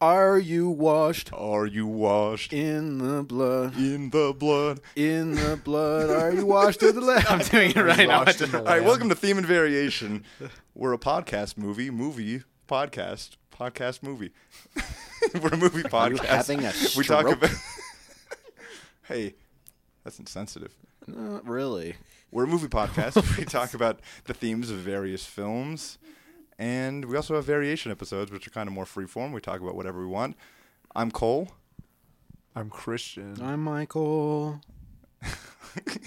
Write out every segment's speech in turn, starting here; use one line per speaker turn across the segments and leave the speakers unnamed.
Are you washed
Are you washed
in the blood?
in the blood?
In the blood, are you washed in the lamb? I'm doing it right now.
washed in the
All right,
lamb.
welcome to Theme and Variation. We're a podcast movie, movie, podcast, podcast movie. We're a movie podcast.
you having a
we talk
stroke?
about. hey, that's insensitive.
Not really.
We're a movie podcast. we talk about the themes of various films, and we also have variation episodes, which are kind of more freeform. We talk about whatever we want. I'm Cole.
I'm Christian.
I'm Michael.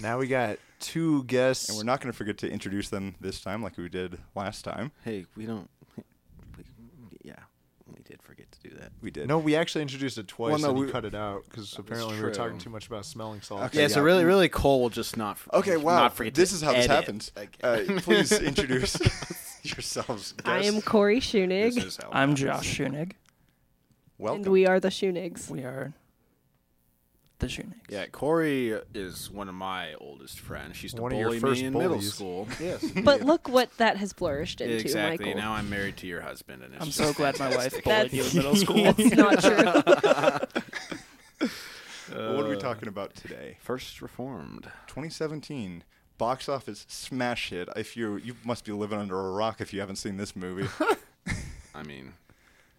Now we got two guests.
And we're not going to forget to introduce them this time, like we did last time.
Hey, we don't. We, yeah, we did forget to do that.
We did.
No, we actually introduced it twice
Well, no,
and we
we-
cut it out because apparently we were
true.
talking too much about smelling salts.
Okay, Yeah, so yeah.
really, really, Cole will just not.
Okay, wow. this is how this happens. Uh, please introduce yourselves.
I
guests.
am Corey
This
Schunig,
Oh, is how it
I'm
happens.
Josh Schunig.
Welcome.
and we are the Schunigs.
We are the Schunigs.
Yeah, Corey is one of my oldest friends. She used to
One of your
bully
first
me in middle
bullies.
school. yes,
But look what that has flourished into,
exactly.
Michael.
Now I'm married to your husband, and it's
I'm
just
so glad my wife
fantastic.
bullied you in middle school.
That's not true.
Well, what are we talking about today?
First reformed.
2017 box office smash hit. If you you must be living under a rock if you haven't seen this movie.
I mean,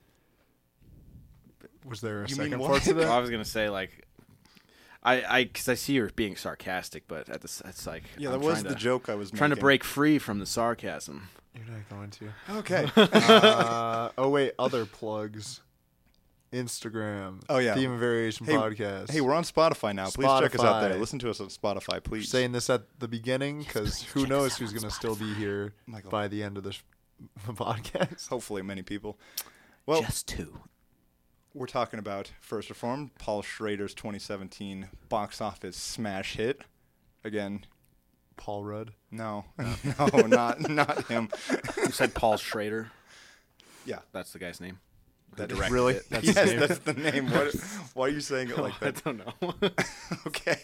Was there a
You mean
second
what?
part to
I
that?
was gonna say like, I, I, because I see you're being sarcastic, but at the, it's like,
yeah,
I'm
that was
trying
the
to-
joke I was
Trying to
making.
break free from the sarcasm.
You're not going to.
Okay.
Uh, oh wait, other plugs. Instagram.
Oh, yeah.
Theme and Variation
Hey,
Podcast.
hey, we're on Spotify now. Please check us out there.
Spotify.
Listen to us on Spotify, please.
saying this at the beginning because who knows who's gonna still be here
Michael.
by the end of the sh- podcast.
Hopefully, many people. Well,
Just two.
We're talking about First Reformed, Paul Schrader's 2017 box office smash hit. Again,
Paul Rudd.
no, no, not not him.
You said Paul Schrader.
Yeah,
That's the guy's name.
that
directed
really
it.
that's
his
yes,
name.
that's the name. What, why are you saying it like that?
don't know.
Okay,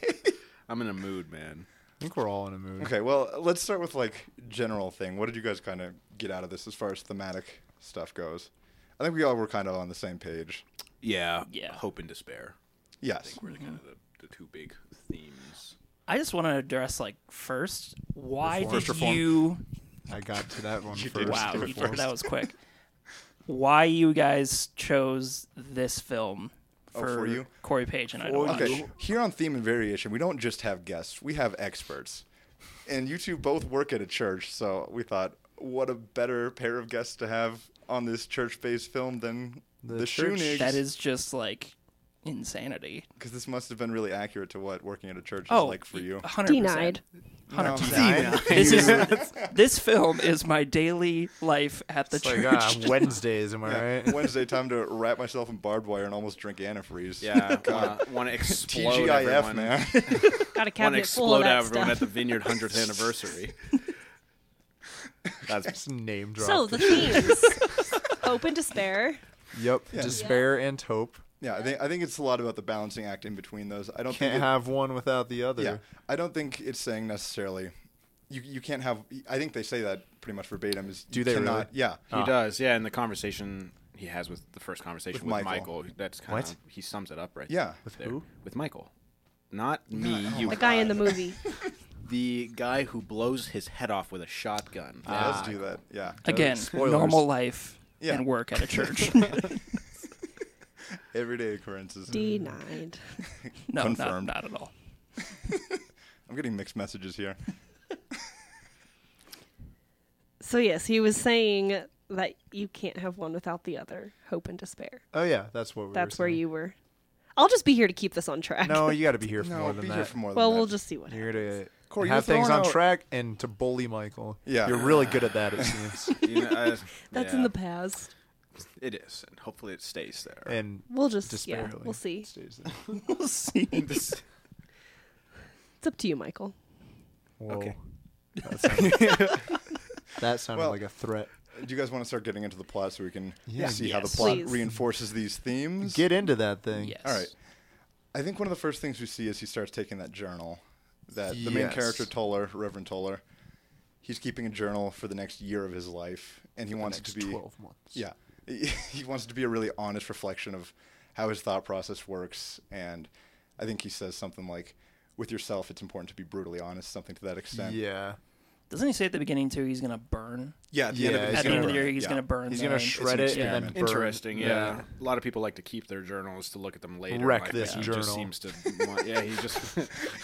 I'm in a mood, man.
I think we're all in a mood.
okay. Well, let's start with like general thing. What did you guys kind of get out of this as far as thematic stuff goes? I think we all were kind of on the same page.
Yeah.
Yeah.
Hope and despair.
Yes.
Were the kind of the, the two big themes.
I just want to address, like, first, why
First
did
reform.
you...
I got to that one
You
first.
did
Wow,
do it
you-
first.
that was quick. Why you guys chose this film
Oh,
for,
for you?
Corey Page and I don't watch.
Okay, here on Theme and Variation, we don't just have guests, we have experts. And you two both work at a church, so we thought, what a better pair of guests to have on this church based film than the,
The
the
church-
That is just, like, insanity.
Because this must have been really accurate to what working at a church is
Oh,
like for you.
100%.
Denied.
100%.
Denied.
This, is, this film is my daily life at the
It's
church.
like ah, Wednesdays, am I right?
Wednesday, time to wrap myself in barbed wire and almost drink antifreeze.
Yeah. Want to explode
TGIF,
everyone.
man.
Got a
Want to
cabinet full of
explode
that
everyone
stuff.
at the Vineyard hundredth anniversary. That's
Just name drop.
So the themes: hope and despair,
yep, despair and hope.
yeah, I think I think it's a lot about the balancing act in between those. I don't think
Can't
it-
have one without the other.
Yeah, I don't think it's saying necessarily. You you can't have. I think they say that pretty much verbatim. Is
Do
you
they
cannot,
really?
Yeah.
Ah.
he does. Yeah. In the conversation he has with the first conversation
With
with,
Michael.
Michael. that's kind
What?
of he sums it up right.
Yeah.
With
who?
With Michael. Not me. you.
the guy in the movie.
the guy who blows his head off with a shotgun.
Yeah,
Ah.
let's do that. Yeah.
Again,
Spoilers.
normal life
Yeah.
and work at a church.
everyday occurrences. Mm-hmm.
Denied.
no,
Confirmed.
Not, not at all.
I'm getting mixed messages here.
So yes, he was saying that you can't have one without the other. Hope and despair.
Oh yeah, that's what we.
That's
were
where
saying.
you were. I'll just be here to keep this on track.
No, you got to be here for
No,
more
be
than
here
that.
for more than
well, we're
that.
we'll just see what. happens.
You're to
Corey,
have
you're
things
throwing
on
out-
track and to bully Michael.
Yeah.
you're really good at that. It seems.
You know, I-
That's
yeah.
in the past.
It is, and hopefully it stays there.
and
We'll just
despair.
yeah. We'll see.
Stays there.
We'll see.
It's up to you, Michael.
Whoa.
Okay.
That sounded, that sounded
Well-
like a threat.
Do you guys want to start getting into the plot so we can
Yeah.
see how the
Yes.
plot
Please.
reinforces these themes?
Get into that thing.
Yes.
All right. I think one of the first things we see is he starts taking that journal that the main
Yes.
character Toller, Reverend Toller, he's keeping a journal for the next year of his life, and he wants
Next
to be
twelve months.
Yeah. he wants it to be a really honest reflection of how his thought process works and i think he says something like with yourself it's important to be brutally honest something to that extent
Yeah.
Doesn't he say at the beginning too? He's gonna burn.
yeah at the end of
Yeah,
it,
He's
at the end of the
gonna
year,
burn.
he's
Yeah.
gonna burn.
He's
the
gonna
ring.
shred
It's
it
an
and then burn.
Interesting, yeah. A lot of people like to keep their journals to look at them later.
Wreck
like,
this
but he
journal.
Just seems to want, yeah, he just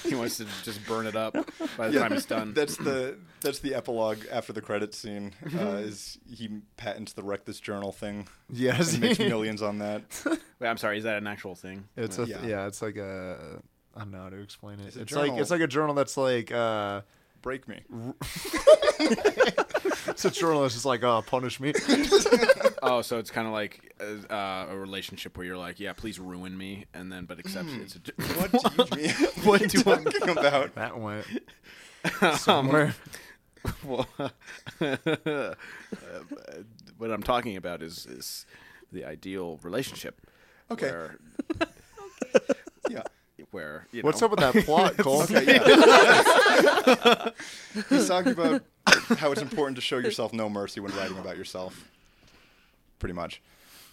he wants to just burn it up by the time it's done.
That's the that's the epilogue after the credit scene. Uh,
Mm-hmm.
is he patents the wreck this journal thing?
Yes.
and makes millions on that.
Wait, I'm sorry, is that an actual thing?
It's a
Yeah.
yeah. It's like a I don't know how to explain it. It's,
a
like
journal.
it's like a journal that's like uh,
Break me.
it's a journal that's just like oh punish me.
Oh, so it's kind of like uh, uh, a relationship where you're like, yeah, please ruin me, and then but except
Mm.
it's a,
What do you mean? what are you talking about?
that went
Um,
somewhere.
well, uh, what I'm talking about is is the ideal relationship.
Okay.
Where,
Yeah.
where you
What's
know,
up with that plot, Cole?
Okay. Yeah. He's talking about how it's important to show yourself no mercy when writing about yourself. Pretty much,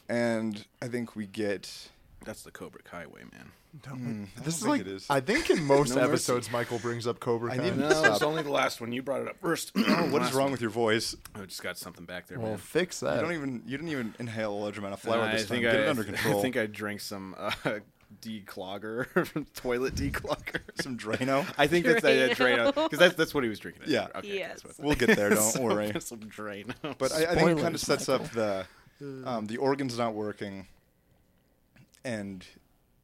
and I think we get.
That's the Cobra Kai way, man.
Mm, I
This is
don't
like
think it is.
I think in most
No mercy.
episodes Michael brings up Cobra
I
Kai.
need-
No, it's only the last one. You brought it up first. oh,
what is wrong with your voice?
I Oh, just got something back there.
Well,
man.
fix that.
You don't even. You didn't even inhale a large amount of flour
Uh,
this time. Get
I,
it under
th-
control.
I think I drank some uh, declogger, toilet declogger.
Some Drano.
I think that's that uh, Drano because that's that's what he was drinking.
Yeah.
Okay, that's
Yes.
what-
We'll get there. Don't
some-
worry.
Some Drano.
But I, I think it kind of
Spoilers,
sets up the um, the organs not working, and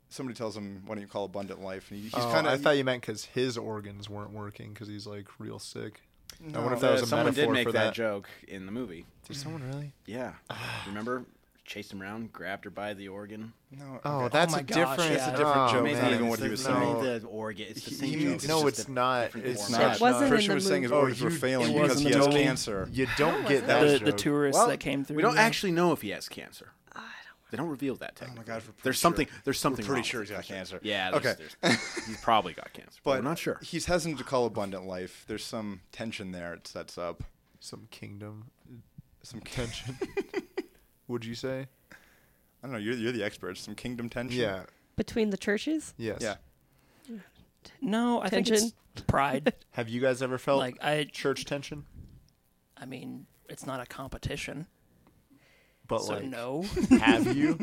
somebody tells him, "Why don't you call abundant life?" And he, he's
Oh,
kind of.
I thought you meant because his organs weren't working because he's like real sick. I wonder if
Uh,
that was a
someone
metaphor
did make
for
that
that.
joke in the movie.
Did someone really?
Yeah. Remember? Chased him around, grabbed her by the organ.
No,
Oh,
okay.
that's
my
a
gosh,
different.
yeah. It's a different
oh,
joke.
man.
It's not even what he was saying.
The organ. It's the same
he
joke.
means-
no,
just
it's
a
not.
different
It's
form.
It's not.
It wasn't
Christian
in
was
the
saying his
movie.
organs
Oh,
were
you-
failing
it
because he
wasn't
has
in the movie.
cancer.
You don't get that.
The,
joke.
the tourists
Well,
that came through.
We don't
yeah.
actually know if he has cancer. They don't reveal that. Technically.
Oh gosh, we're pretty
there's something.
sure-
There's something.
pretty
wrong
sure
with
he's got
him.
cancer.
Yeah. There's,
Okay.
There's, he's probably got cancer, but,
But
we're not sure.
He's hesitant to call abundant life. There's some tension there. It sets up
Some kingdom
some. Ki-
tension. Would you say?
I don't know. You're you're the expert. Some kingdom tension.
Yeah.
Between the churches?
Yes.
Yeah.
No, I think it's
Tension.
pride.
Have you guys ever
Oh.
felt
like I,
church tension?
I mean, it's not a competition.
But
So
like,
no,
have you?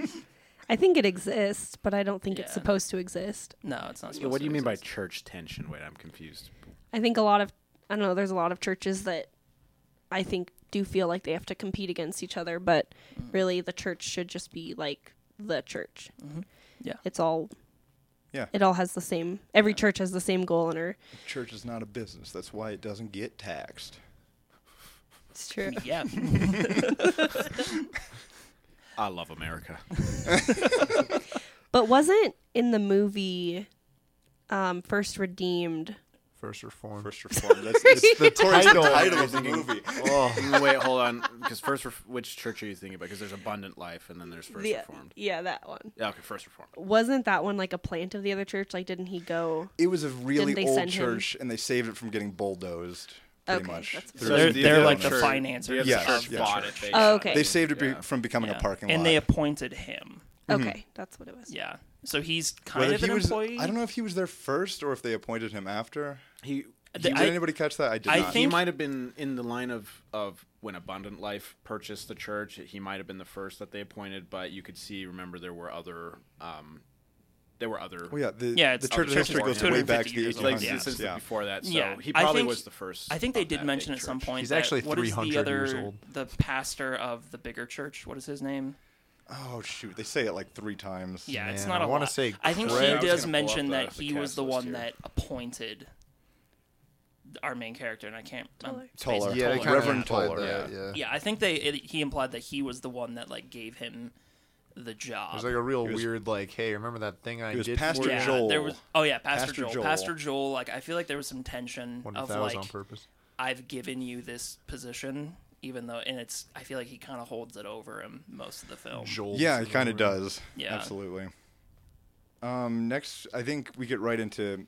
I think it exists, but I don't think
Yeah.
it's supposed to exist.
no, it's not.
Yeah, what
supposed
do you
to
mean by
exist.
church tension? Wait, I'm confused.
I think a lot of I don't know, there's a lot of churches that I think do feel like they have to compete against each other, but really the church should just be like the church.
Yeah.
It's all
Yeah.
It all has the same every church has the same goal and her
Church is not a business. That's why it doesn't get taxed.
it's true.
Yeah,
I love America.
But wasn't in the movie um First Redeemed
First reform.
First reform. That's, that's the
title.
title of the movie.
oh,
Wait, hold on. Because first, ref- which church are you thinking about? Because there's abundant life, and then there's first
uh,
the,
reformed.
Yeah, that one.
Yeah, okay, first reformed.
Wasn't that one like a plant of the other church? Like didn't he go
It was a really
they
old
send him-
church, and they saved it from getting bulldozed. Pretty
Okay,
much.
that's-
So they're-
the
they're
other
like the
church-
financers
the other
Yes,
church
yes.
bought it, they
Oh,
shot
okay.
it.
They saved it be-
Yeah.
from becoming
Yeah.
a parking
and
lot.
they appointed him.
Okay, that's what it was.
Yeah, so he's kind
Whether
of
he
an
was,
employee.
I don't know if he was there first or if they appointed him after.
He,
The-
did
I-
anybody catch that? I did
I
not.
think-
he might have been in the line of, of when Abundant Life purchased the church. He might have been the first that they appointed, but you could see, remember, there were other, um, there were other.
Well, yeah, the,
Yeah, it's-
the church
the church
history
is
goes way back
250
to the
years old.
like
1800s.
Yeah.
since
yeah.
before that, so
Yeah,
he
I
probably
think-
was the first.
I think they
on
did
that
mention
big
at some
church.
point.
He's
that-
actually
what is
300
the other,
years old.
The pastor of the bigger church. What is his name?
Oh shoot, they say it like three times.
Yeah, it's
Man,
not
I
a
wanna
lot.
say
I think
Greg. I was
he does
gonna pull
mention
up the-
that
the
he was
cast
the
list
one
here.
that appointed our main character, and I can't. I'm
Toller.
spacing-
Toller.
yeah, they
Toller.
kinda
Reverend
implied
Toller.
that, Yeah.
Yeah, I think they it, he implied that he was the one that like gave him the job.
It was like a real
was-
weird, like, hey, remember that thing I
He was
did
Pastor
for you?
yeah,
Joel.
there was oh yeah, Pastor,
Pastor
Joel.
Joel.
Pastor Joel. Like I feel like there was some tension
Wonder if
of
that was
like
on purpose.
I've given you this position, even though, and it's I feel like he kind of holds it over him most of the film.
Joel.
Yeah, it kind of does.
Yeah.
absolutely. Um, next, I think we get right into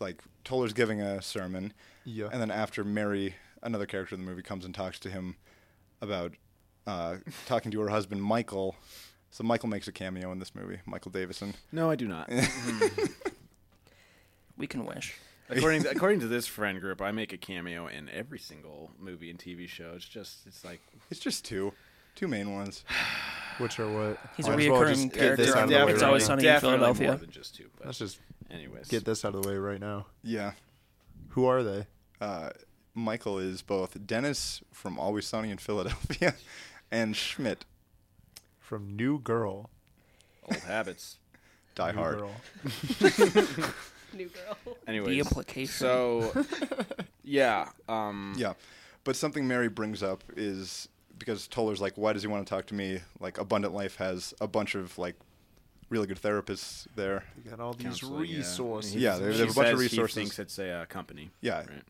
like Toller's giving a sermon.
Yeah.
And then after Mary, another character in the movie, comes and talks to him about uh, talking to her husband Michael. So Michael makes a cameo in this movie. Michael Davison.
No, I do not.
We can wish.
according to, according to this friend group, I make a cameo in every single movie and TV show. It's just it's like
It's just two, two main ones.
Which are what?
He's
Might
a
as well
reoccurring
just get
character
this
on
out of the way
It's
right
Always
now.
Sunny in
definitely
Philadelphia.
more than just two. But
Let's just
anyways,
get this out of the way right now.
Yeah.
Who are they?
Uh, Michael is both Dennis from Always Sunny in Philadelphia and Schmidt,
From New Girl.
old habits.
Die
New
Hard.
Girl.
New girl.
Anyways,
The implication.
So yeah, um,
Yeah. But something Mary brings up is because Toller's like, why does he want to talk to me? Like, Abundant Life has a bunch of, like, really good therapists there.
They got all these
Counseling, yeah.
resources.
Yeah, they-
she
they have a bunch of
says
resources.
He thinks it's a uh, company.
Yeah.
Right.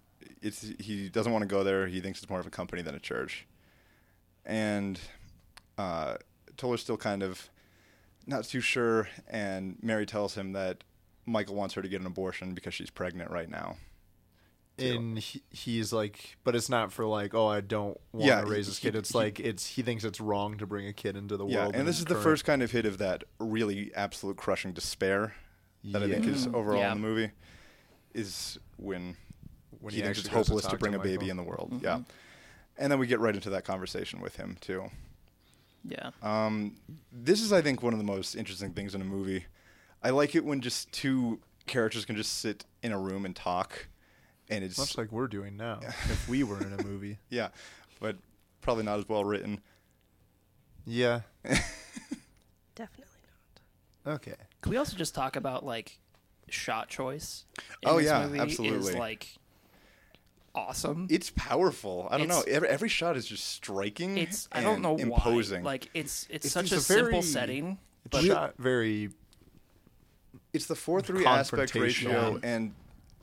It's, he doesn't want to go there. He thinks it's more of a company than a church. And uh, Toller's still kind of not too sure. And Mary tells him that Michael wants her to get an abortion because she's pregnant right now.
and he, he's like, but it's not for like, oh, I don't want
Yeah,
to raise this
he-
kid. It's like it's he thinks it's wrong to bring a kid into the
Yeah,
world.
and this
in
is the
current-
first kind of hit of that really absolute crushing despair that I think
Yeah.
is overall
Yeah.
in the movie is when,
When
he,
he
thinks it's
actually goes to
hopeless to,
talk to
bring a baby
Michael.
in the world. Yeah. And then we get right into that conversation with him too.
Yeah.
Um, this is, I think, one of the most interesting things in a movie. I like it when just two characters can just sit in a room and talk, and it's
much like we're doing now. if we were in a movie,
yeah, but probably not as well written.
yeah,
Definitely not.
okay.
Can we also just talk about like shot choice? in
Oh,
this
yeah,
movie
absolutely.
Is like awesome.
It's powerful. I don't know.
It's-
Every, every shot is just striking.
it's I
and
don't know
imposing.
why. Like it's it's,
It's
such a
just a very-
simple setting,
It's
but
shot very
It's the four three aspect ratio,
Confrontational.
and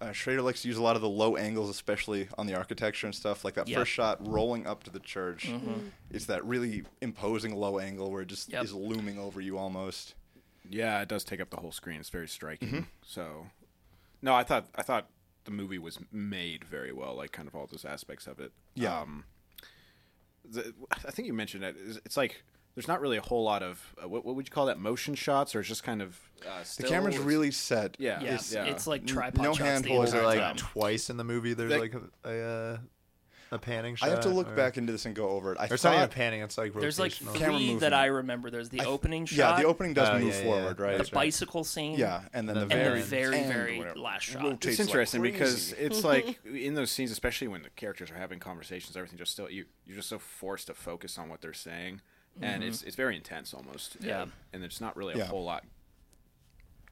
uh, Schrader likes to use a lot of the low angles, especially on the architecture and stuff. Like that
Yep.
first shot rolling up to the church, it's that really imposing low angle where it just
Mm-hmm. Yep.
is looming over you almost.
Yeah, it does take up the whole screen. It's very striking.
Mm-hmm.
So, no, I thought I thought the movie was made very well. Like kind of all those aspects of it.
Yeah.
Um, the, I think you mentioned it. It's- It's like there's not really a whole lot of uh, what, what would you call that? Motion shots, or it's just kind of uh,
The
still-
camera's really set.
yeah,
yeah, it's,
yeah.
it's like
N-
tripod
no
shots. the
handholds
was it
entire
like
time.
twice in the movie? There's
That-
like a a, a panning shot.
I have to look
or-
back into this and go over it. I
Uh, Or it's not even
thought,
panning. It's like
There's like
rotational.
Camera
three
movement.
that I remember. There's the
I-
opening
yeah,
shot,
the opening does
Oh,
move
yeah, yeah,
forward,
yeah.
right?
the bicycle scene,
Yeah, and then
And
the
and
very
the very
end,
very
whatever,
last shot.
rotates
it's
like
interesting because
crazy.
it's like in those scenes, especially when the characters are having conversations, everything just still you you're just so forced to focus on what they're saying, and it's it's very intense almost.
Yeah.
and, and there's not really a
Mm-hmm. Yeah.
whole lot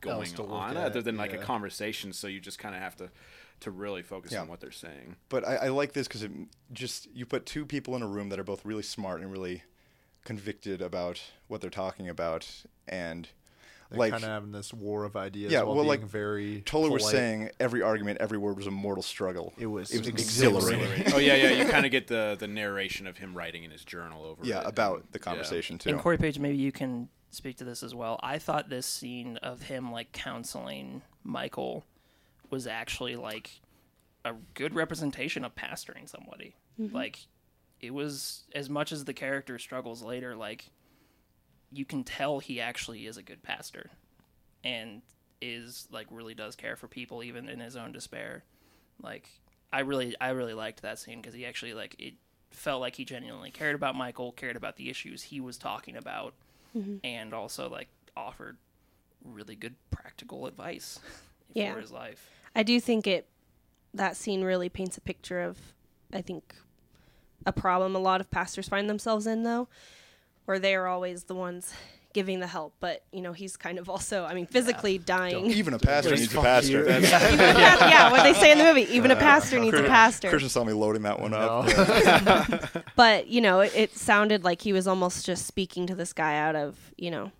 Else
going
to look
on
at,
other than like a
yeah.
conversation. So you just kind of have to to really focus
Yeah.
on what they're saying.
but I, I like this because it just you put two people in a room that are both really smart and really convicted about what they're talking about, and
They're
like
kind of having this war of ideas.
Yeah,
while
well,
being
like,
very
Toller was
polite.
saying, every argument, every word was a mortal struggle.
It was
exhilarating.
oh yeah, yeah. You kind of get the the narration of him writing in his journal over.
yeah,
it.
about the conversation too.
And Corey Page, maybe you can speak to this as well. I thought this scene of him like counseling Michael was actually like a good representation of pastoring somebody. Like it was as much as the character struggles later, like you can tell he actually is a good pastor and is like really does care for people even in his own despair. Like I really I really liked that scene cuz he actually like it felt like he genuinely cared about Michael, cared about the issues he was talking about and also like offered really good practical advice
Yeah.
for his life.
I do think it that scene really paints a picture of I think a problem a lot of pastors find themselves in though, where they are always the ones giving the help, but you know, he's kind of also I mean physically dying.
Even a pastor
Just
needs a
fuck
pastor.
you.
That's-
yeah, yeah, what they say in the movie. Even a pastor needs a pastor.
Christian saw me loading that one up.
No.
But, you know, it, it sounded like he was almost just speaking to this guy out of, you know,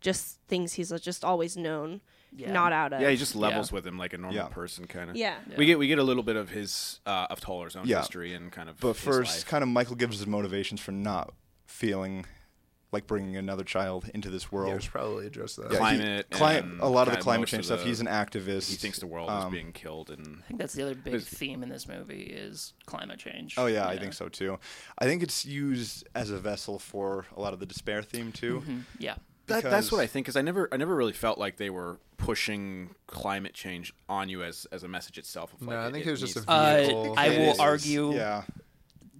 just things he's just always known,
Yeah.
not out of.
Yeah, he just levels
Yeah.
with him like a normal
Yeah.
person, kind of.
Yeah.
we get we get a little bit of his uh, of Toller's own
Yeah.
history and kind of.
But
his
first,
life.
kind of Michael gives his motivations for not feeling like bringing another child into this
Yeah, we
world.
should probably address that.
Yeah, he-
Climate
clim-
and
a lot of
kind
the
of
climate
most
change
of
stuff.
the-
he's an activist.
He thinks the world is
um,
being killed, and
I think that's the other big
It's-
theme in this movie is climate change.
Oh yeah, I think so too. I think it's used as a vessel for a lot of the despair theme too.
Yeah.
that, that's what
because-
I think. Because I never, I never really felt like they were pushing climate change on you as as a message itself. Of like,
No, I think it was just a
needs-
Uh,
vehicle.
I
It
will
is-
argue
Yeah,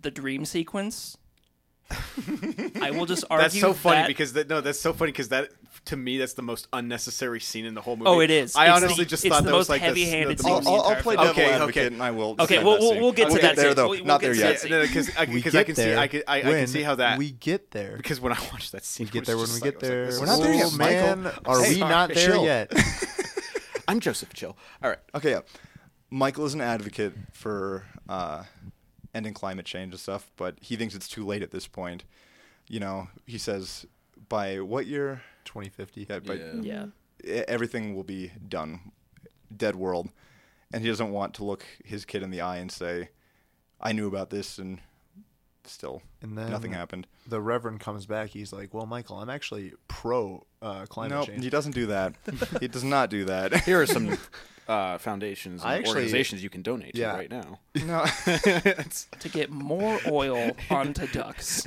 the dream sequence. I will just argue
That's so funny
that-
because that, no, that's so funny because that to me that's the most unnecessary scene in the whole movie.
Oh, it is.
I
It's
honestly
the-
just
it's
thought
the
that was
most
like the-
heavy-handed
the-
scene.
I'll, I'll, I'll play
Okay,
devil
okay.
advocate, and I will.
Okay,
defend
we'll-
that
we'll-
scene.
we'll get to that
there
scene.
though.
We- we'll
Not
get
there
to
yet.
that scene.
because I,
We
because
get
I can
there
see I can I, I can
when
see how that
we get there.
because when I watched that scene,
We get there when we get there.
We're
We're not there
oh,
yet, Michael.
man, are
Hey,
we not there
chill.
yet?
I'm Joseph Chill. All right.
Okay, yeah. Michael is an advocate for uh, ending climate change and stuff, but he thinks it's too late at this point. You know, he says by what year?
2050.
Yeah, by
Yeah.
Yeah.
e- everything will be done, dead world, and he doesn't want to look his kid in the eye and say, "I knew about this," and still
And then
nothing happened.
The Reverend comes back. He's like, "Well, Michael, I'm actually pro uh, climate
No,
change."
he doesn't do that. he does not do that.
Here are some uh, foundations and
I actually-
organizations you can donate
Yeah.
to right now.
no.
To get more oil onto ducks.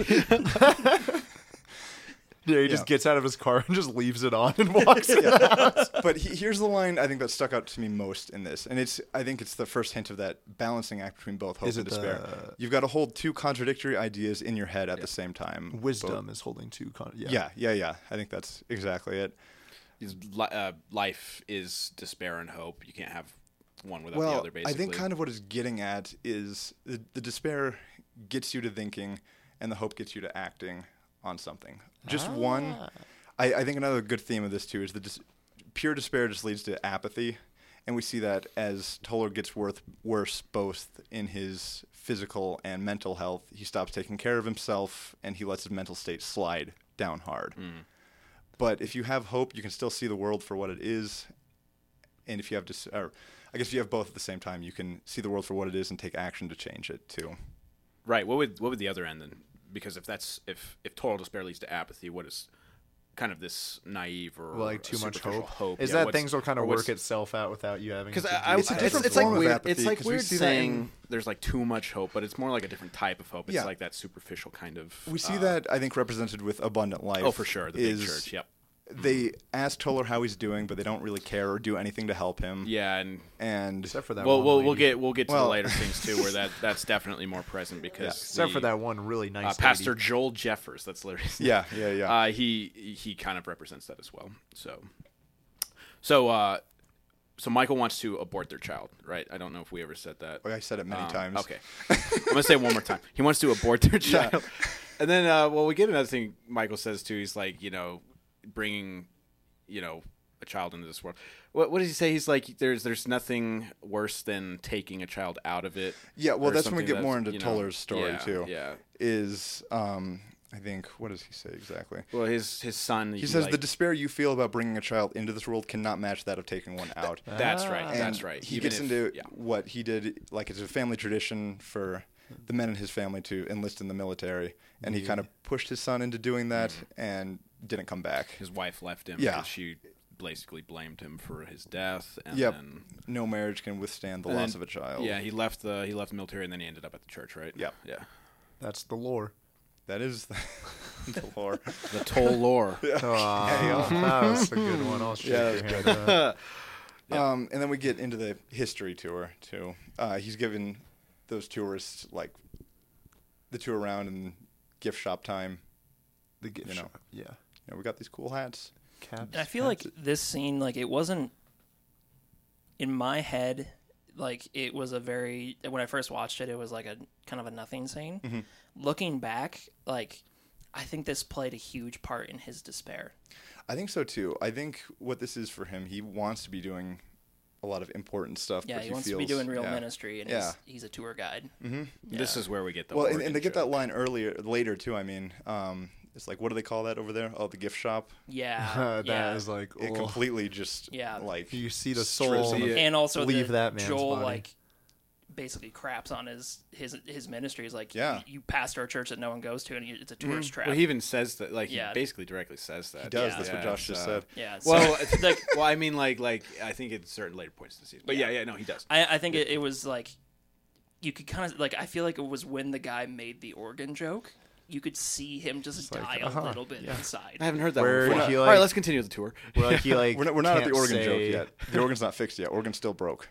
Yeah, he just gets out of his car and just leaves it on and walks. yeah.
but he, here's the line I think that stuck out to me most in this, and it's I think it's the first hint of that balancing act between both hope
Is
and
it uh,
despair.
the-
You've got to hold two contradictory ideas in your head at the same time.
Wisdom is holding two. Con- yeah.
Both- yeah, yeah, yeah. I think that's exactly it.
Is li- uh, life is despair and hope. You can't have one without the
Well,
other.
I
Basically,
think kind of what it's getting at is the, the despair gets you to thinking, and the hope gets you to acting on something. Just one. I, I think another good theme of this too is the dis- pure despair just leads to apathy, and we see that as Toller gets worth, worse, both in his physical and mental health. He stops taking care of himself, and he lets his mental state slide down hard.
Hmm.
But if you have hope, you can still see the world for what it is, and if you have dis- or I guess if you have both at the same time, you can see the world for what it is and take action to change it too.
right. What would what would the other end then? Because if that's if if total despair leads to apathy, what is kind of this naive or
Like too much
superficial
hope.
hope?
Is
yeah,
that
what's-
things will kind
or
of
what's-
work itself out without you having?
Because
to
I, I,
do
it's,
something.
different
it's like
form of
weird.
apathy,
it's like
'cause we
weird
see that
saying
in-
there's like too much hope, but it's more like a different type of hope. It's
Yeah.
like that superficial kind of.
We see
uh,
that I think represented with abundant life.
Oh, for sure, the
is
big church. Yep.
They ask Toller how he's doing, but they don't really care or do anything to help him.
Yeah, and
And
except for that.
well,
one
we'll, we'll
lady.
get we'll get to
Well-
the later things too, where that that's definitely more present because
Except for
the,
that one really
uh,
nice
Pastor
lady.
Joel Jeffers. That's literally
yeah, yeah, yeah.
Uh, he he kind of represents that as well. So so uh, so Michael wants to abort their child, right? I don't know if we ever said that.
Like I said it Oh, many
Um,
times.
Okay. I'm gonna say it one more time. He wants to abort their child, and then uh, well, we get another thing Michael says too. He's like, you know, bringing, you know, a child into this world. What, what does he say? He's like, there's there's nothing worse than taking a child out of it.
Yeah, well,
or
that's when we
something
get more
that's,
into
you know-
Toller's story
yeah,
too.
Yeah.
Is um, I think what does he say exactly?
Well, his his son.
He says
like,
the despair you feel about bringing a child into this world cannot match that of taking one out.
That's right.
Ah. And
Oh, That's right.
He
Even
gets
if-
into
yeah.
what he did. Like it's a family tradition for the men in his family to enlist in the military, and
Mm-hmm.
he kind of pushed his son into doing that and didn't come back.
his wife left him.
Yeah.
because she basically blamed him for his death. And
Yep.
Then,
No marriage can withstand the
and
loss
then-
of a child.
Yeah, he left the he left the military and then he ended up at the church, right?
Yep.
Yeah.
That's the lore.
that is the, the lore.
The toll lore.
Oh, that was a good one. I'll shake
Yeah,
your hand. uh, for that.
Um, and then we get into the history tour too. Uh, he's given those tourists like the tour around and gift shop time.
The gift
You know.
shop. Yeah.
You know, we got these cool hats.
Caps.
And I feel like this scene, like it wasn't in my head, like it was a very when I first watched it, it was like a kind of a nothing scene. Looking back, like I think this played a huge part in his despair.
I think so too. I think what this is for him, he wants to be doing a lot of important stuff.
Yeah,
but
he,
he,
wants
feels,
to be doing real
yeah.
ministry, and he's, he's a tour guide.
This is where we get the
Well, and,
organ
and they get that
joke.
line earlier, later too. I mean, um, it's like what do they call that over there? Oh, the gift shop.
Yeah,
Uh, that
yeah.
is like
It
oh,
completely just
Yeah.
like
you see the
strips
soul.
him of-
Yeah.
and also
Leave
the
that man's
Joel
body.
like basically craps on his his his ministry. He's like,
Yeah.
you, you pastor a church that no one goes to, and you, it's a tourist trap.
Well, he even says that. Like
Yeah.
he basically directly says that. He
does. That's what Josh just said.
yeah. So
Well, it's like, well, I mean, like, like I think at certain later points in the season, but yeah, yeah, no, he does.
I, I think it, it was like you could kind of like I feel like it was when the guy made the organ joke. You could see him just die
like,
a
uh-huh,
little bit inside.
I haven't heard that
Where
one
he,
before. All
like-
right, let's continue the tour.
Where, like, he, like,
We're not, we're not at the
can't
organ
say-
joke yet. The organ's not fixed yet. Organ's still broke.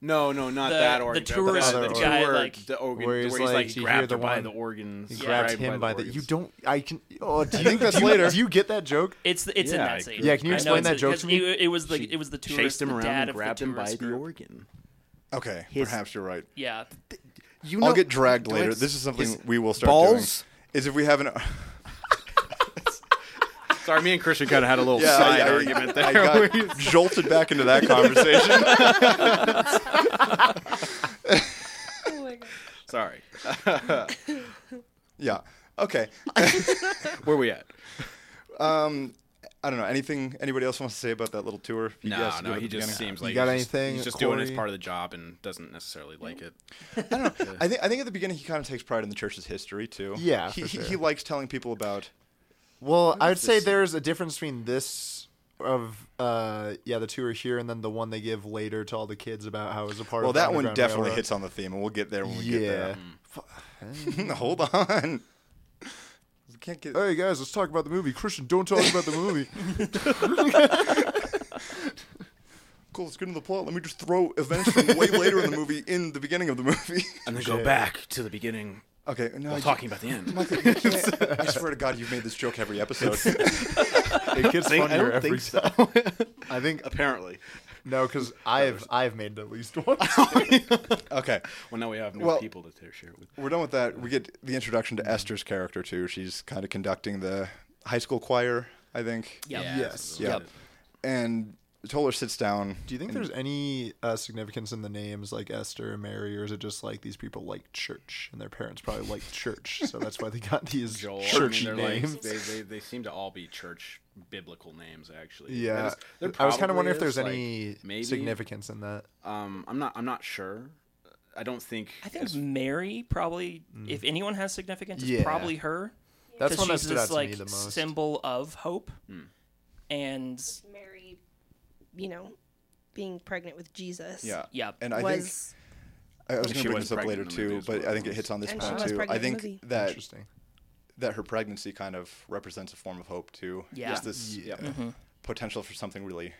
No, no, not
The-
that
the
organ.
tourist
the, the
guy,
tour,
like-
the organ,
Where he's
where he's
like,
like,
you hear
grabbed
the
her by
one-
the organs.
he
grabbed
grabbed
him by the.
organs.
You don't. I can. Oh, do you
think that's
do you-
later.
Do you get that joke?
It's it's in
Yeah, I
that scene.
agree.
Yeah, can you
I know
explain
it's-
that joke
because
to me?
It, it was the it was the tourist,
chased him
the
around
dad
and
of
grabbed
the
him by
tourist
the
group.
organ.
Okay, perhaps you're right.
Yeah,
You
I'll
know-
get dragged
Do
later.
it's-
This is
his
something we will start
balls?
doing. Is if we have an
Sorry, me and Christian kind of had a little
yeah,
side
I, I-
argument
I
there.
got jolted back into that conversation.
Oh my god.
Sorry,
yeah. Okay.
where we at?
Um, I don't know. Anything anybody else wants to say about that little tour? You
No,
guys do
no,
it at
he
the
just
beginning?
seems like
got
he's just-
anything,
He's just doing his
Corey?
part of the job and doesn't necessarily like it.
I think I think at the beginning he kind of takes pride in the church's history too.
Yeah,
He,
for
he,
sure.
he likes telling people about.
Well, I would say there's a difference between this of uh yeah the tour here and then the one they give later to all the kids about how it was a part
Well,
of the
that one
Underground
definitely
Railroad.
hits on the theme, and we'll get there when we
yeah
get there. Hold on. We can't get.
hey guys let's talk about the movie christian don't talk about the movie
Cool. Let's get into the plot. Let me just throw events from way later in the movie in the beginning of the movie.
And then go back to the beginning
okay. No, I,
while talking about the end.
Michael, you can't- I swear to God, you've made this joke every episode.
it gets
Think-
funnier
I don't
every
think so.
time i think
Apparently.
no because i've i've made it at least one
okay.
Well, now we have new
Well-
people to t- share it with.
We're done with that. We get the introduction to Esther's character too. She's kind of conducting the high school choir, I think.
yeah.
yes
Yeah. And Toller sits down.
do you think there's any uh, significance in the names like esther and mary or is it just like these people like church and their parents probably like church so that's why they got these
Joel.
churchy
I mean, they're
names
Like, they, they, they seem to all be church biblical names, actually.
Yeah,
That is- there
I was
probably
kind of wondering if
is,
there's
like,
any
maybe.
significance in that.
Um, I'm not. I'm not sure. I don't think.
I think Mary probably, if anyone has significance, it's
Mm. Yeah.
probably her.
That's
'Cause
one that
she's
stood
this,
out to
like,
me the most. Mm.
Symbol of hope, and
Mary, you know, being pregnant with Jesus.
Yeah.
yeah,
And I think
was
I was going
She
to bring
was
this up
pregnant in the
later
movie
too,
as
but
well.
I think it hits on this
And she
point
was
too. I
pregnant in the
think
movie.
that
Interesting.
that her pregnancy kind of represents a form of hope too.
Yeah.
Just this
Yeah.
uh,
Mm-hmm.
potential for something really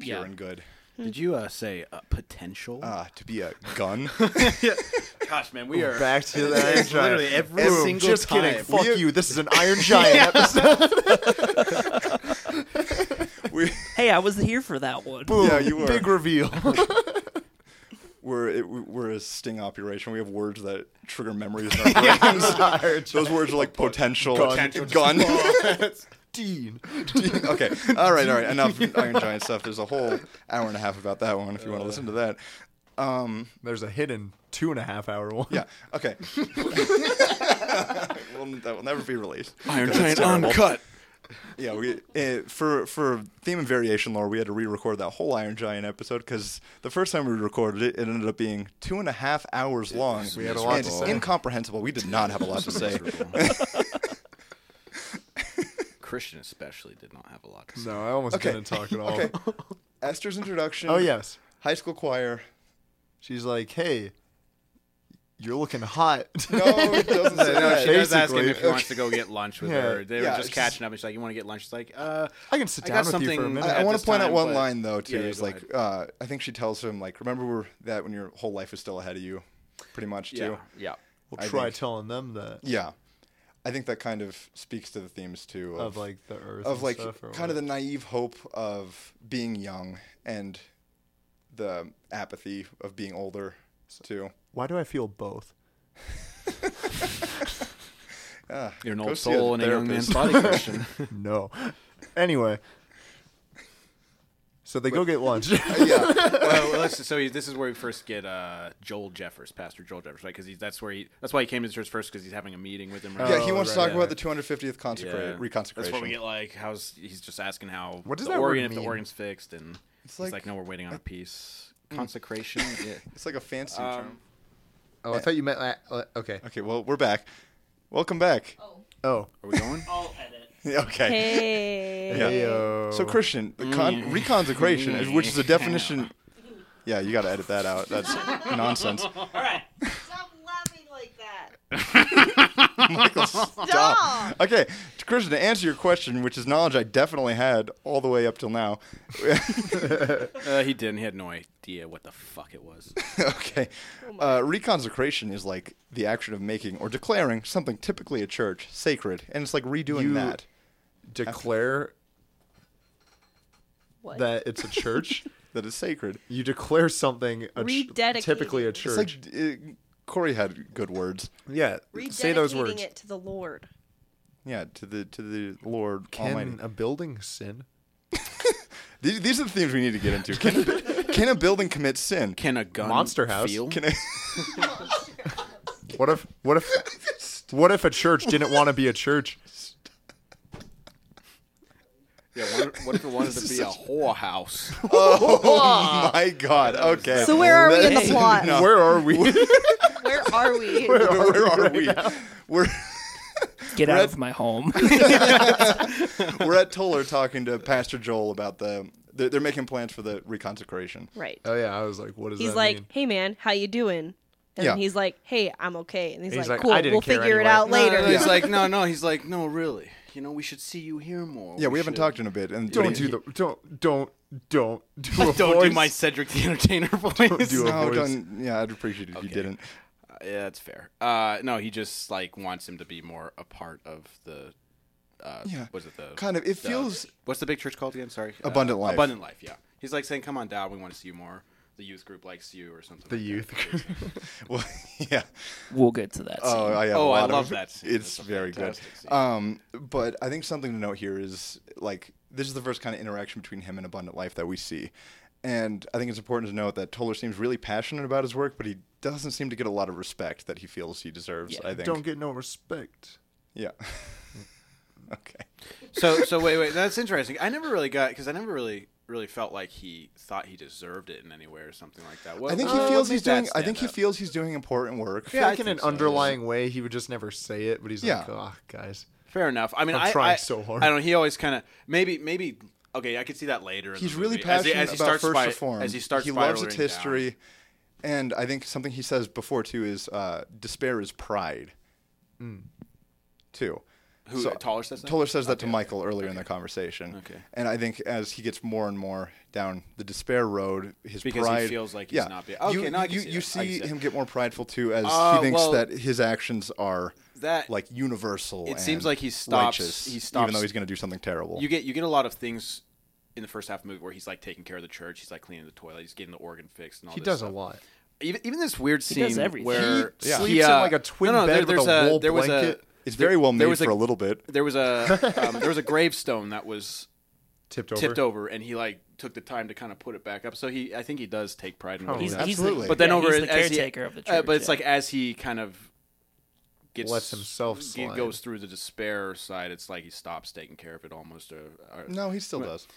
pure
Yeah.
and good.
Did you uh, say uh, potential?
Ah, to be a gun.
Gosh, man, we are
oh, Back to the Iron
It's
Giant.
literally every
Boom,
single
Just kidding.
time.
Fuck you. This is an Iron Giant episode.
we,
hey, I was here for that one.
Boom.
Yeah, you were.
Big reveal.
we're it, we're a sting operation. We have words that trigger memories in our brains.
Iron
Those
Giant.
words are like potential.
Potential.
Gun.
Dean.
okay. All right. All right. Enough Iron Giant stuff. There's a whole hour and a half about that one. If you want to listen to that. Um.
There's a hidden two and a half hour one.
Yeah. Okay. well, that will never be released.
Iron
That's
Giant
terrible.
uncut.
Yeah. We uh, for for theme and variation lore, we had to re-record that whole Iron Giant episode because the first time we recorded it, it ended up being two and a half hours long.
We had a lot
and
to say.
incomprehensible. We did not have a lot to say.
Christian especially did not have a lot to say.
No, I almost
Okay.
didn't talk at all.
Okay. Esther's introduction.
Oh yes.
High school choir.
She's like, hey, you're looking hot.
No, it doesn't say
No,
that.
She does ask him
Basically,
if he wants to go get lunch with
Yeah.
her. They
Yeah,
were just
it's-
catching up, and she's like, "You want to get lunch?" She's like, "Uh,
I can sit
I
down
got
with you for a
something-
minute.
I,
at
want to
this
point out
time,
one
but-
line though too.
Yeah, yeah,
is
go
like uh, I think she tells him like, remember we're, that when your whole life is still ahead of you, pretty much
yeah,
too.
yeah."
we'll
I
try
think-
telling them that.
Yeah, I think that kind of speaks to the themes too of,
Of like the earth.
of
and
like
stuff or
kind
what?
of the naive hope of being young and the apathy of being older too.
Why do I feel both?
Ah,
You're an
go
old
see a
soul in a young man's
therapist.
body, Christian.
no. Anyway. So they go get lunch.
yeah,
well, well, let's, so he, this is where we first get uh, Joel Jeffers, Pastor Joel Jeffers, right? Because that's where he that's why he came to the church first because he's having a meeting with him. Right?
yeah. He
Oh,
wants to
right,
talk
yeah.
about the 250th consecrate reconsecration.
That's where we get like how's he's just asking how
What does
the
that word
organ if the
mean?
organ's fixed and it's
like- Mm.
like, no we're waiting on a piece. consecration. yeah.
It's like a fancy
Um,
term.
Oh, I thought you meant. la- la- Okay.
Okay, well, we're back. Welcome back.
Oh.
Are we going?
I'll edit.
Okay.
Hey.
Yeah.
Heyo.
So Christian, the con-
Mm.
reconsecration, is- which is a definition. Yeah, you got to edit that out. That's nonsense.
All right.
Stop laughing like that.
Michael, stop. Okay, to Christian, to answer your question, which is knowledge I definitely had all the way up till now.
Uh, he didn't. He had no idea what the fuck it was.
okay,
Oh
uh, reconsecration is like the action of making or declaring something, typically a church, sacred, and it's like redoing
You-
that.
declare
What?
that it's a church.
That is sacred.
you declare something a ch-
Rededicating.
typically a
It's
church.
It's like uh, Corey had good words.
yeah. Say those words.
Rededicating it to the Lord.
Yeah, to the to the Lord
Can
Almighty.
a building sin?
These, these are the things we need to get into. Can a, can a building commit sin?
Can a gun
Monster House.
feel?
Can a,
What if what if what if a church didn't want to be a church?
yeah. What, if- what if it wanted to be a whorehouse?
oh my God! Okay.
So where are we in
Let's-
the plot?
No.
Where are we?
Where are we?
Where are we? We're
Get out of my home.
we're at Toller talking to Pastor Joel about the they're, they're making plans for the reconsecration.
right.
Uh,
oh yeah, I was like, what does
He's
that
like,
mean?
"Hey man, how you doing?" And
Yeah.
he's like, "Hey, I'm okay." And he's,
He's
like,
like,
"Cool,
"I didn't
we'll
care
figure it
anyway."
out
No, no,
later."
no, Uh, He's like, no, no. He's like, no, really. You know, we should see you here more.
Yeah, we haven't
should."
talked in a bit, and
Oh, Don't do the don't don't don't do a
Don't
voice.
do my Cedric the Entertainer voice.
do a
No,
voice.
don't, yeah, I'd appreciate it if you didn't.
Uh, yeah, that's fair. Uh, no, he just like wants him to be more a part of the. Uh,
Yeah,
Was it the
kind of. It
the-
feels-
What's the big church called again? Sorry. Uh,
Abundant Life.
Abundant life. Yeah. He's like saying, "Come on down. We want to see you more. The youth group likes you, or something."
the
like that.
youth.
Well, yeah.
we'll get to
Uh,
that.
Oh, I have a
Oh, I
lot
love
of,
that scene.
It's
That's a
very good.
fantastic scene.
Um, but I think something to note here is like this is the first kind of interaction between him and Abundant Life that we see, and I think it's important to note that Toller seems really passionate about his work, but he doesn't seem to get a lot of respect that he feels he deserves. I think.
don't get no respect.
Yeah. okay.
So so wait wait that's interesting. I never really got because I never really really felt like he thought he deserved it in any way or something like that. What,
I think
uh,
he
what
feels
made
he's
that
doing. I think he
stand out?
feels he's doing important work.
Yeah,
Yeah, I
like in an
think so.
underlying way, he would just never say it, but he's like,
Yeah.
oh, guys.
Fair enough. I mean,
I'm
I-
trying
I-
so hard.
I don't. know. He always kind of maybe maybe. Okay, I could see that later. in the
He's really
movie. As he-
passionate
as he
about
starts
first
spi-
reform.
As he starts,
he loves its
spiraling down.
history, and I think something he says before too is uh, despair is pride. Too.
Who
So-
Toller says that?
Toller says that to Michael earlier in the conversation.
Okay.
And I think as he gets more and more down the despair road, his
Because he
pride
feels like he's
yeah.
not being- okay,
you,
now I can
you,
see
you
that. I can
see
see that.
him get more prideful too as
Uh,
he thinks
well,
that his actions are
that-
like universal.
it
and
seems like he stops-
righteous,
he stops-
even though he's going to do something terrible.
You get you get a lot of things in the first half of the movie where he's like taking care of the church. He's like cleaning the toilet. He's getting the organ fixed and all.
He
this
does
stuff.
a lot.
Even even this weird scene
does everything.
where
He Yeah.
uh,
sleeps in, like, a twin bed with
there's
a wool
there was
blanket.
it's very well made
there was
for a little bit.
There was a um, there was a gravestone that was
Tipped over.
tipped over, and he like took the time to kind of put it back up. So he, I think he does take pride in what he
he's,
does.
he's
Absolutely.
The,
But then
yeah,
over
he's the
as he-
caretaker of the church.
uh, but it's
yeah.
like as he kind of gets
Lets himself
he
slide.
goes through the despair side. It's like he stops taking care of it almost. Or, or-
No, he still does.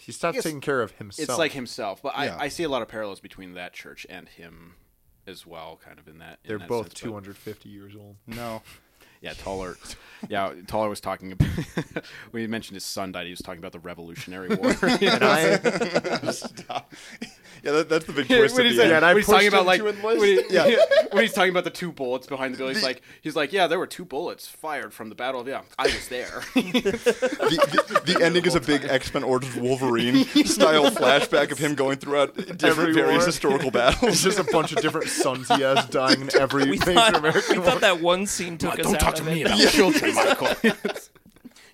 He stopped
guess-
taking care of himself.
it's like himself. But
Yeah.
I, I see a lot of parallels between that church and him as well, kind of in that. in
They're
that
both
sense, but-
250 years old.
No.
Yeah, Toller. Yeah, Toller was talking about when he mentioned his son died. He was talking about the Revolutionary War.
And I,
Stop. yeah, that, that's the big
Yeah,
twist.
when
at
he's,
the
like,
Yeah,
end.
and I
when he's talking
pushed
about
him
like
to enlist.
when, he-
Yeah.
when he's talking about the two bullets behind the building, he's like he's like, yeah, there were two bullets fired from the battle. of Yeah, I was there.
the, the, the ending is a big X Men Origins Wolverine style flashback of him going throughout different
Every
various
war.
historical battles.
it's just a bunch of different sons he has dying in every
we
major
thought,
American
we thought that one scene took us
Don't
out
talk
of
to
it.
me about children, Michael.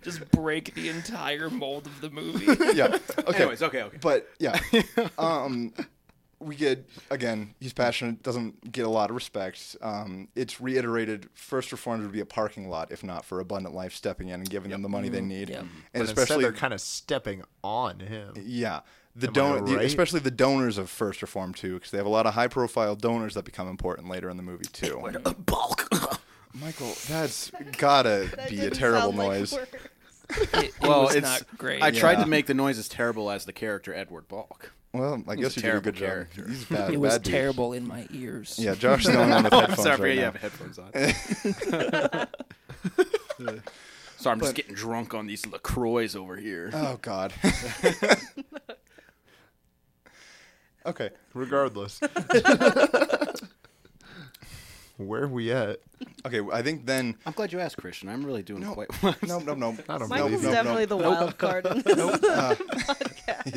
Just break the entire mold of the movie.
yeah. Okay.
Anyways, okay, okay.
But yeah, um, we get again. He's passionate. Doesn't get a lot of respect. Um, it's reiterated. First reformed would be a parking lot, if not for Abundant Life stepping in and giving them the money they need,
Yep.
and
But instead,
especially
they're kind of stepping on him.
Yeah. The
I
don- the-
right?
especially the donors of First Reform too, because they have a lot of high-profile donors that become important later in the movie too.
Bulk.
Michael, that's gotta be a
Didn't
terrible
sound like
noise.
words.
It, it was not great.
I tried
Yeah.
to make the noise as terrible as the character Edward Balk.
Well, I guess you did a
terrible
good job.
character.
He's bad.
It was
bad dude.
terrible in my ears.
Yeah, Josh is the only one with headphones
Sorry, I forget
right
you
now.
have headphones on. Sorry, I'm just getting drunk on these LaCroix over here.
Oh God. okay.
Regardless. Where we at?
Okay. I think then.
I'm glad you asked, Christian. I'm really doing
No.
quite well.
No, no, no.
I don't
Michael's
believe you.
no,
definitely the wild card. in this.
Uh,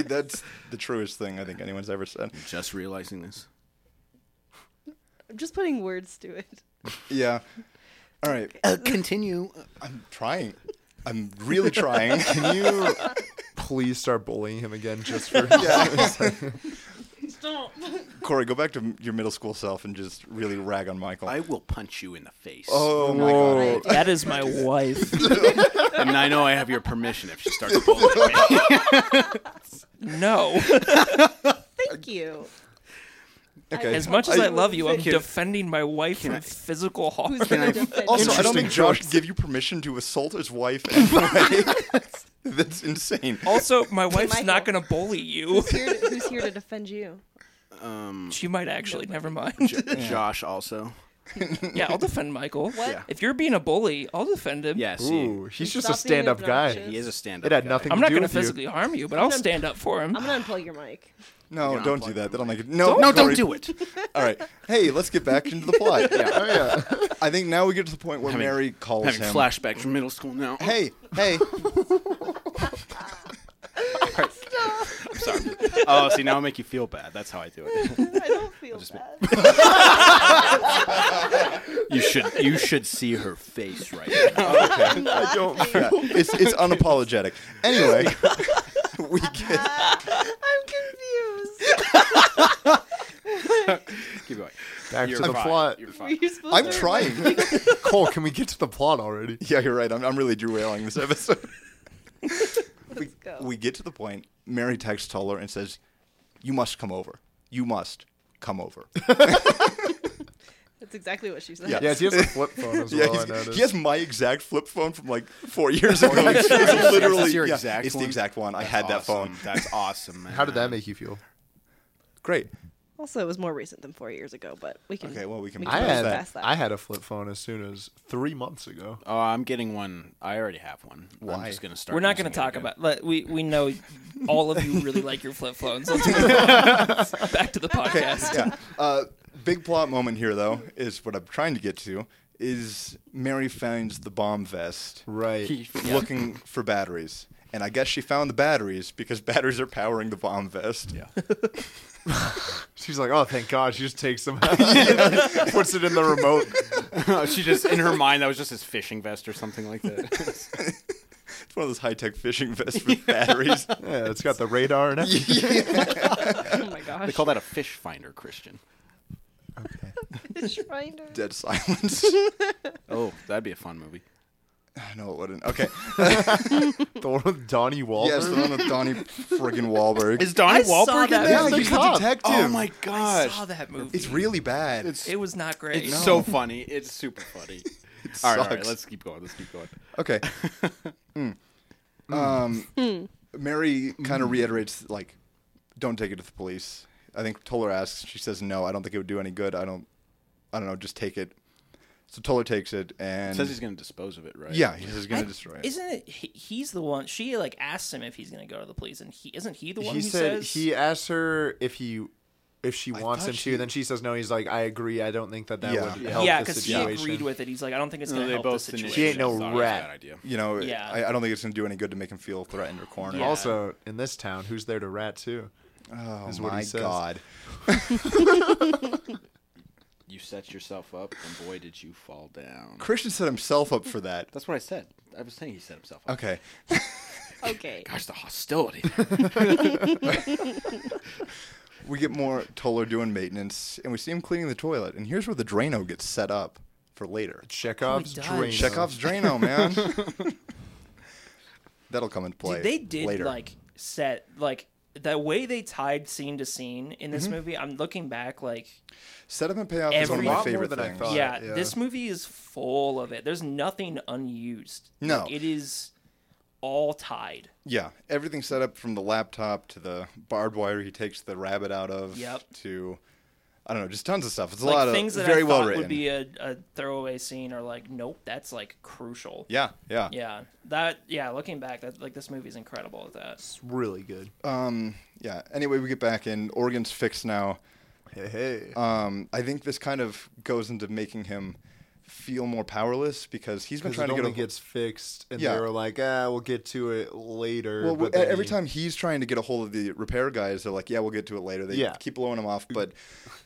That's the truest thing I think anyone's ever said.
Just realizing this.
I'm just putting words to it.
Yeah. All right.
continue.
I'm trying. I'm really trying.
Can you please start bullying him again just for
Corey, go back to m- your middle school self and just really rag on Michael.
I will punch you in the face.
oh my god.
That is my wife.
And I know I have your permission if she starts bullying me.
No.
Thank you.
Okay.
As much as I,
I-
love you, I'm
Can-
defending my wife from physical harm.
Who's gonna defend
Also,
you?
I don't think
Interesting
Josh
choice.
give you permission to assault his wife. in any way. That's insane.
Oh,
Also, my wife's
Michael.
not going to bully you.
Who's here to- who's here to defend you?
She might actually. Never mind.
Josh also.
Yeah, I'll defend Michael.
What? Yeah.
If you're being a bully, I'll defend him.
Yeah, see,
Ooh, he's just a
Stop being
stand up guy.
obnoxious.
he is a stand-up.
It had
guy.
nothing
I'm
to
not
do
going to
with you.
physically harm you, but I'll stand up for him.
I'm gonna unplug your mic.
No,
not
don't do
plugged
that.
in.
That'll make it. No,
No, don't
Corey.
do it.
All right. Hey, let's get back into the plot.
Oh,
yeah. I think now we get to the point where
Having-
Mary calls
Having
him.
flashbacks from middle school now.
Hey, hey.
I'm sorry. Oh, see, now I make you feel bad. That's how I do it.
I don't feel bad.
You should, you should see her face right now.
I don't. Yeah, it's it's unapologetic. Anyway, we get.
I'm confused.
Keep going.
Back
You're
to the
fine.
plot.
You're
Were
fine.
you supposed
I'm
to
trying.
Cole, can we get to the plot already?
Yeah, you're right. I'm I'm really derailing this episode.
Let's go.
We get to the point. Mary texts Toller and says, "You must come over. You must come over."
That's exactly what she said.
Yeah.
Yeah, he has a flip phone as
Yeah,
Oh,
well, I
he's-
noticed.
he has my exact flip phone from like four years ago. It's literally,
your
yeah,
exact
it's the
one?
exact one. I
That's
had that
awesome.
phone.
That's awesome, man.
How did that make you feel?
Great.
Also, it was more recent than four years ago, but we can.
Okay, well, we can What
I
was
had
that?
past
I had a flip phone as soon as three months ago.
Oh, I'm getting one. I already have one. I'm
Why?
just gonna start.
We're not going
using
to
it
talk
again.
about let- We We know all of you really like your flip phones. Let's move on. Back to the podcast.
yeah. Uh, big plot moment here, though, is what I'm trying to get to. Is Mary finds the bomb vest,
Right.
Looking for batteries, and I guess she found the batteries because batteries are powering the bomb vest. Yeah.
She's like, oh, thank God. She just takes them out, puts it in the remote.
Oh, she just in her mind that was just his fishing vest or something like that.
It's one of those high tech fishing vests with batteries.
Yeah, it's got the radar and everything.
Oh my gosh.
they call that a fish finder, Christian.
Fish finder.
Dead silence.
Oh, that'd be a fun movie.
I know it wouldn't. Okay.
The one with Donnie Wahlberg.
Yes, the one with Donnie friggin' Wahlberg.
Is Donnie
I saw
Wahlberg in
that.
that?
Yeah,
he's the detective.
Oh my
I
gosh,
saw that movie.
It's really bad.
it was not great.
it's so funny. It's super funny. all, right, all right,
sucks.
let's keep going. Let's keep going.
Okay. Mm. Um, Mary kind of reiterates, like, don't take it to the police. I think Toller asks. She says, no, I don't think it would do any good. I don't, I don't know, just take it. So Toller takes it and.
Says he's gonna dispose of it, right?
yeah, he says he's going
I-
to destroy it.
Isn't it? He, he's the one. She like asks him if he's going to go to the police, and he isn't he the one
He
who
said
says
he asked her if he if she wants
thought
him
she-
to. Then she says no. He's like, I agree. I don't think that that
Yeah.
would
Yeah.
help
yeah,
the
because he
situation.
agreed with it. He's like, I don't think it's
No,
going to
they
help the
both
situation.
She ain't no
thought it was a
rat.
bad idea.
You know,
Yeah.
I, I don't think it's going to do any good to make him feel threatened or cornered.
Yeah.
Also, in this town, who's there to rat too?
Oh,
is what he
my
says.
God.
You set yourself up, and boy, did you fall down.
Christian set himself up for that.
That's what I said. I was saying he set himself up.
Okay.
Okay.
Gosh, the hostility.
We get more Toller doing maintenance, and we see him cleaning the toilet. And here's where the Drano gets set up for later.
Chekhov's
does.
drain.
Chekhov's Drano, man. That'll come into play.
Dude, they did
later.
like set like the way they tied scene to scene in this movie. I'm looking back like
setup and payoff is one of
every-
my
Lot
favorite
more than I
things.
thought.
yeah,
yeah.
this movie is full of it. There's nothing unused.
No.
Like, it is all tied.
Yeah, everything's set up from the laptop to the barbed wire he takes the rabbit out of.
Yep.
To, I don't know, just tons of stuff. It's a
like
lot of
things that
very
I thought
well written.
would be a, a throwaway scene are like, nope, that's like crucial.
yeah, yeah,
Yeah, that yeah. Looking back, that like this movie's incredible at that.
It's really good.
Um, yeah. Anyway, we get back in. Oregon's fixed now.
Hey, hey.
Um, I think this kind of goes into making him feel more powerless because he's been
Because
trying
it
to get
only
a,
gets fixed, and
Yeah.
they were like, "Ah, we'll get to it later."
Well,
but
w- e,
then
every
he-
time he's trying to get a hold of the repair guys, they're like, "Yeah, we'll get to it later." They
Yeah. Mm-hmm.
keep blowing him off, but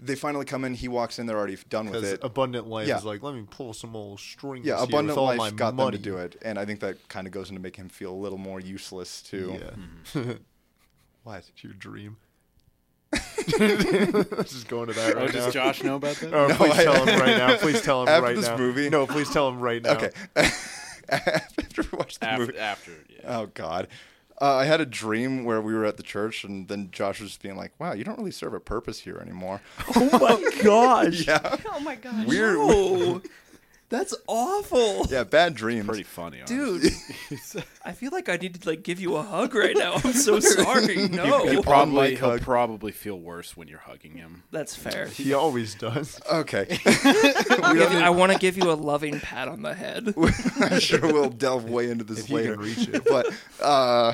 they finally come in. He walks in; they're already done with
because
it.
abundant life
Yeah.
is like, let me pull some old strings.
yeah,
here with
abundant
all
life
my
got
money.
them to do it, and I think that kind of goes into making him feel a little more useless too.
Yeah,
What?
it's your dream. just going to that
Oh,
right now.
does Josh know about that?
Oh, please
I-
tell him right now. Please tell him
After
right
this
now.
movie-
No, please tell him right now.
Okay. After we watched the movie,
after, after yeah.
Oh God, uh, I had a dream where we were at the church, and then Josh was just being like, "Wow, you don't really serve a purpose here anymore."
Oh my gosh!
yeah,
Oh my gosh.
weird.
Oh, that's awful,
Yeah, bad dreams.
pretty funny, honestly.
dude. I feel like I need to like give you a hug right now. I'm so sorry.
He
No,
probably
mic
he'll
hug.
probably feel worse when you're hugging him.
that's fair.
He always does.
Okay,
I want to give you a loving pat on the head.
I sure will delve way into this
If he
later.
can reach it.
But uh,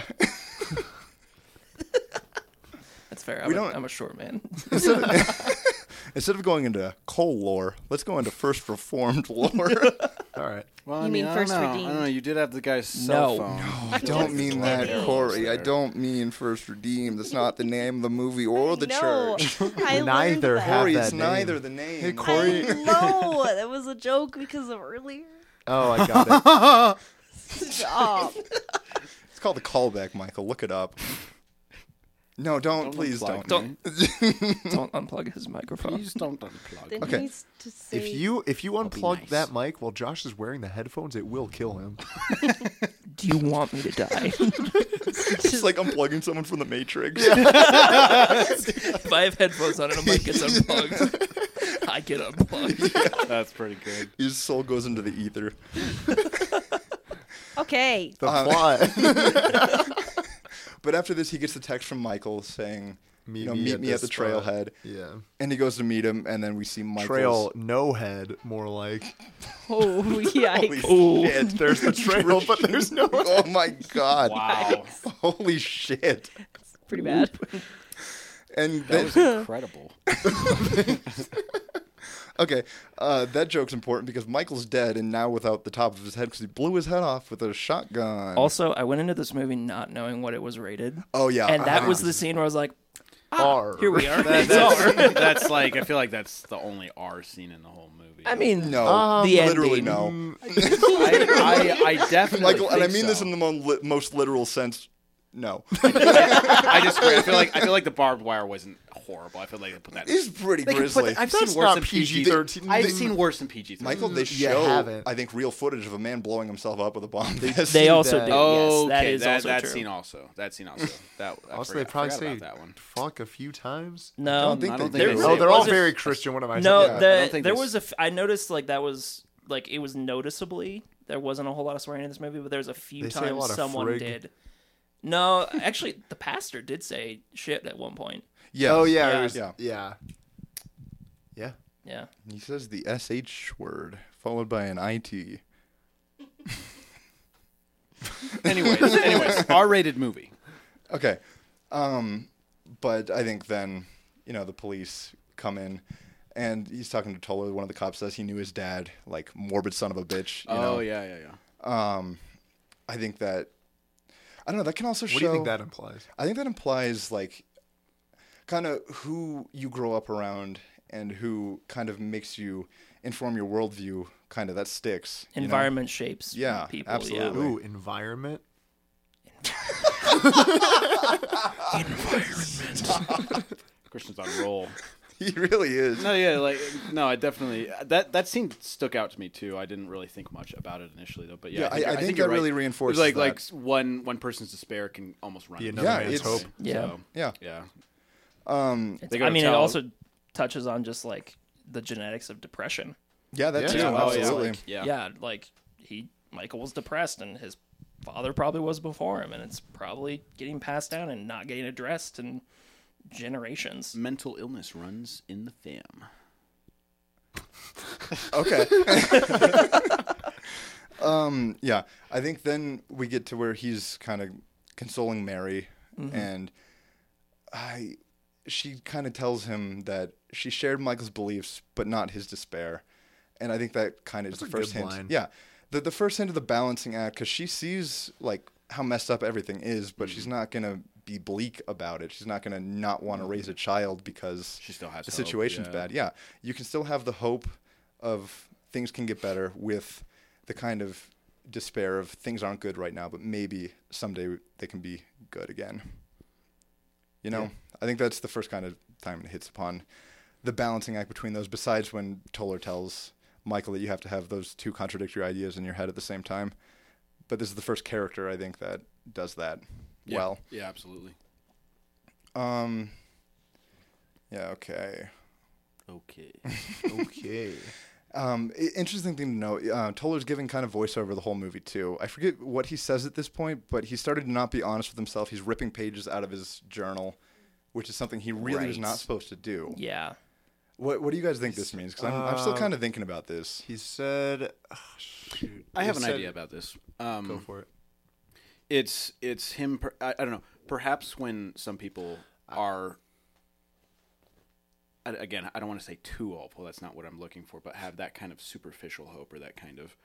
That's fair.
We
I'm, a,
don't-
I'm a short man.
instead, of, instead of going into coal lore, let's go into first reformed lore.
All right.
Well,
You mean
I
first
don't know. I
redeemed.
don't know. You did have the guy's cell
No.
phone.
I don't mean that, Corey. I don't mean first redeemed. That's not the name of the movie or the
no,
church.
I learned
Neither
that.
have-
Corey,
that
it's
name.
neither the name.
Hey, Corey.
I know that was a joke because of earlier.
Oh, I got it.
Stop.
It's called the callback, Michael. Look it up. No, don't, please
unplug
don't.
Don't don't unplug his microphone.
Please don't unplug.
Then
Okay.
he needs to say
If you if you
be
unplug
nice.
that mic while Josh is wearing the headphones, it will kill him.
Do you want me to die?
It's like unplugging someone from the Matrix.
if I have headphones on and a mic gets unplugged, I get unplugged.
That's pretty good.
His soul goes into the ether.
Okay.
The
Uh,
plot.
But after this, he gets the text from Michael saying, "You know, meet me at the
this spot.
trailhead."
Yeah.
And he goes to meet him, and then we see Michael's
Trail no head, more like.
Oh, yikes.
Holy shit! There's
the trail, but there's no.
oh my god!
Wow,
Holy shit!
Pretty bad.
And
that
then,
was incredible.
okay, uh, that joke's important because Michael's dead and now without the top of his head because he blew his head off with a shotgun.
Also, I went into this movie not knowing what it was rated.
oh yeah,
and that
ah.
was the scene where I was like,
R.
here we are.
That-
It's R.
that's, that's like I feel like that's the only R scene in the whole movie.
I mean,
no,
Um,
the
literally
ending.
no.
I, I, I definitely
Michael, and I
think
mean this
so.
in the mon- li- most literal sense. No,
I disagree. I feel like I feel like the barbed wire wasn't horrible. I feel like they put that.
it's pretty
They could put
grisly.
that- I've
That's
seen worse
not
than PG
PG-13.
I've
They-
seen worse than PG.
Michael, they
You
show
haven't.
I think real footage of a man blowing himself up with a bomb. They,
They also
that.
did.
Okay,
yes, Oh, that is
that,
also
that
true.
scene also. That scene also. That I
Also,
forgot,
they probably
forgot
say
about that one.
fuck a few times.
no,
I don't think
I
they
don't
do.
think they
Oh,
say
they're all
wasn't-
very Christian. What am I?
no.
saying?
I don't
the,
think
there
they-
was a. F- I noticed like that was like it was noticeably there wasn't a whole lot of swearing in this movie, but there was a few
They say a
times
lot of
someone
frig.
did. No, actually, the pastor did say shit at one point.
yeah.
Oh yeah,
Yeah.
it was-
Yeah.
yeah, yeah, yeah.
Yeah,
He says the sh word followed by an it.
Anyways, anyways, R-rated movie.
Okay, um, but I think then you know the police come in. And he's talking to Toller. One of the cops says he knew his dad, like morbid son of a bitch. You know?
Oh yeah, yeah, yeah.
Um, I think that I don't know. That can also
What
show.
do you think that implies?
I think that implies like kind of who you grow up around and who kind of makes you inform your worldview. Kind of that sticks. you know?
environment shapes.
Yeah,
people.
absolutely.
Ooh, environment.
Christian's on a roll.
He really is.
No, yeah, like no, I definitely that that scene stuck out to me too. I didn't really think much about it initially though, but yeah,
Yeah, I-
you're-
I think
you're
that
right.
really
It was
reinforces
like
that.
like one one person's despair can almost run.
Be
it.
another
Yeah,
man's
it's-
hope.
Yeah.
So,
Yeah. um,
yeah.
It's-
They
I
gotta
mean,
tell-
it also touches on just like the genetics of depression.
Yeah, that
Yeah.
too.
Yeah,
Oh, yeah,
absolutely.
like, yeah.
yeah, like he Michael was depressed and his father probably was before him, and it's probably getting passed down and not getting addressed in generations.
Mm.
Mental illness runs in the fam.
Okay. um, yeah, I think then we get to where he's kind of consoling Mary, and I, she kind of tells him that she shared Michael's beliefs, but not his despair, and I think that kind of is the
a good
first hint.
line.
Yeah, the the first hint of the balancing act because she sees like how messed up everything is, but
Mm-hmm.
she's not gonna be bleak about it. She's not gonna not want to raise
Mm-hmm.
a child because
She still has
the
hope,
situation's
yeah.
bad bad. Yeah, you can still have the hope of things can get better with the kind of despair of things aren't good right now, but maybe someday they can be good again. You know, I think that's the first kind of time it hits upon the balancing act between those. Besides when Toller tells Michael that you have to have those two contradictory ideas in your head at the same time, but this is the first character I think that does that well.
yeah, absolutely.
Um, yeah. Okay.
Okay.
Okay.
Um, i- interesting thing to note. Uh, Toller's giving kind of voiceover the whole movie too. I forget what he says at this point, but he started to not be honest with himself. He's ripping pages out of his journal, which is something he really was
Right.
not supposed to do.
Yeah.
What What do you guys think this means? Because I'm, I'm
Um,
still kind of thinking about this.
He said, ah, shoot.
I
He
have an
said-
idea about this. Um,
Go for it.
it's it's him. Per, I, I don't know. Perhaps when some people are, I- again, I don't want to say too awful. That's not what I'm looking for. But have that kind of superficial hope or that kind of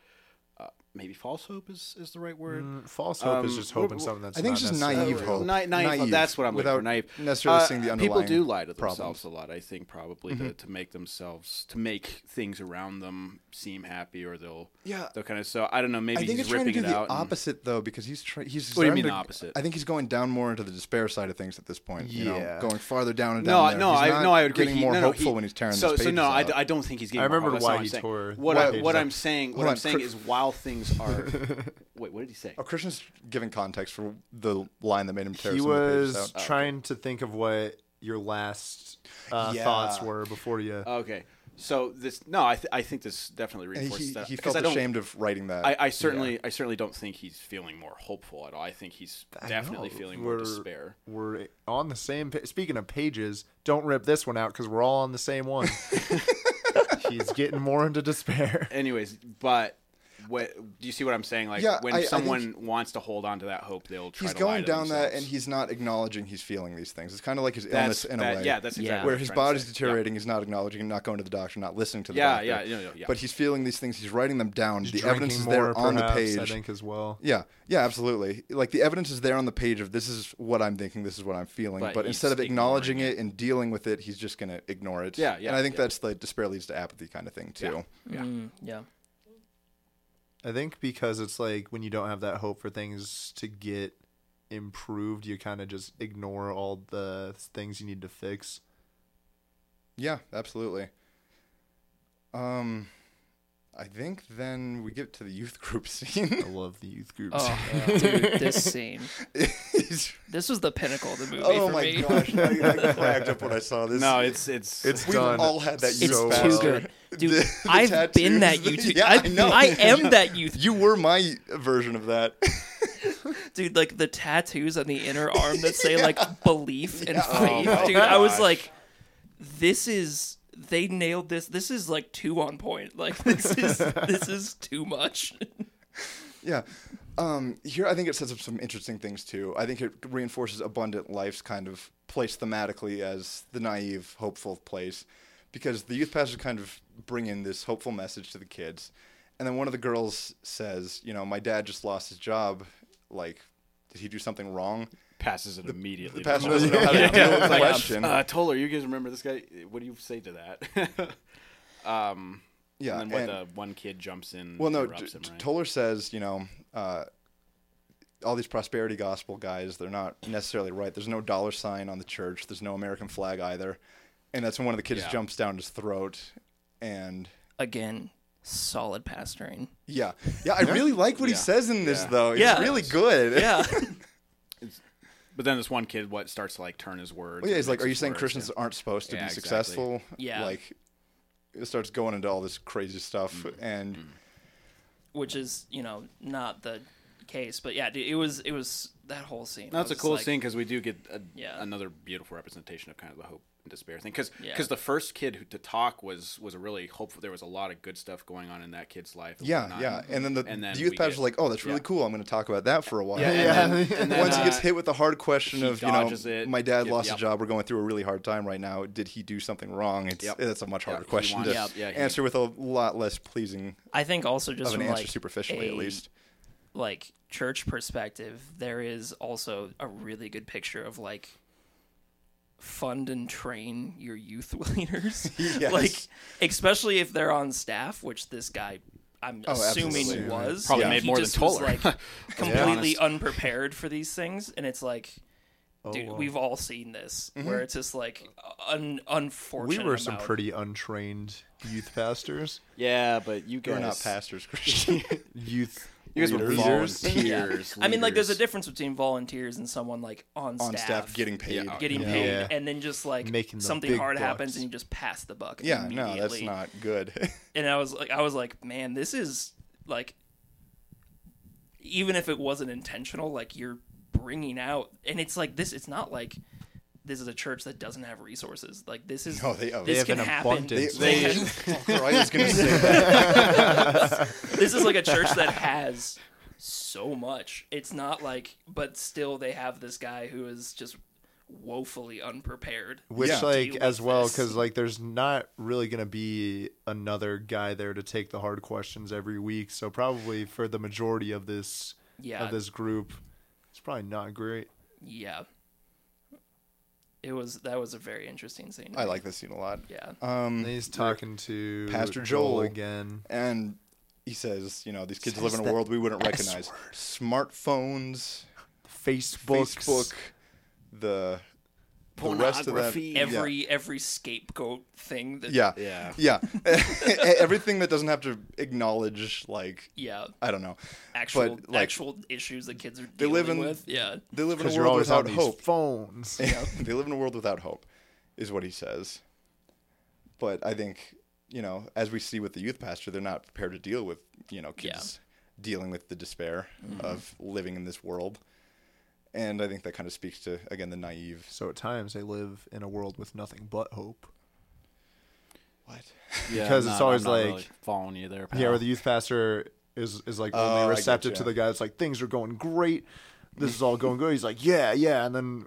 uh, maybe false hope is is the right word.
False hope is
Um,
just hoping something that's
I think it's
not
just
necessarily-
Mm, naive hope.
Ni- naive, hope, That's what I'm
without
looking for. Naive.
necessarily
Uh,
seeing the
people
underlying
do lie to
problems. Mm-hmm.
themselves a lot. I think probably to, to make themselves to make things around them seem happy, or they'll
Yeah.
they'll kind of. So I don't know. Maybe
I think
he's
it's trying to
ripping
do
it
the
out. and-
opposite though, because he's try- he's.
What do you mean
starting
the
to-
opposite?
I think he's going down more into the despair side of things at this point. You know,
Yeah.
going farther down and
No,
down.
I-
there.
no,
He's
I
not
no, I would agree.
Getting
He-
more
no, no,
hopeful
he-
when he's tearing
so,
those
so
pages
no, I,
out.
d- I don't think he's getting.
I
more
remembered
hopeful. That's not
why
what I'm
he
saying.
tore
What,
the
I,
pages
what
up.
I'm saying, what
Hold
I'm
on,
saying
Chris-
is, while things are, wait, what did he say?
Oh, Christian's giving context for the line that made him tear
he
some of the pages
was
out.
trying to think of what your last uh,
Yeah.
thoughts were before you.
Okay, so this no, I th- I think this definitely
And
reinforces
he,
that
he
because
felt
I don't.
ashamed of writing that.
I, I certainly, I certainly don't think he's feeling more hopeful at all. I think he's definitely
know.
feeling more
We're-
despair.
We're on the same. Pa- Speaking of pages, don't rip this one out because we're all on the same one. He's getting more into despair.
Anyways, but what do you see what I'm saying? Like
Yeah,
when
I- I think-
someone wants to hold on to that hope, they'll try
he's
to lie
going
to
down that,
themselves.
and he's not acknowledging he's feeling these things. It's kind of like his
that's
illness in
that,
a way.
yeah, that's
Yeah.
exactly what
where
I'm
his
trying to
body's
say. Yeah.
deteriorating, he's not acknowledging, not going to the doctor, not listening to the
Yeah,
doctor.
yeah, yeah, yeah, yeah.
But he's feeling these things. He's writing them down.
He's
the evidence
drinking
is there
more,
on the
perhaps,
page.
I think as well.
Yeah, yeah, absolutely. Like the evidence is there on the page of this is what I'm thinking, this is what I'm feeling. But,
But he's
instead of acknowledging
ignoring
it. and dealing with it, he's just gonna ignore it.
Yeah, yeah,
And I think
yeah.
that's the despair leads to apathy kind of thing too.
Mm, yeah.
I think because it's like when you don't have that hope for things to get improved, you kind of just ignore all the things you need to fix.
Yeah, absolutely. Um, I think then we get to the youth group scene.
I love the youth groups.
Oh, dude, this scene.
It's-
This was the pinnacle of the movie
oh
for
my
me.
gosh, I, I cracked up when I saw this.
No, it's it's
It's
we've
done
all had that youth
It's
so
phase.
too
well.
good, dude.
The- the
I've been that
tattoos.
YouTube.
Yeah,
I,
I know.
I am that youth,
You were my version of that.
dude. Like the tattoos on the inner arm that say like belief and faith,
my
dude. I was
gosh.
like, this is they nailed this. This is like too on point. Like this is this is too much.
Yeah. Um, here, I think it sets up some interesting things too. I think it reinforces abundant life's kind of place thematically as the naive, hopeful place, because the youth pastors kind of bring in this hopeful message to the kids, and then one of the girls says, "You know, my dad just lost his job. Like, did he do something wrong?"
passes it immediately.
The pastor doesn't know how to deal with the question.
Uh, Toller, you guys remember this guy? What do you say to that? um,
yeah,
and then
and-
what the one kid jumps in.
Well, no,
interrupts
T-
him, right?
Toller says, you know, uh, all these prosperity gospel guys, they're not necessarily right. There's no dollar sign on the church. There's no American flag either. And that's when one of the kids
Yeah.
jumps down his throat. And
Again, solid pastoring.
yeah, yeah, I really like what he
Yeah.
says in this
Yeah.
though. It's
Yeah.
really good.
Yeah,
but then this one kid what starts to like turn his words.
Well, yeah,
and
he's like,
makes
are you
his
saying
words,
Christians
yeah.
aren't supposed to
Yeah,
be
exactly.
successful?
Yeah.
like it starts going
Mm-hmm.
into all this crazy stuff, and
which is you know not the case, but yeah, dude, it was it was that whole scene. I
That's a
was
cool
like,
scene because we do get a,
Yeah.
another beautiful representation of kind of the hope and despair thing. Because
Yeah.
the first kid who, to talk was was a really hopeful. There was a lot of good stuff going on in that kid's life. and
Yeah,
whatnot.
yeah. And then the,
And then
the
we
youth pastor's
get-
like, oh, that's really
yeah.
cool. I'm going to talk about that for a while.
Yeah, and then- and then,
Once he gets
uh,
hit with the hard question
he
of, you know,
dodges it.
my dad
Yep,
lost
yep.
a job. We're going through a really hard time right now. Did he do something wrong? It's,
Yep.
That's a much
Yeah,
harder
he
question to
wants- yeah, he-
answer with a lot less pleasing
I think also just
of an
from
answer
like
superficially,
a,
at least.
like church perspective, there is also a really good picture of like fund and train your youth leaders.
Yes.
Like especially if they're on staff, which this guy I'm assuming
absolutely.
was.
Probably
Yeah.
made
He
more
just
than
was,
Toller.
like completely
honest.
unprepared for these things and it's like Dude, we've all seen this where it's just like un-
We
unfortunate.
were some
about-
pretty untrained youth pastors,
Yeah, but you guys
You're not pastors, Christian.
youth
You guys were
leaders.
volunteers.
I mean, like, there's a
leaders.
difference between volunteers and someone like on staff,
on staff getting paid.
Yeah.
getting
Yeah.
paid,
Yeah.
and then just like
Making the
something
big
hard happens
bucks.
and you just pass the buck.
Yeah, no, that's
immediately.
not good.
And I was like, I was like, man, this is like, even if it wasn't intentional, like you're bringing out, and it's like this. It's not like this is a church that doesn't have resources. Like this is
No, they- oh,
this
they oh,
have
can
an
happen.
abundance.
They-
I was going to say that.
this is like a church that has so much. It's not like, but still they have this guy who is just woefully unprepared.
which
Yeah.
like
Deal
as
with
well
this.
because like there's not really gonna be another guy there to take the hard questions every week. So probably for the majority of this
Yeah.
of this group, it's probably not great.
Yeah, it was that was a very interesting scene.
I like this scene a lot. Um,
Yeah,
And he's talking to
Pastor Joel.
again.
And he says, you know, these kids live in a world we wouldn't recognize. Smartphones,
Facebook,
Facebook, the, the rest of that.
Pornography.
every every scapegoat thing that
Yeah.
Yeah.
Yeah. E-, Everything that doesn't have to acknowledge, like,
yeah
I don't know.
actual
But, like,
actual issues that kids are
they
dealing
live in-
with. Yeah,
Uh-huh.
They live in a
because you're
world
always
without
on
hope.
these phones.
they live in a world without hope, is what he says. But I think, you know, as we see with the youth pastor, they're not prepared to deal with, you know,
Yeah. Mm-hmm.
kids dealing with the despair of living in this world. And I think that kind of speaks to, again, the naive.
So at times they live in a world with nothing but hope.
What?
Yeah,
because
no,
it's always
I'm not really
like-
following you there. Pal.
Yeah, where the youth pastor is is like
Oh, I
only
get
receptive
ya.
to the guy that's like things are going great, this is all going good. He's like, yeah, yeah, and then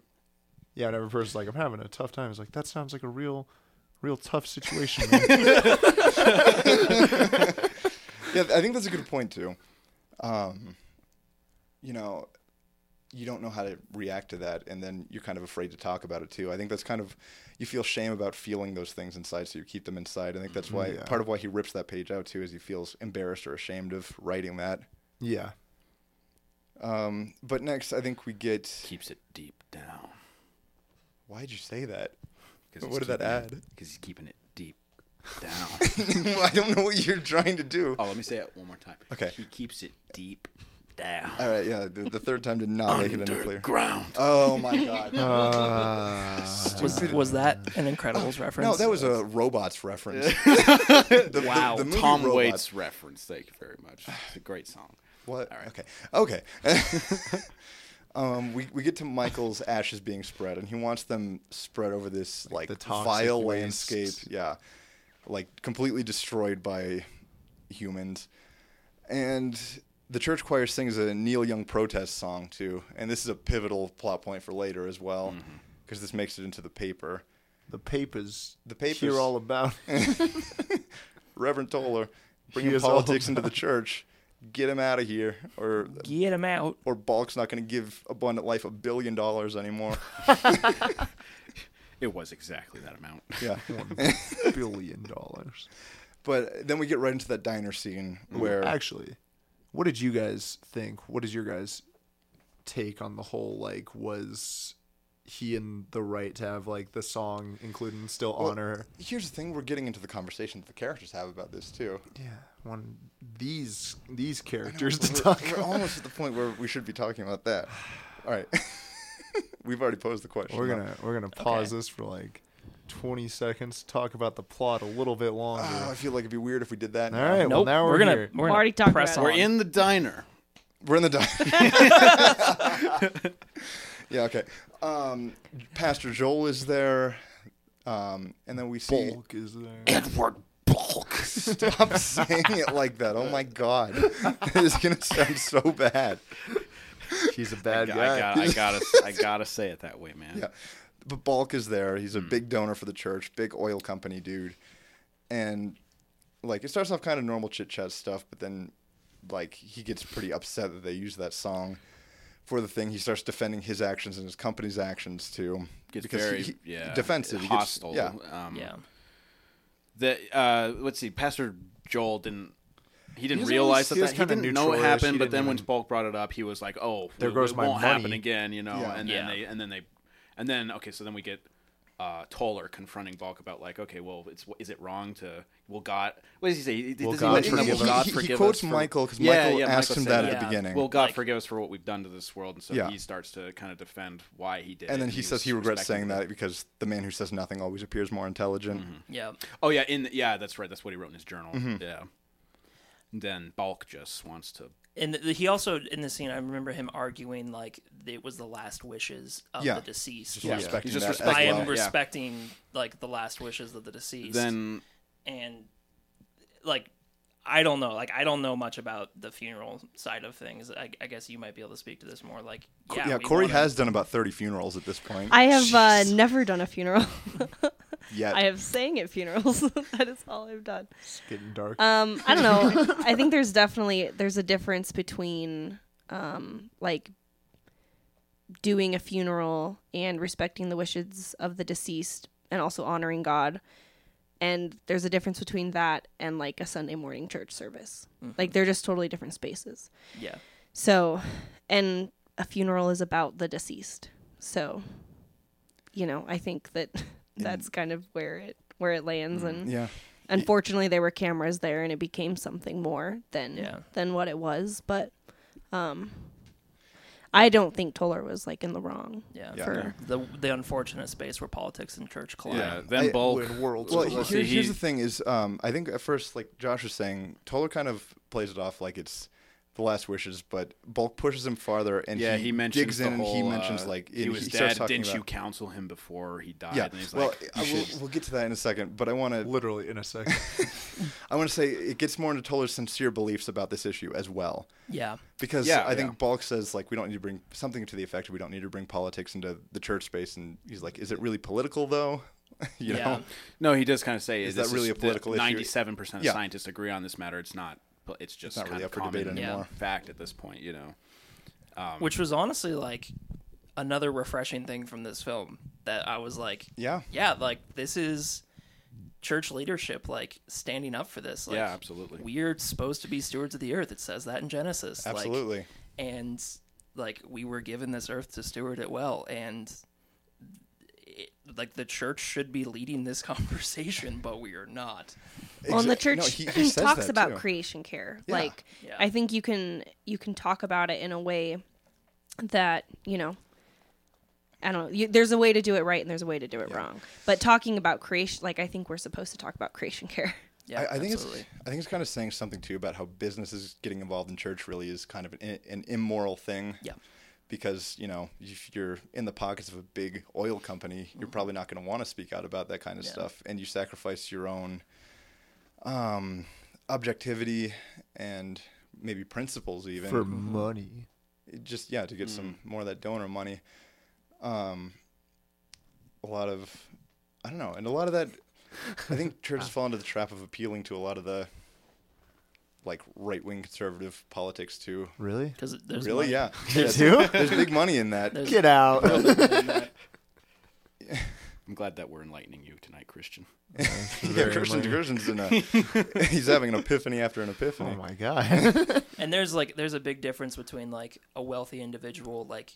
yeah, and every person's like, I'm having a tough time. He's like, that sounds like a real, real tough situation. man."
yeah, I think that's a good point too. Um, you know, you don't know how to react to that, and then you're kind of afraid to talk about it too. I think that's kind of you feel shame about feeling those things inside, so you keep them inside. I think
Mm-hmm.
that's why part of why he rips that page out too is he feels embarrassed or ashamed of writing that.
yeah,
Um, but next, I think we get.
keeps it deep down.
Why'd you say that?
'Cause
What
he's
did that
keeping
add?
it- Because he's keeping it deep down.
I don't know what you're trying to do.
oh, let me say it one more time.
Okay.
He keeps it deep down.
All right, yeah, the, the third time did not make it any clear.
Underground.
Oh my god.
was was that an Incredibles reference?
no, that was a robots reference. The- the-
Wow,
the movie
Tom
Robots.
Waits reference. Thank you very much. It's a great song.
What? Okay. Okay. um, we, we get to Michael's ashes being spread, and he wants them spread over this like,
the toxic
vile
waste.
landscape. Yeah, like completely destroyed by humans. And the church choir sings a Neil Young protest song too, and this is a pivotal plot point for later as well, because this makes it into the paper.
the papers,
The papers.
hear all about. It.
Reverend Toller, bringing
Here's all
politics into the church. Get him out of here, or
get him out.
or Balk's not going to give Abundant Life a billion dollars anymore.
It was exactly that amount.
yeah.
billion dollars.
But then we get right into that diner scene
Mm.
where
Actually, what did you guys think? What is your guys' take on the whole? Like, was he in the right to have like the song included and still honor?
here's the thing we're getting into the conversation that the characters have about this too.
Yeah, one these these characters to talk
We're
about.
almost at the point where we should be talking about that. All right. We've already posed the question.
We're
though.
gonna we're gonna pause this for like twenty seconds. Talk about the plot a little bit longer.
Oh, I feel like it'd be weird if we did that.
All
now.
right, well
Nope,
now we're,
gonna
here.
we're gonna
Already talked
press
about
We're
on.
in the diner.
We're in the diner. yeah, okay. Um, Pastor Joel is there. Um, and then we see
Bulk is there.
Stop saying it like that. Oh my god. this is gonna sound so bad.
He's a bad
I,
guy.
got, I gotta, I gotta say it that way, man.
Yeah. But Balk is there. He's
Hmm.
a big donor for the church, big oil company dude. And like it starts off kind of normal chit chat stuff, but then like he gets pretty upset that they use that song for the thing. He starts defending his actions and his company's actions too.
Gets
because
very
he- he-
yeah,
defensive, He gets-
hostile.
yeah.
Um,
Yeah.
The uh, let's see, Pastor Joel didn't. He didn't
was
realize
always-
that,
he was
that- he
kinda
didn't know it
neutral-ish.
happened.
He
But
didn't
then when
even-
Bulk brought it up, he was like, "Oh,
There
it-
goes
it
my
won't happen
money.
again," you know.
Yeah.
And then
Yeah.
they, and then they, and then okay, so then we get uh, Toller confronting Bulk about like, okay, well, it's is it wrong to will God? What does he say? He-
Will
does
God
mention that
he,
will
forgive us?
God
he- he
forgive
quotes
us for-
Michael because
Yeah,
Michael
yeah,
asked him
Michael said
that at the
that.
beginning.
Will God
Like-
forgive us for what we've done to this world? And so
Yeah.
he starts to kind of defend why he did. it,
and then he says
was
he regrets
respecting
saying
the-
that because the man who says nothing always appears more intelligent.
Yeah.
Oh yeah, in yeah, that's right. That's what he wrote in his journal. Yeah. Then Balk just wants to.
And th- he also in the scene, I remember him arguing like it was the last wishes of
Yeah.
the deceased.
Yeah,
Like,
respecting
just
that as
I
respecting
am
well.
yeah.
respecting like the last wishes of the deceased.
Then
and like I don't know, like I don't know much about the funeral side of things. I, I guess you might be able to speak to this more. Like, yeah,
yeah,
we
Corey
wanna-
has done about 30 funerals at this point.
I have uh, never done a funeral.
Yet,
I have sang at funerals. that is all I've done.
It's getting dark.
Um, I don't know. I think there's definitely there's a difference between um, like doing a funeral and respecting the wishes of the deceased and also honoring God. And there's a difference between that and like a Sunday morning church service. Like they're just totally different spaces.
yeah,
So, and a funeral is about the deceased. So, you know, I think that that's kind of where it where it lands and
yeah.
unfortunately there were cameras there and it became something more than
Yeah.
than what it was but um i don't think toller was like in the wrong
yeah,
Yeah.
for
the the unfortunate space where politics and church collide.
yeah, then Bulk.
When worlds
Well,
are
here-
lost.
see,
here's,
he-
the thing is, um, I think at first, like Josh was saying, Toller kind of plays it off like it's the last wishes, but Bulk pushes him farther, and
Yeah,
he,
he, mentions
digs
the
in,
whole,
and he mentions
uh,
like
he
and
was
starts
dead.
talking
Didn't
about-
you counsel him before he died?
Yeah.
And he's
well,
like,
I- I will- we'll get to that in a second, but I want to
Literally in a second.
I want to say it gets more into Toller's sincere beliefs about this issue as well.
yeah,
Because
Yeah,
I think
yeah.
Balk says like we don't need to bring something to the effect of we don't need to bring politics into the church space, and he's like, is it really political though? you
Yeah.
know,
no, he does kind of say,
Is
this
that really a political issue?
Ninety-seven percent of
Yeah.
scientists agree on this matter. It's not. It's just
not
kind
really
of
up for debate
common
anymore.
Fact at this point, you know. Um,
which was honestly like another refreshing thing from this film that I was like,
yeah.
yeah, like this is church leadership like standing up for this like
Yeah, absolutely.
we're supposed to be stewards of the earth it says that in genesis Like,
Absolutely.
and like we were given this earth to steward it well and it, like the church should be leading this conversation but we are not
well and the
Exact-
church
no, he- he says
talks
that,
about
too.
creation care
Yeah.
like
Yeah.
i think you can you can talk about it in a way that you know I don't know. You, there's a way to do it right and there's a way to do it wrong. But talking about creation, like I think we're supposed to talk about creation care.
yeah
I, I think
absolutely.
it's I think it's kind of saying something too about how businesses getting involved in church really is kind of an, an immoral thing.
Yeah.
Because you know if you're in the pockets of a big oil company,
Mm-hmm.
you're probably not going to want to speak out about that kind of stuff, and you sacrifice your own um, objectivity and maybe principles even
for money.
it just yeah to get some more of that donor money um a lot of i don't know and a lot of that i think church has fallen into the trap of appealing to a lot of the like right-wing conservative politics too
Really?
because there's
really
money.
yeah
There's
Yeah,
two?
there's big money in that
There's-
Get out.
I'm glad that we're enlightening you tonight, Christian.
yeah christian Christian's in a he's having an epiphany after an epiphany
Oh my god.
and there's like there's a big difference between like a wealthy individual like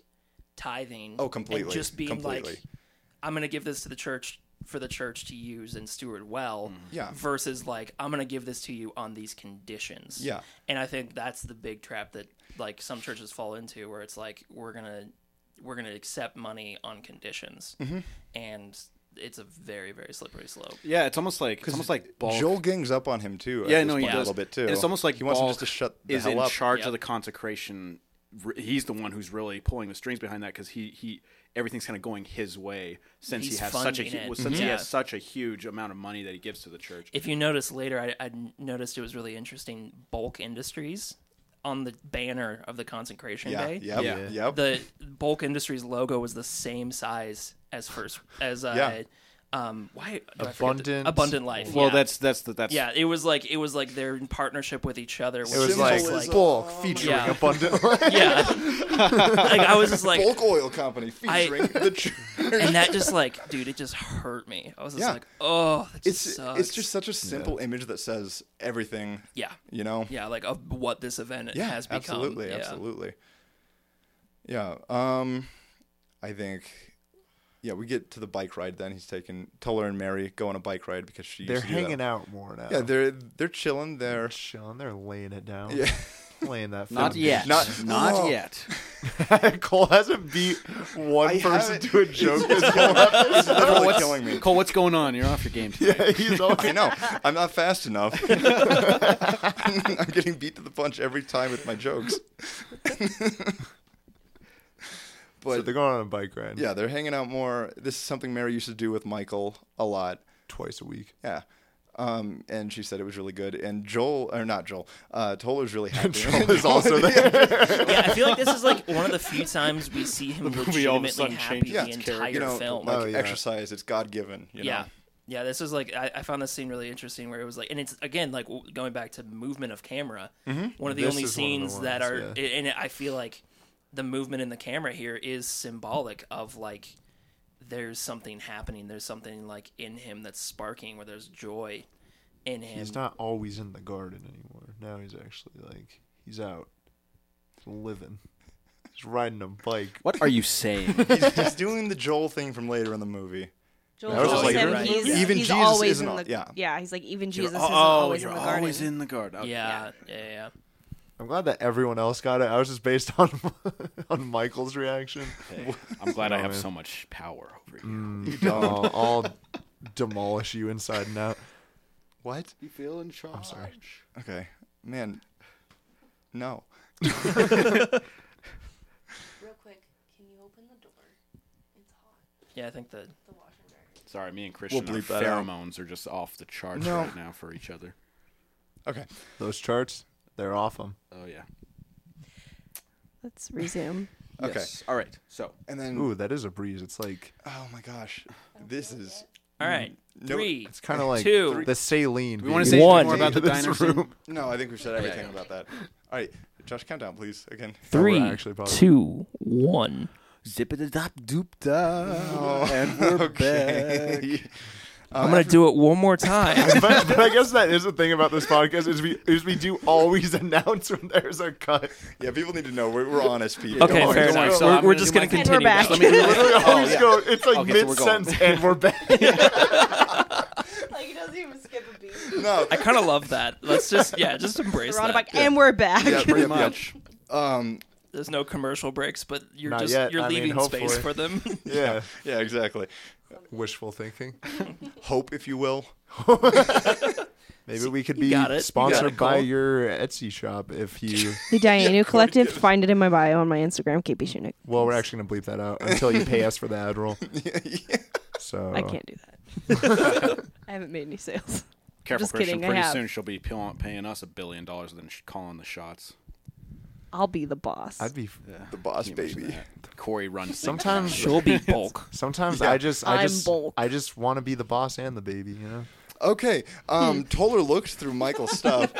tithing
Oh, completely.
and just being
Completely.
like i'm gonna give this to the church for the church to use and steward well
Yeah.
versus like i'm gonna give this to you on these conditions
Yeah.
and i think that's the big trap that like some churches fall into
Mm-hmm.
where it's like we're gonna we're gonna accept money on conditions and it's a very very slippery slope.
Yeah, it's almost like it's almost like Bulk.
Joel gangs up on him too. at
yeah,
this
no, he
point
does
a little bit too.
And it's almost like
he wants him just to
Balk
shut the
is
hell
in
up.
charge
Yep.
of the consecration. R- He's the one who's really pulling the strings behind that because he he everything's kind of going his way since
He's
he has such a
funding
hu-
it.
well, since he
Yeah.
has such a huge amount of money that he gives to the church.
If you notice later, I, I noticed it was really interesting. Bulk Industries on the banner of the consecration
yeah,
day.
yep,
Yeah.
yep.
the Bulk Industries logo was the same size as first as uh,
Yeah.
um why do I forget the-
Abundant-
abundant life.
Well,
yeah.
that's that's the that's
yeah. It was like it was like they're in partnership with each other. It
It was like
Symbolism.
bulk featuring
Yeah.
abundant.
yeah. like I was just like,
Bulk Oil Company featuring the church.
and that just like, dude, it just hurt me. I was just
Yeah.
like, oh, that
It's
just sucks.
it's just such a simple image that says everything.
yeah,
You know.
yeah, like of what this event
Yeah,
has become.
absolutely,
yeah.
absolutely. Yeah. Um, I think. Yeah, we get to the bike ride. Then he's taking Tuller and Mary go on a bike ride because she.
They're hanging out more now.
Yeah, they're they're chilling. They're
chilling. They're laying it down.
Yeah.
Laying that.
Not yet.
Not-
not
Oh.
yet.
yet. Cole hasn't beat one
I
person
haven't-
to a joke.
it's literally
what's-
killing me.
Cole, what's going on? You're off your game today.
He's always
I know. I'm not fast enough. I'm getting beat to the punch every time with my jokes.
so
but
they're going on a bike ride.
yeah, they're hanging out more. This is something Mary used to do with Michael a lot.
Twice a week.
Yeah. Um, and she said it was really good. And Joel, or not Joel, uh, Toller's really happy.
Joel is also there.
Yeah, I feel like this is like one of the few times we see him
movie all of a
legitimately
sudden
happy
changes
the
its
entire
character.
you know,
film.
like
Oh, yeah.
exercise, it's God given.
yeah. Yeah, this was like I, I found this scene really interesting where it was like, and it's again like w- going back to movement of camera. One of the
This is
only
one of the
scenes that are,
ones,
and I feel like the movement in the camera here is symbolic of like there's something happening. There's something like in him that's sparking where there's joy in him.
He's not always in the garden anymore. Now he's actually like he's out living. He's riding a bike.
What are you saying?
He's, he's doing the Joel thing from later in the movie.
Joel
That was
Joel
like-
said
Right.
he's,
Yeah.
Even
he's
Jesus
always
isn't
in
al-
the
yeah.
he's like even Jesus
oh,
isn't always
you're
in the garden.
always in the guard. Okay.
yeah, yeah, yeah, yeah.
I'm glad that everyone else got it. I was just based on on Michael's reaction.
Okay. I'm glad I
No,
have
man.
so much power over you.
I'll, I'll demolish you inside and out.
What?
You feel in charge. I'm
sorry.
Okay. Man, no.
Real quick, can you open the door? It's hot.
Yeah, I think that
The washer and dryer.
Sorry, me and Christian,
bleep
our
that out.
pheromones are just off the charts
No.
right now for each other.
Okay.
Those charts, they're off them.
Oh yeah.
Let's resume.
Okay.
Yes. All right. So
And then,
Ooh, that is a breeze. It's like
oh my gosh, this is
all right.
no-
three.
it's kind of like
Two.
the saline.
we want to
being-
say
One.
anything more about the
This
diner
room.
scene?
no. I think we've said everything about that. All right, Josh, count down, please. Again.
Three,
We're actually probably-
two, one.
Zip it up, doop da, and we're back.
I'm gonna do it one more time.
but, but Uh, I guess that is the thing about this podcast is we is we do always announce when there's a cut.
Yeah, people need to know we're, we're honest people.
okay,
on,
fair
go on.
enough.
So
So we're,
I'm
we're
gonna
just
do
gonna
my- And
continue.
we're back.
that. Let me do
We
it.
always go. It's like
Oh, Okay, so we're
mid
going.
sentence, and we're back.
Like it doesn't even skip a beat.
No.
I kind of love that. Let's just yeah, just embrace
We're on a
that.
bike and we're back.
Yeah, pretty
much.
Um.
There's no commercial breaks, but you're
Not
just
yet.
you're
I mean,
leaving space
hopefully.
for them.
Yeah,
Yeah. Exactly.
wishful thinking.
Hope, if you will.
Maybe we could
you
be
got it. You
sponsored
got it,
by
Cole.
your Etsy shop if you.
The Dianu Collective. Find it in my bio on my Instagram, KP Schunik.
Well, we're actually gonna bleep that out until you pay us for the ad roll. So
I can't do that. I haven't made any sales.
Careful,
Just
Christian.
kidding, I
Pretty
have.
soon she'll be pill- paying us a billion dollars and then sh- calling the shots.
I'll be the boss.
I'd be.
The boss
Can you imagine
baby.
that? Corey runs. things.
Sometimes
She'll be bulk.
Sometimes I just I
I'm
just
bulk.
I just want to be the boss and the baby, you know.
Okay. Um. Toller looks through Michael's stuff.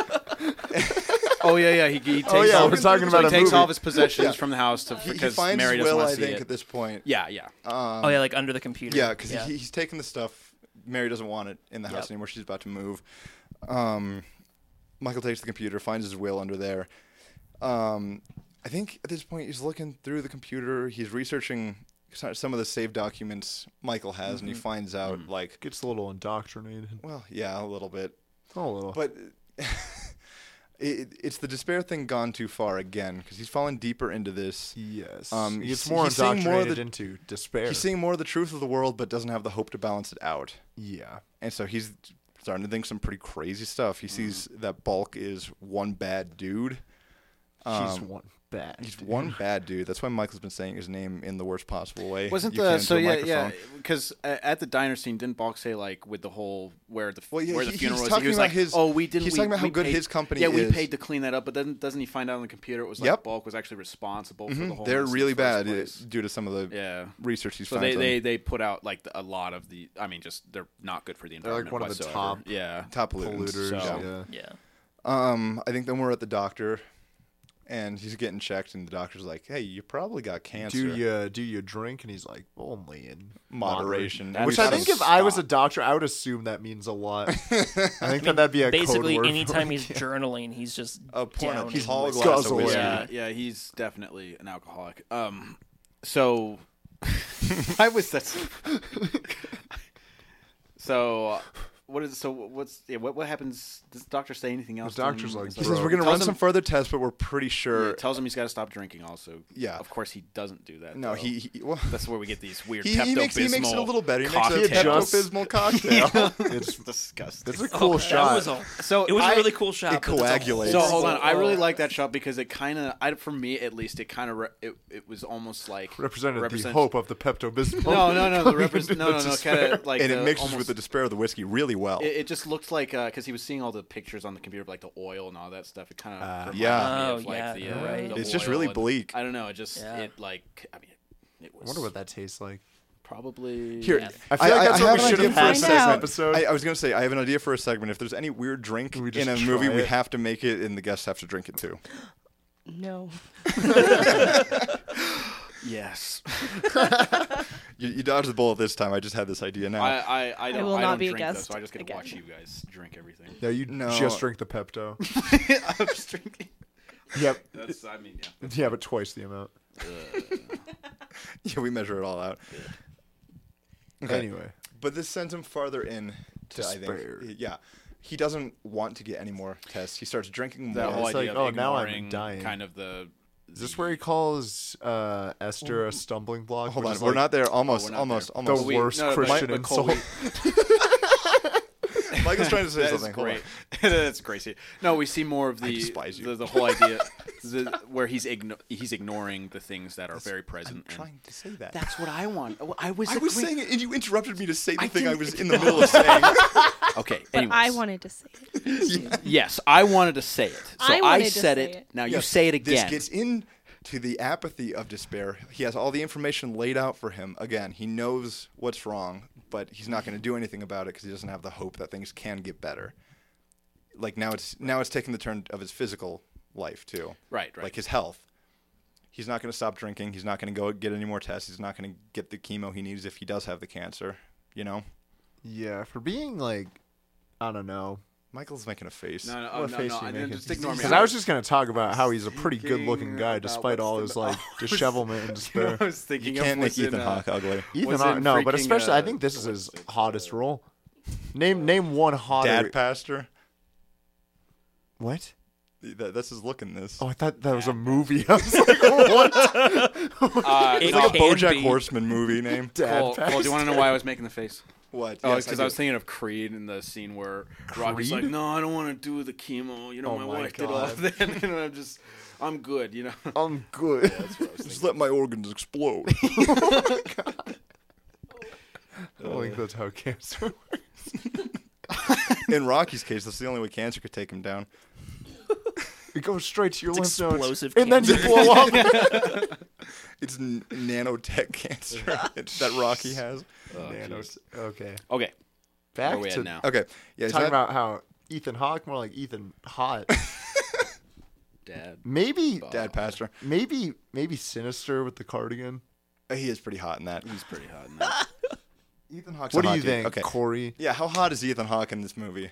Oh yeah, yeah. He, he takes.
yeah,
all
we're
his-
talking
so
about
he
a
takes all
movie.
of his possessions from the house to,
He, he
because
finds
Mary doesn't
Will,
want
I
to see
think,
it.
at this point. Um,
Yeah, yeah.
oh yeah, like under the computer.
Yeah, because he, he's taking the stuff. Mary doesn't want it in the house anymore. She's about to move. Um, Michael takes the computer, finds his will under there. Um, I think at this point he's looking through the computer. He's researching so- some of the saved documents Michael has, and he finds out
Hmm.
like,
Gets a little indoctrinated.
well, yeah, a little bit,
A little.
but it, it's the despair thing gone too far again because he's fallen deeper into this.
Yes.
Um,
he
he's-
gets more
he's seeing
indoctrinated
more of the-
into despair.
He's seeing more of the truth of the world, but doesn't have the hope to balance it out.
yeah.
And so he's starting to think some pretty crazy stuff.
Mm.
He sees that Bulk is one bad dude.
he's one bad.
He's
dude.
one bad dude. That's why Michael's been saying his name in the worst possible way.
Wasn't
You
the
can
so
into a
yeah yeah
microphone.
because at the diner scene didn't Balk say like with the whole where the
Well, yeah,
where the
he-
funeral
he's
was
talking
he was
about
like
his-
oh we didn't
he's
we-
talking about how
we
good
paid-
his company
yeah we
is.
paid to clean that up but then doesn't he find out on the computer it was like
Yep. Mm-hmm.
Bulk was actually responsible for the whole
They're
mess in the
really
first
bad uh,
place.
due to some of the
yeah
research he's
so
found.
they,
on.
they they put out like the, a lot of the I mean just they're not good for the
like
environment
one of the
whatsoever.
top-
yeah
top pollutants.
polluters.
So-
Yeah.
Yeah.
Um, I think then we're at the doctor, and he's getting checked, and the doctor's like, "Hey, you probably got cancer."
Do you do you drink? And he's like, only in
moderation?
That's
Which I think if I was a doctor, I would assume that means a lot. I think that that'd be a
Basically,
code word
anytime
for,
he's journaling, he's just
a point
down
of tall
He's
glass of
guzzling.
whiskey.
Yeah, yeah, he's definitely an alcoholic. Um, so I was that's so. What is so? What's yeah, what? What happens? Does the doctor say anything else? to
doctor's
him?
like,
Is
He
that-
says we're gonna
tells
run some
him-
further tests, but we're pretty sure.
yeah, tells him he's got to stop drinking. Also,
Yeah.
Of course, he doesn't do that.
no,
though.
he, he well,
That's where we get these weird.
he, he makes he makes it a
Pepto-Bismol
little better. He makes a
cocktails.
Pepto Bismol cocktail.
It's disgusting.
It's a cool
Oh, That
shot.
was a,
So
it was
I-
a really cool shot.
it
but that's a
coagulates.
So
It's-
hold on, I really
horrible-
like that shot because it kind of, I for me at least, it kind of re- it, it was almost like
represented the
represents-
hope of the Pepto Bismol.
No, no, no, the repres- no, no, no, kind of like
and
the
it mixes
almost-
with the despair of the whiskey really well.
It, it just looked like because he was seeing all the pictures on the computer, of, like the oil and all that stuff. It kind
Uh,
of
yeah.
Oh,
me of, like,
yeah,
the,
you're
uh,
right.
the
It's just
oil
really
and-
bleak.
I don't know. It just
Yeah.
it like I mean, it, it was.
I wonder what that tastes like.
probably
Here,
Yeah.
I feel like
have
that's what we
an
should
idea for a
have had
Find
for this
out.
episode.
I, I was gonna say I have an idea for a segment. If there's any weird drink
Can we
in
just
a movie,
try
we
it?
have to make it, and the guests have to drink it too.
No.
Yes,
You, you dodged the bullet this time. I just had this idea now.
I I I, don't,
will
I
not
don't
be a
drink though,
guest
so I just get to
again.
watch you guys drink everything.
no, you
No.
just drink the Pepto.
I'm just drinking.
yep.
That's I mean yeah.
Yeah, but twice the amount.
yeah, we measure it all out. Okay.
Anyway,
But this sends him farther in to
Despair.
I think, yeah. He doesn't want to get any more tests. He starts drinking more.
That whole
it's
idea
like,
of
oh, now I'm
ignoring
dying.
Kind of the.
is this where he calls uh, Esther a stumbling block?
Hold
which
on,
is
we're
like
not there. Almost,
oh, we're not
almost,
there.
the
almost.
we-
worst
no, no, but-
Christian
but Cole,
insult.
we-
Michael's trying to say
That is
something. Hold on.
great. That's crazy. No, we see more of the
despise you.
The, the whole idea the, where he's igno- he's ignoring the things that are very present. and-
Trying to say that.
That's what I want. I was.
I was saying it, and you interrupted me to say the
I
thing I
didn't-
was in the middle of saying.
Okay.
But
anyways.
I wanted to say it.
Yes, I wanted to say it. So
I
I,
wanted to
said
say
it.
it.
Now you
Yes,
say it again.
This gets into the apathy of despair. He has all the information laid out for him. Again, he knows what's wrong, but he's not going to do anything about it because he doesn't have the hope that things can get better. Like now, it's now it's taking the turn of his physical life too.
Right, right.
Like his health. He's not going to stop drinking. He's not going to go get any more tests. He's not going to get the chemo he needs if he does have the cancer. You know,
Yeah, for being like, I don't know.
Michael's making a face.
no, no,
What
no,
face
no,
are
I
you
didn't-
making?
just ignore me.
Because I was just gonna talk about how he's a pretty good-looking
thinking
guy,
about
despite
what's
all
the-
his like
You
dishevelment and
know,
despair.
I was thinking
You
of
can't make
what's in,
Ethan
uh,
Hawke ugly.
Ethan,
was
Hawke-
in
no, but
freaking,
especially I
uh,
think this is his hottest role. Name name one hotter.
Dad pastor.
What?
That, that's his look in this.
Oh, I thought that was a movie. I was like, what?
uh,
It
no,
like a
can
BoJack
be.
Horseman movie name.
Dad
Cole, Cole, do you want to know why I was making the face?
What?
Oh,
Yes,
because I, was thinking of Creed and the scene where Roger's like,
Creed?
"No, I don't want to do the chemo. You know, my,
Oh my
wife did all of that, and I'm just, I'm good. You know."
I'm good.
just let my organs explode.
I don't think that's how cancer. works.
in Rocky's case, that's the only way cancer could take him down.
It goes straight to your
It's
lymph nodes,
explosive
and then you
cancer.
blow up.
It's n- nanotech cancer that Rocky has.
Oh,
Nanos. Okay,
Okay,
back
where we
to
at now?
Okay, yeah, is
talking
that-
about how Ethan Hawke, more like Ethan Hot.
Dad.
Maybe
Dad Pastor.
maybe maybe sinister with the cardigan.
Uh, He is pretty hot in that. He's
Pretty hot in that.
Ethan Hawke.
What do you think,
Okay.
Corey?
Yeah, how hot is Ethan Hawke in this movie?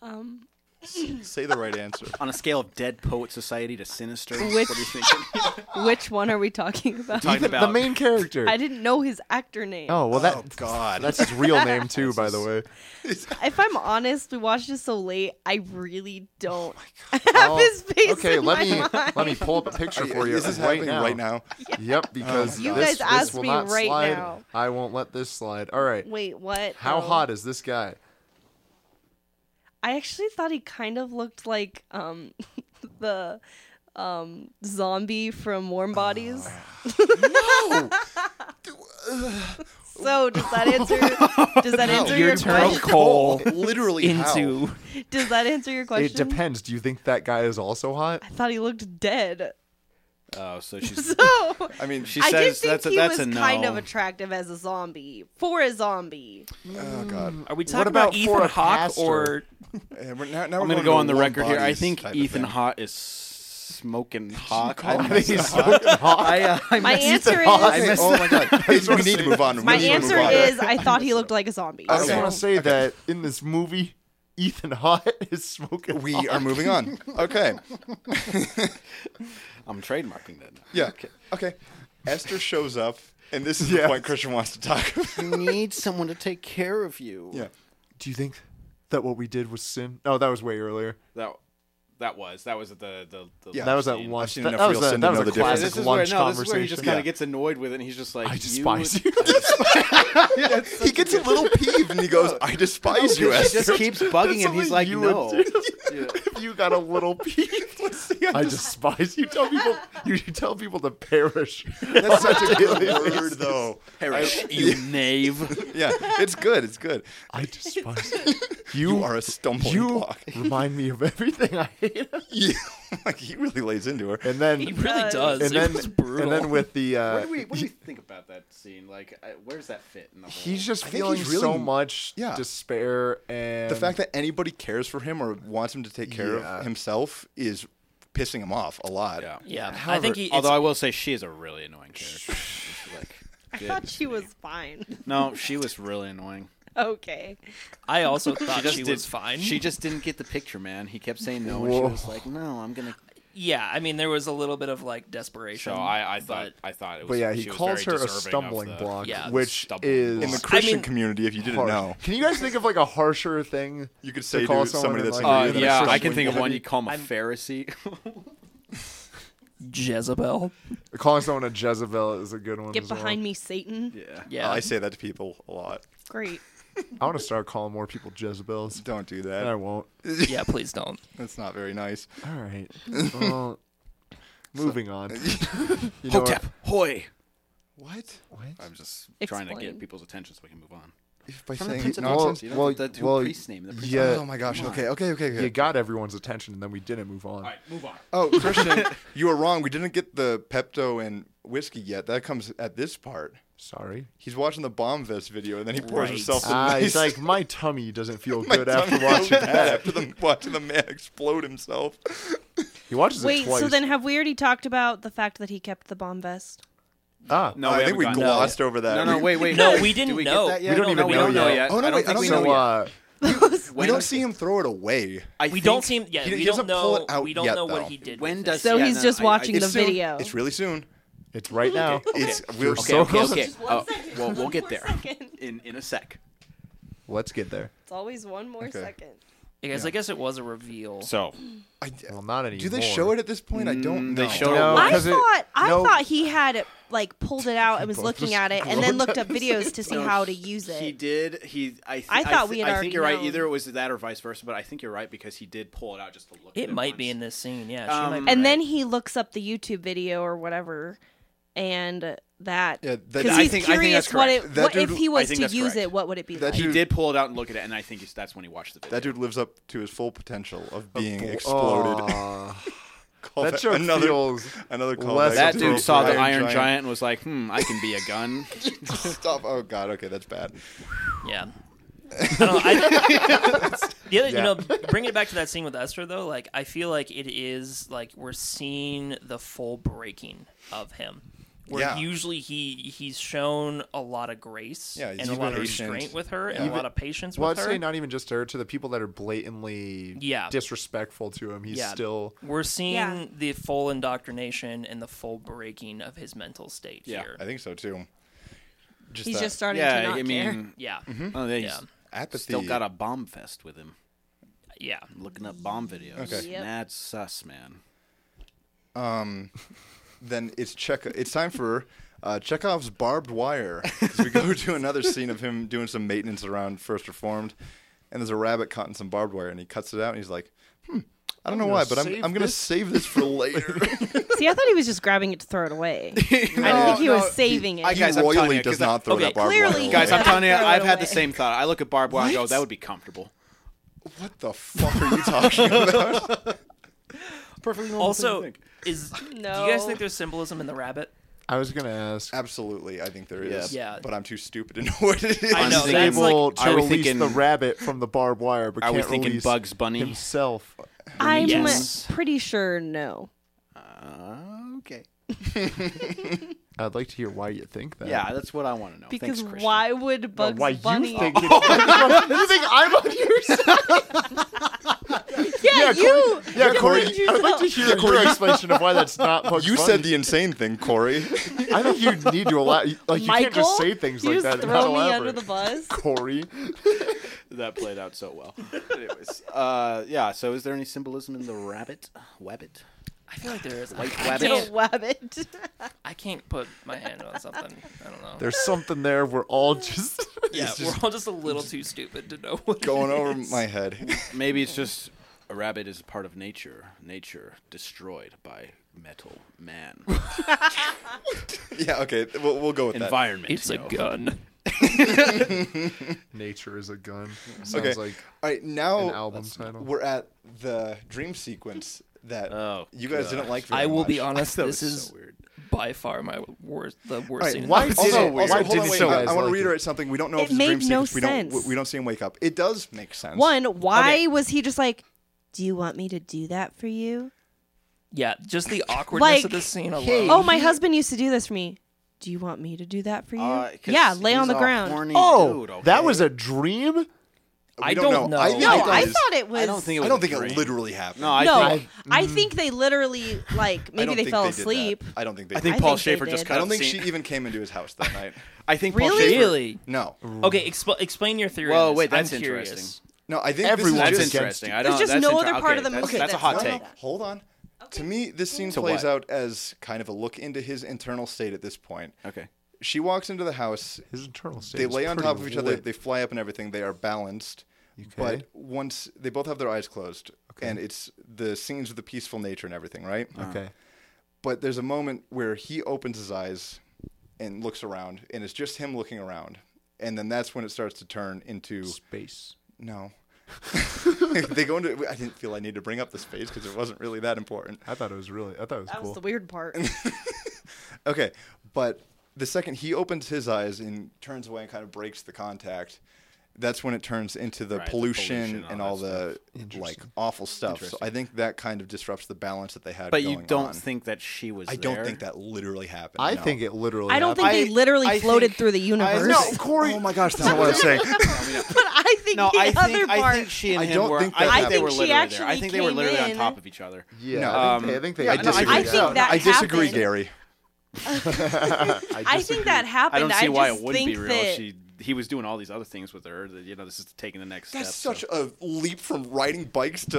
Um,
Say the right answer.
On a scale of Dead Poet Society to Sinister, what are you thinking?
Which one are we talking about?
Talking
The
about
main character.
I didn't know his actor name.
Oh well, that
oh God,
that's his real name too, by the way.
If I'm honest, we watched it so late. I really don't have
Oh,
his face
okay,
in
let
my
me
mind.
let me pull up a picture for you
this is
right
happening
now.
right now.
Yep, because
You
this,
guys
this
asked
will
me
not
right
slide.
now.
I won't let this slide. All right.
Wait, what?
How
Oh.
hot is this guy?
I actually thought he kind of looked like um the um zombie from Warm Bodies. so does that answer? Does that answer your
turn
question?
coal
Literally how?
into
Does that answer your question?
It depends. Do you think that guy is also hot?
I thought he looked dead.
Oh, so she's.
So
I mean, she,
She
I did
says
think
that's a,
he
that's
was
a no.
kind of attractive as a zombie for a zombie.
oh God.
Are we talking
about
about,
for a
Ethan Hawke
pastor?
or
Yeah, we're- now- now we're
I'm gonna
going
go
to
on the
warm
record here. I
bodies
think
type of
Ethan
thing.
Hawke is smoking hot.
call
I
him
think
that?
he's smoking hot. I, uh, I
My
missed-
answer
I
is
missed
Oh my God. we need to move on. We
my
need to move
answer
on.
is I thought he looked like a zombie.
I just
Okay.
want to say that in this movie, Ethan Hawke is smoking.
we are moving on. Okay.
I'm trademarking that. Now.
Yeah. Okay. Esther shows up, and this is the
Yes.
point Christian wants to talk about.
You need someone to take care of you.
Yeah.
Do you think that what we did was sin? Oh, that was way earlier.
That that was that was at the the, the
Yeah.
That was at
scene.
lunch.
seen
That,
enough
that was
real
a,
sin to
that was
know
a
the difference.
Yeah,
classic
this is where
lunch
no, this
conversation.
is where he just kind
Yeah.
of gets annoyed with it. and He's just like,
I
you
despise
would-
you.
he gets a little peeved, and he goes, "I despise you,
She
Esther."
just keeps bugging him. He's like,
you would
no.
do. if you got a little peeved. I despise you. Tell people you, you tell people to perish.
That's such a good word, though.
Perish, you knave.
Yeah, it's good. It's good.
I despise you.
You, are a stumbling
you
block.
remind me of everything I hate.
Yeah. like he really lays into her.
And then
he really does.
and
it
then
was brutal.
and then with the uh,
What do we what do we think about that scene? Like, I- where's that fit in the whole?
he's just
I think he's
feeling so
really-
much
yeah.
despair and
the fact that anybody cares for him or wants him to take care
Yeah.
of himself is pissing him off a lot.
yeah.
yeah, I
however-
think he.
Although
it's-
I will say she is a really annoying character. She's like,
I thought she was fine.
no, she was really annoying.
Okay.
I also thought she,
did-
was fine.
She just didn't get the picture, man. He kept saying no, and she was like, "No, I'm gonna."
yeah, I mean, there was a little bit of like desperation.
So I, I
but-
thought I thought it was.
but yeah, he
she was
calls
very
her a
deserving of
stumbling
the-
block,
Yeah, the
which
stumbling
is
block.
In the
I
Christian
mean-
community, if you didn't
harsh.
know,
Can you guys think of like a harsher thing
You could say
to call
to somebody
someone and,
that's
like,
hungry
Uh,
than a
yeah, I
stumbling
can think of
block.
one. You call him a
I'm-
Pharisee.
Jezebel.
calling someone a Jezebel is a good one.
Get
as
behind
well.
me, Satan.
yeah.
Yeah,
Oh, I say that to people a lot.
Great.
I want to start calling more people Jezebels.
Don't do that.
I won't.
yeah. Please don't.
That's not very nice.
All right. Well, moving on. You know
Hotep, hoy.
What?
I'm just trying to
Explain.
get people's attention so we can move on.
By
From the
saying
Prince of
well,
nonsense?
Nonsense, you know,
well,
the, the
well,
priest's name. The priest
yeah.
oh my gosh. Okay. Okay. Okay.
You
okay.
got everyone's attention, and then we didn't move on.
All right, move on.
Oh, Christian, you were wrong. We didn't get the Pepto and whiskey yet. That comes at this part.
Sorry.
He's watching the bomb vest video and then he pours
Right.
himself the
Ah,
nice
it's like my tummy doesn't feel
My
good
tummy
after
feels
watching
bad
that.
After the, watching the man explode himself.
He watches it
Wait,
twice.
so then have we already talked about the fact that he kept the bomb vest?
ah,
No,
I
we
think we
haven't gotten-
glossed over that.
No, no,
We-
wait, wait.
No,
wait.
we didn't
Do we
know.
Get that yet?
We don't
Oh, no,
even
we
know
don't know
yet.
yet.
Oh, no,
I don't
wait,
think
I don't
we
know
know
So
yet.
uh,
We don't see him throw it away.
I
We
think
don't see him. Yeah,
he
we
doesn't
don't
pull
know.
it out
we don't
yet,
know
though.
what he did.
When
with
does
So
yeah,
he's
no,
just
I- I-
watching the
It's soon.
video.
It's really soon.
it's right now.
It's we're
Okay,
so
okay,
close.
okay.
one
Uh,
second,
well, we'll
one
get
more
there
second.
in in a sec.
Let's get there.
It's always one more
Okay.
second.
I guess I guess it was a reveal.
So
I,
Well, not anymore.
do they show it at this point? I don't know.
they show
No,
it.
I
'cause it-
thought I
no.
thought he had it, like pulled it out and was looking
just
at it and then
gloated.
looked up videos to see
No,
how to use it.
He did. He. I. Th-
I thought we
th-
had
I think
already
you're right.
known.
Either it was that or vice versa. But I think you're right because he did pull it out just to look. at
it might be
once.
in this scene. Yeah,
Um,
she might be
and
right.
then he looks up the YouTube video or whatever, and that
Yeah, that-
because
I
he's
think- I think
curious
that's
what
correct.
it
That
what
dude-
if he
I
was
think
to
that's
use
correct.
it, what would it be
That
like?
He
dude-
did pull it out and look at it, and I think he's, that's when he watched the video.
That dude lives up to his full potential of being exploded.
Aw.
Call
that joke
another,
feels
another call.
less
That
That's
dude saw the
appropriate.
Iron Giant. and was like, "Hmm, I can be a gun."
Stop! Oh god. Okay, that's bad.
Yeah. I don't know, I- the other, you know, bringing it back to that scene with Esther though, like I feel like it is like we're seeing the full breaking of him. where
Yeah.
usually he he's shown a lot of grace
Yeah,
and
he's
a lot of
patient.
restraint with her and a
Even-
lot of patience
Well, I'd
with her.
say not even just to her, to the people that are blatantly
Yeah.
disrespectful to him. He's
Yeah.
still
We're seeing
Yeah.
the full indoctrination and the full breaking of his mental state
Yeah,
here.
I think so too. Just
He's
that
just starting to
yeah,
not
I
care.
mean,
Yeah.
oh, he's
Yeah.
apathy.
still got a bomb fest with him.
Yeah.
Looking up bomb videos.
Okay.
Yep.
That's sus, man.
then it's check. It's time for uh, Chekhov's barbed wire. 'Cause we go to another scene of him doing some maintenance around First Reformed, and there's a rabbit caught in some barbed wire, and he cuts it out, and he's like, "Hmm, I don't know why, but I'm
save
I'm gonna
this."
save this for later."
See, I thought he was just grabbing it to throw it away. I didn't think he
No, no,
was saving it.
I
he
guys, I'm telling
royally
you, 'cause
does
I-
not throw
okay,
that barbed
clearly-
wire.
Guys,
away.
I'm telling you,
Throw it
I've had
away.
the same thought. I look at barbed wire and go,
What?
that would be comfortable.
what the fuck are you talking about?
Perfectly normal
Also, is do you guys
No.
think there's symbolism in the rabbit?
I was gonna ask
Absolutely, I think there is.
Yeah.
But I'm too stupid to know what it is.
I know,
thinking-
that's like-
able
I
to
was
release
thinking-
the rabbit from the barbed wire, but
Are
can't
we thinking
release
Bugs Bunny?
himself.
I'm
Yes.
pretty sure no.
okay.
I'd like to hear why you think that.
Yeah, that's what I want to know.
Because
Thanks, Christian.
why would
Or
Bugs
why
Bunny?
you think? It's, you think I'm on your side?
yeah, you.
Yeah, Corey.
Corey,
I'd like to hear your explanation of why that's not Bugs
You
Bunny.
said the insane thing, Corey.
I think you need to allow. Like you
Michael,
can't just say things
you
like
just
that. and
Throw
not
me
elaborate.
under the bus.
Corey.
that played out so well. Anyways, uh, yeah. So, is there any symbolism in the rabbit? Wabbit?
I feel like there is. I,
White
I,
rabbit?
can't,
Little rabbit.
I can't put my hand on something. I don't know.
There's something there. We're all just.
yeah, we're all just a little too stupid to know what
Going
it
over
is.
my head.
Maybe it's just a rabbit is a part of nature. Nature destroyed by metal man
yeah, okay. th- We'll, we'll go with that.
environment.
It's a
yo.
gun.
Nature is a gun. Sounds
Okay.
like
All right, now
an album title.
we're at the dream sequence that
Oh,
you guys
gosh.
didn't like. Very
I will be
much.
honest.
That
This
was
is
so weird.
by far my worst, the worst.
right,
scene in
why
the
did
Also,
It's so
movie.
also,
weird. Why
hold on,
didn't
wait, I,
you guys
want to
like it?
reiterate something. We don't know
It
if it's a
made
dream
no
sequence. We don't.
sense.
We don't see him wake up. It does make sense.
One, why
Okay.
was he just like, do you want me to do that for you?
Yeah, just the awkwardness
Like,
of this scene alone.
hey,
Oh, my husband used to do this for me. Do you want me to do that for you?
Uh, 'cause
yeah, lay on
he's
the
a
ground.
horny
Oh,
dude, okay?
that was a dream.
We
I
don't
don't
know.
know.
I,
No,
no, I
it was-
thought it was.
I don't think. It was
I don't think
a
it
dream.
literally happened.
No, I
no,
think.
I think they literally like
I
maybe
don't
they
think
fell
they did that.
asleep.
I don't think they.
I think
I
Paul
think they
Schaefer just
did.
cut
I don't
the
think she
scene.
even came into his house that night.
I think Paul
Really?
Schaefer.
really?
No,
Okay, expl- explain your theory. on
Whoa,
this.
wait, that's
I'm curious.
interesting.
no. I think
Everyone
That's
This is just,
against
interesting.
it.
I
There's
don't.
just
that's
no
inter-
other part of
okay,
the
that's-
movie
That's a
that's
hot
like
no,
take.
no, hold on. To me, this scene
To
plays
what?
out as kind of a look into his internal state at this point.
Okay.
She walks into the house.
His internal state.
They
is
lay on
pretty
top of each other.
lit.
They fly up and everything. They are balanced. But
Okay.
once they both have their eyes closed, and it's the scenes of the peaceful nature and everything, right?
Uh-huh.
Okay.
But there's a moment where he opens his eyes and looks around, and it's just him looking around. And then that's when it starts to turn into
Space.
no. they go into. I didn't feel I need to bring up the space because it wasn't really that important.
I thought it was really. I thought it was
That
cool.
was the weird part.
Okay, but the second he opens his eyes and turns away and kind of breaks the contact, that's when it turns into the
Right, the
pollution,
pollution, all
and
that
all the like awful stuff. So
Interesting.
I think that kind of disrupts the balance that they had.
But you
going
don't
on.
think that she was.
I don't
there?
think that literally happened.
I
no.
think it literally.
I don't think
happened.
they literally
I
floated
think-
through the
I-
universe.
No,
Corey. Oh my gosh, that's not what I'm saying.
but I think
No,
the
I
other
think, I
part.
think she and
I
him
don't
were.
think
I
that
think they
happened.
were
I think
literally there. I think
she actually
they were
came
literally on
in.
top of each other.
Um, Yeah,
No.
I, think they, I think they.
I
did
disagree.
that.
I think that
I disagree,
happened.
Gary.
I think that happened.
I don't see why it
just
wouldn't be
think
real.
That,
if She he was doing all these other things with her. That, you know, this is taking the next
That's
step.
such
so-
a leap from riding bikes to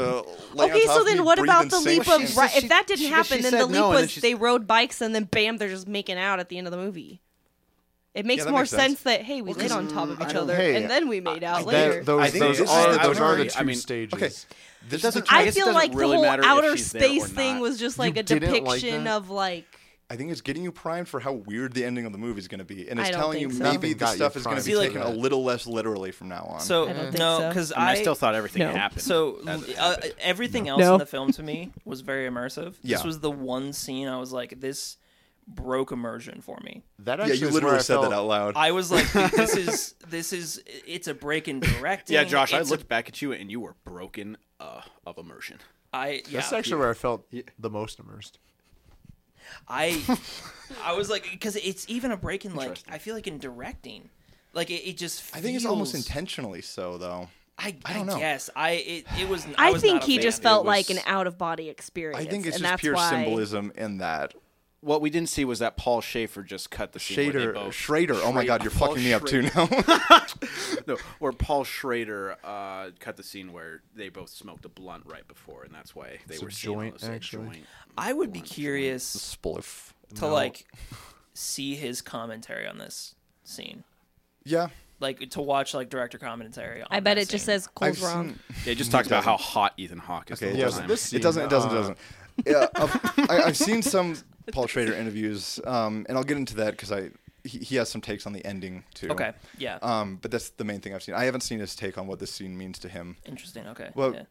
lay on
okay,
top
so
of me,
then what
breathe
about
and
the
sing.
leap
She
of
said
right?
she-
If that didn't
she- she
happen, then
said
the leap
no, and then
was
she's-
they rode bikes and then bam, they're just making out at the end of the movie. It makes
that
more
makes sense.
sense. that hey, we laid on top of each
don't-
other
hey,
and then we made out later.
That, those
I think
those
this is
are
the
those are the
boundary.
two
I mean,
stages.
Okay, this is
doesn't-
the
I
I,
guess it
feel
doesn't
like
really
the whole
matter if
outer
she's there or
space thing
not.
was just like a
didn't like
depiction
that?
of like
I think it's getting you primed for how weird the ending of the movie is going to be, and it's
I don't
telling you
think so.
maybe
Nothing
the
got you
stuff is going to
primed
be
for
taken
that.
a little less literally from now on.
So
I don't think
no,
so.
because
I, mean, I still thought everything
No.
happened.
So
as it
uh,
happened.
everything else
No.
in the film to me was very immersive.
Yeah.
This was the one scene I was like, this broke immersion for me.
That
yeah,
actually
you
is
literally
where I
said
felt,
that out loud.
I was like, dude, this is this is it's a break in directing.
yeah, Josh, I
it's a-
looked back at you and you were broken uh, of immersion.
I yeah.
That's actually where I felt the most immersed.
I I was like, because it's even a break in like I feel like in directing, like it, it just. Feels,
I think it's almost intentionally so, though.
I,
I don't know.
Guess I it, it was. I,
I,
was
think
not a
he
fan.
just felt like an out of body experience.
I think it's
and
just
that's
pure
why-
symbolism in that.
What we didn't see was that Paul Schaefer just cut the scene where they
Shader,
both-
Schrader. Oh my God, you're
Paul
fucking me up too
Schrader.
now.
No, or Paul Schrader uh, cut the scene where they both smoked a blunt right before, and that's why they
It's a
were seen
joint,
almost, like,
actually.
joint.
I would be curious
Spliff.
to like see his commentary on this scene,
Yeah,
like to watch like director commentary. On
I bet
that
it just
scene.
says
I've
Cole's wrong.
seen-
Yeah, it just talks about how hot Ethan Hawke is. the
Okay, it
whole
doesn't.
time.
this
It doesn't.
scene,
It doesn't. It
uh,
doesn't. Yeah, I've, I, I've seen some Paul Schrader interviews, um, and I'll get into that because I he, he has some takes on the ending too.
Okay. Yeah.
Um, but that's the main thing I've seen. I haven't seen his take on what this scene means to him.
Interesting. Okay.
well,
yeah.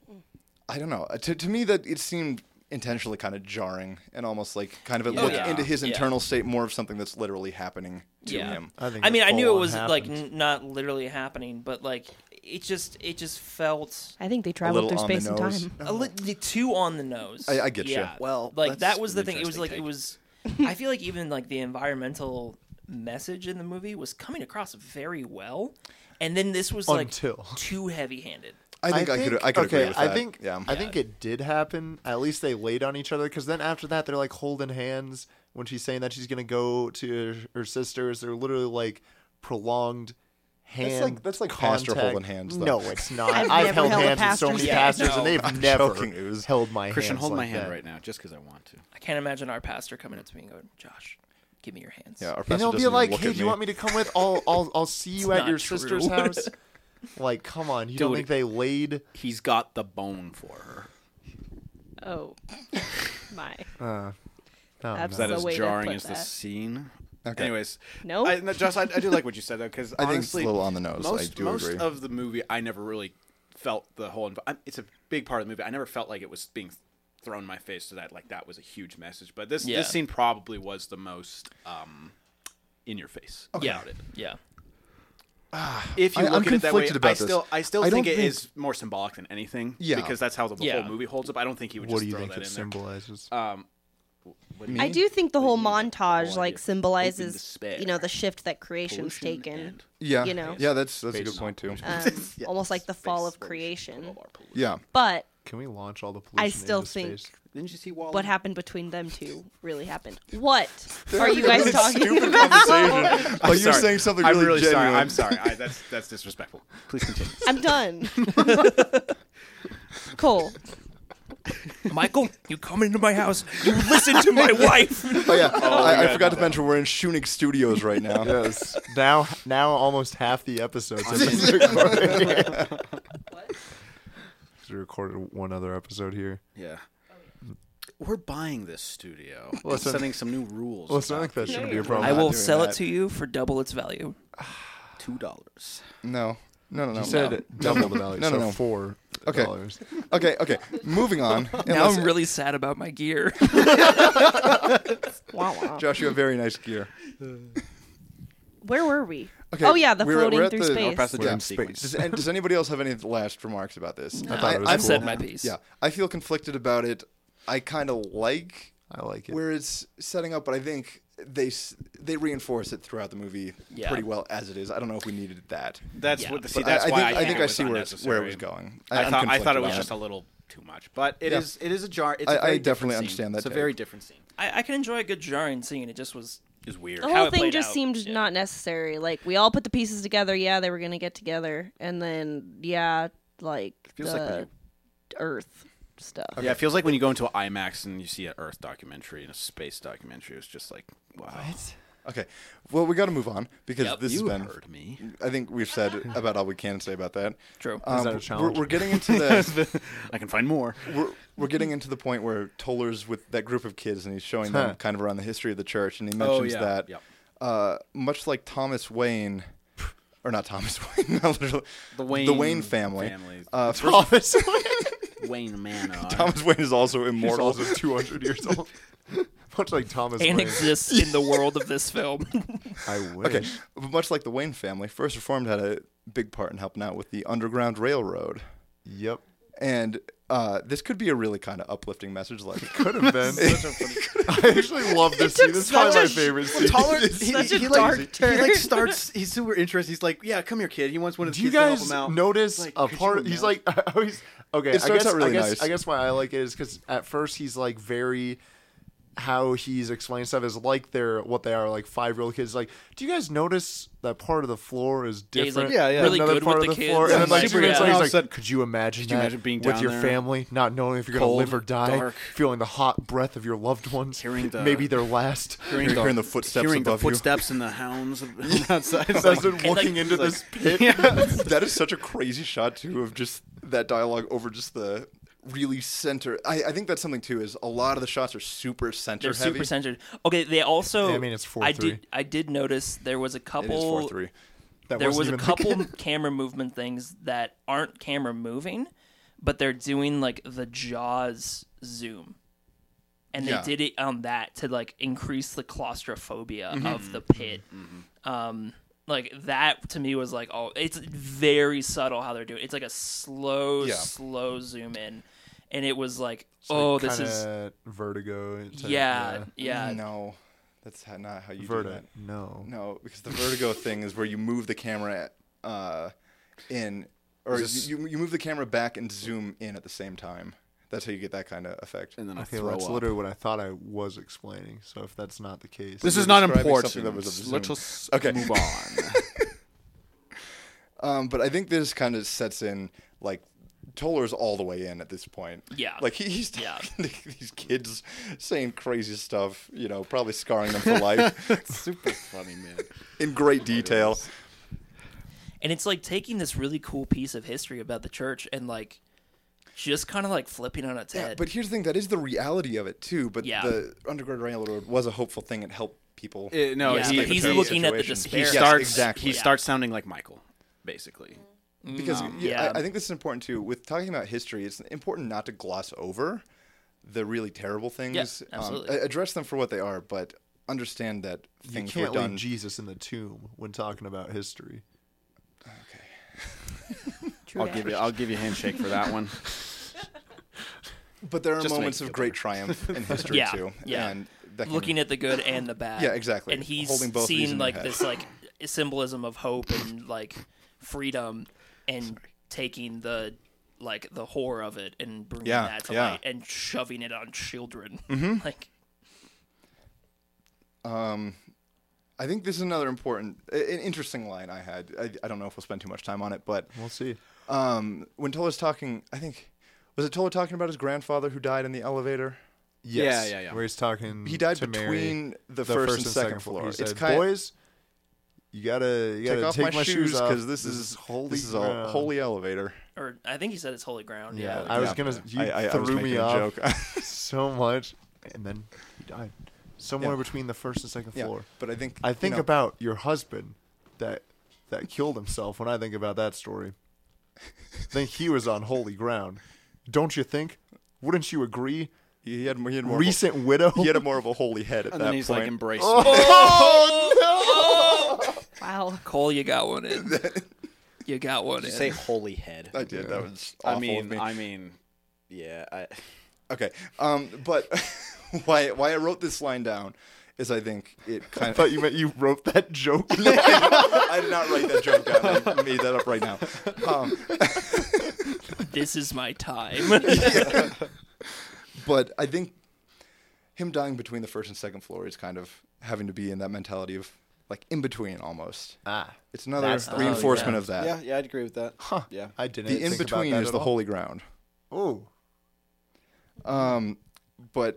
I don't know. Uh, To, to me, that it seemed intentionally kind of jarring and almost like kind of a
Oh,
look
yeah.
into his
Yeah.
internal state more of something that's literally happening to
Yeah.
him.
I think.
I mean,
it
I knew it
full-on
was like
happened.
n- not literally happening, but like it just it just felt
I think they traveled
little
through
on the
space and
nose.
time.
a li- too on the nose.
I- I get ya.
Well, like
that's
that was the
an
thing. It was
interesting
like
take.
it was. I feel like even like the environmental message in the movie was coming across very well, and then this was like
Until.
too heavy-handed.
I think I, could. I could
okay,
agree with that.
I think
Yeah.
I think it did happen. At least they laid on each other because then after that they're like holding hands when she's saying that she's gonna go to her, her sisters. They're literally like prolonged hand.
like- that's like
contact.
pastor holding hands, though.
No, it's not.
I've
I've,
never
held
held a
hands with so
pastor's
many
hand.
pastors,
No,
and they've
I'm
never
joking. It was-
held my
Christian,
hands
hold my
like
hand
that.
right now, just because I want to.
I can't imagine our pastor coming up to me and going, "Josh, give me your hands."
yeah, our
And
pastor
they'll be
doesn't
like,
look
"Hey,
at
do you want me to come with? I'll I'll, I'll see you
not
at your
true.
sister's house." Like, come on, you don't
Dude.
think they laid?
He's got the bone for her.
Oh my!
no,
That's
Is that
the
as
way to
jarring
put
as the
that.
scene?
Okay.
Anyways,
No?
I, no, Josh, I, I do like what you said though, because
I think it's a little on the nose. I
Most,
do
most
agree.
of the movie, I never really felt the whole. Inv- I- it's a big part of the movie. I never felt like it was being thrown in my face so that like that was a huge message. But this
Yeah.
this scene probably was the most um, in your face
yeah,
about it.
yeah.
If you
I- I'm
look at it that way,
conflicted about
I
this.
still I still
I
think,
don't
it
think-
is more symbolic than anything.
Yeah.
because that's how the
Yeah.
whole movie holds up. I don't think he would
What
just
do you
throw
think
that
it
in there.
symbolizes?
I do think the whole montage
idea.
like
Open
symbolizes,
despair.
you know, the shift that creation's
Pollution
taken.
and-
Yeah.
You know.
Yeah, that's that's a good point too.
Uh,
Um, Almost like the fall of creation.
yeah.
But
Can we launch all the pollution?
I still
into
think
space?
Didn't you see Wall?
what happened between them two really happened. What are you guys talking about?
But you're saying something
I'm
really,
really
genuine.
sorry. I'm sorry. I, that's that's disrespectful. Please continue.
I'm done. Cole,
Michael, you come into my house. You listen to my wife.
Oh yeah, I, I
yeah,
forgot to mention we're in Shunik Studios right now.
Yes. now, now almost half the episodes have been
What?
we recorded one other episode here.
Yeah. We're buying this studio. and
Listen.
setting some new rules.
Well, it's not like
about
that shouldn't be a problem.
I will sell
that.
it to you for double its value.
two dollars.
No, no, no, no.
You said double the value,
No, no,
so
no.
four
Okay.
dollars.
Okay, okay. Moving on.
Now
Unless-
I'm really sad about my gear.
Josh, you have very nice gear.
where were we?
Okay,
oh yeah, the
we're- we're
floating
at
through
the- we're
space.
past the
Yeah.
dream sequence.
Does, and does anybody else have any last remarks about this?
I
thought it was
have
cool.
said my piece.
Yeah, I feel conflicted about it. I kind of like
I like it.
where it's setting up, but I think they s- they reinforce it throughout the movie
Yeah.
pretty well as it is. I don't know if we needed that.
That's
Yeah.
what. See,
But
that's
I, I
why
think
I,
I, think
it
I
was
see where it's, where it was
unnecessary.
going.
I,
I'm
thought I thought it
conflicted
was
about
just a little too much, but it
Yeah.
is it is a jar. It's
I-
a very
I
different
definitely
scene.
understand that
It's a
take.
very different scene.
I, I can enjoy a good jarring scene. It just was
It's weird.
The
how
whole
it
thing
played
just
out.
seemed
Yeah.
not necessary. Like we all put the pieces together. Yeah, they were gonna get together, and then yeah, like
Feels
the
like when you-
Earth stuff.
Yeah, it feels like when you go into an IMAX and you see an Earth documentary and a space documentary. It's just like, wow.
Okay, well we got to move on because
Yep.
this
You
has been.
heard me.
I think we've said about all we can say about that.
true.
Um,
that a
we're-
challenge?
We're, getting into the
I can find more.
we're, we're getting into the point where Toller's with that group of kids and he's showing them kind of around the history of the church and he mentions
Oh, yeah,
that
yep.
uh, much like Thomas Wayne or not Thomas Wayne, no, literally,
The Wayne
the Wayne family.
family.
Uh, Thomas Wayne.
Wayne Manor.
Thomas Wayne is also immortal.
also 200 years old. Much like Thomas
and
Wayne.
exists in the world of this film.
I wish.
okay, much like the Wayne family, First Reformed had a big part in helping out with the Underground Railroad.
Yep.
and uh, this could be a really kind of uplifting message. Like,
Could have been. I actually love this scene. This is probably my favorite scene.
Toller, he,
such a
he,
dark
like,
turn.
he like starts. He's super interested. He's like, "Yeah, come here, kid." He wants one of the
Do you
kids to help
guys
him out.
notice
Like,
a
could you
part? He's
imagine?
like, I always okay.
It
I
starts
guess,
out really
I guess,
nice.
I guess why I like it is because at first he's like very how he's explaining stuff is like they're what they are like five year old kids. Like, do you guys notice that part of the floor is
Yeah, he's, like,
different?
Yeah, yeah.
really
Another
good
part
with
of
the
the floor,
kids.
and then like
Yeah.
super
Superman's
good.
always
Yeah.
like,
Yeah.
"Could you imagine
Could you
that
imagine being
with
down
your
there?
family, not knowing if you're
Cold,
gonna live or die,
dark.
feeling the hot breath of your loved ones,
Hearing the-
maybe their last."
You're hearing the footsteps
hearing
above
the
you.
footsteps and the hounds of- outside. It's
As
like-
they're walking into
like-
this pit,
that is such a crazy shot too of just that dialogue over just the really center. I, I think that's something too is a lot of the shots are super center
They're
heavy.
super centered. Okay, they also.
Yeah, I mean, it's
I
4-3.
did. I did notice there was a
It is four
couple.
three.
That
there
wasn't
was a
even the-
couple camera movement things that aren't camera moving, but they're doing like the jaws zoom, and they
Yeah.
did it on that to like increase the claustrophobia of the pit. Um, like that to me was like, oh, it's very subtle how they're doing. it. It's like a slow,
Yeah.
slow zoom in, and it was like,
like,
oh, this is
kinda vertigo. type-
yeah, yeah,
No, that's ha- not how you do
Vertigo.
that.
No.
No, because the vertigo thing is where you move the camera uh, in, or you, you move the camera back and zoom in at the same time. That's how you get that kind of effect.
and then I
Okay,
throw
well, that's
up.
literally what I thought I was explaining. So if that's not the case,
This
You're
is not
describing
important.
something that was of
Let's
Zoom.
just
Okay.
move on.
Um, but I think this kind of sets in like Toller's all the way in at this point.
Yeah.
like he- he's
Yeah.
talking to these kids saying crazy stuff. You know, probably scarring them for life
super funny, man.
in great detail.
and it's like taking this really cool piece of history about the church and like just kind of like flipping on its
Yeah,
head.
but here's the thing: that is the reality of it too. But
Yeah.
the Underground Railroad was a hopeful thing; it helped people.
It- no,
Yeah,
he-
but he's
he-
looking at the
situation.
despair.
He
Yes,
starts.
exactly.
He
Yeah.
starts sounding like Michael, basically.
because yeah,
yeah.
I, I think this is important too. With talking about history, it's important not to gloss over the really terrible things. Um,
absolutely.
a- address them for what they are, but understand that
You
things
can't
were
leave
done.
Jesus in the tomb when talking about history.
I'll give you. I'll give you a handshake for that one.
but there are
Just to make
moments
you
of
feel
great triumph in history
Yeah,
too.
yeah.
And that can,
looking at the good and the bad.
Yeah, exactly.
And he's
Holding both of these
seeing
in your
like
head.
this like symbolism of hope and like freedom and taking the like the horror of it and bringing
Yeah,
that to
yeah. Mm-hmm.
light and shoving it on children. like
um, I think this is another important, a- an interesting line I had. I, I don't know if we'll spend too much time on it, but
We'll see.
um, when Toller's talking, I think was it Toller talking about his grandfather who died in the elevator?
Yes.
yeah, yeah.
Where he's talking.
He died
Mm, to Mary,
between the,
the
first, and second, floor.
He
It's
said,
kind
boys, you gotta you gotta
take off my, shoes
off
because this, is holy. This is a
ground."
holy elevator.
or I think he said it's holy ground.
Yeah,
Yeah.
I was
Yeah.
gonna. You
I- I- I was
threw me
making a
off
joke.
so much, and then he died somewhere
Yeah.
between the first and second
yeah,
floor.
but I think
I
you
think
know,
about your husband that that killed himself when I think about that story. I think he was on holy ground. Don't you think? Wouldn't you agree?
he had, he had more of a-
Recent widow.
he had a more of a holy head at
And
that
then he's
point.
like, "Embrace
Wow.
Cole, you got one in. you got one
me." Did
in.
you say holy head?
I did. That was awful
I mean,
of me.
I mean, yeah. I,
Okay. Um, but why why I wrote this line down is I think it kind
I
of.
thought you meant you wrote that joke.
I did not write that joke down. I made that up right now. Um,
this is my time.
but I think him dying between the first and second floor is kind of having to be in that mentality of like in between almost.
ah,
It's another
the holy
reinforcement
ground.
of that.
yeah, yeah. I'd agree with that.
huh,
Yeah.
I didn't.
The in between is the holy ground.
Oh,
Um, but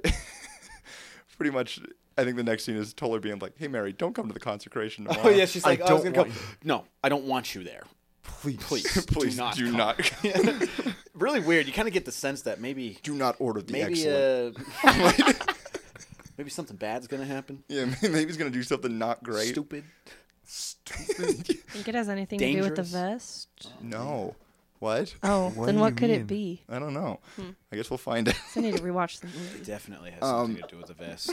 pretty much, I think the next scene is Toller being like, "Hey Mary, don't come to the consecration tomorrow."
Oh yeah, she's
I
like, I, was
don't
gonna go.
want
No, I don't want you there.
please,
Please,
please
do not.
do
come."
not,
Really weird. You kind of get the sense that maybe,
do not order the
maybe,
excellent.
uh, maybe something bad's gonna happen.
Yeah, maybe he's gonna do something not great.
Stupid.
think it has anything to do with
Dangerous.
the vest.
No, what?
Oh,
What
then
do
what
you
could
mean?
it be?
I don't know. I guess we'll find out.
I need to rewatch the movie.
Um,
Definitely has something to do with the vest.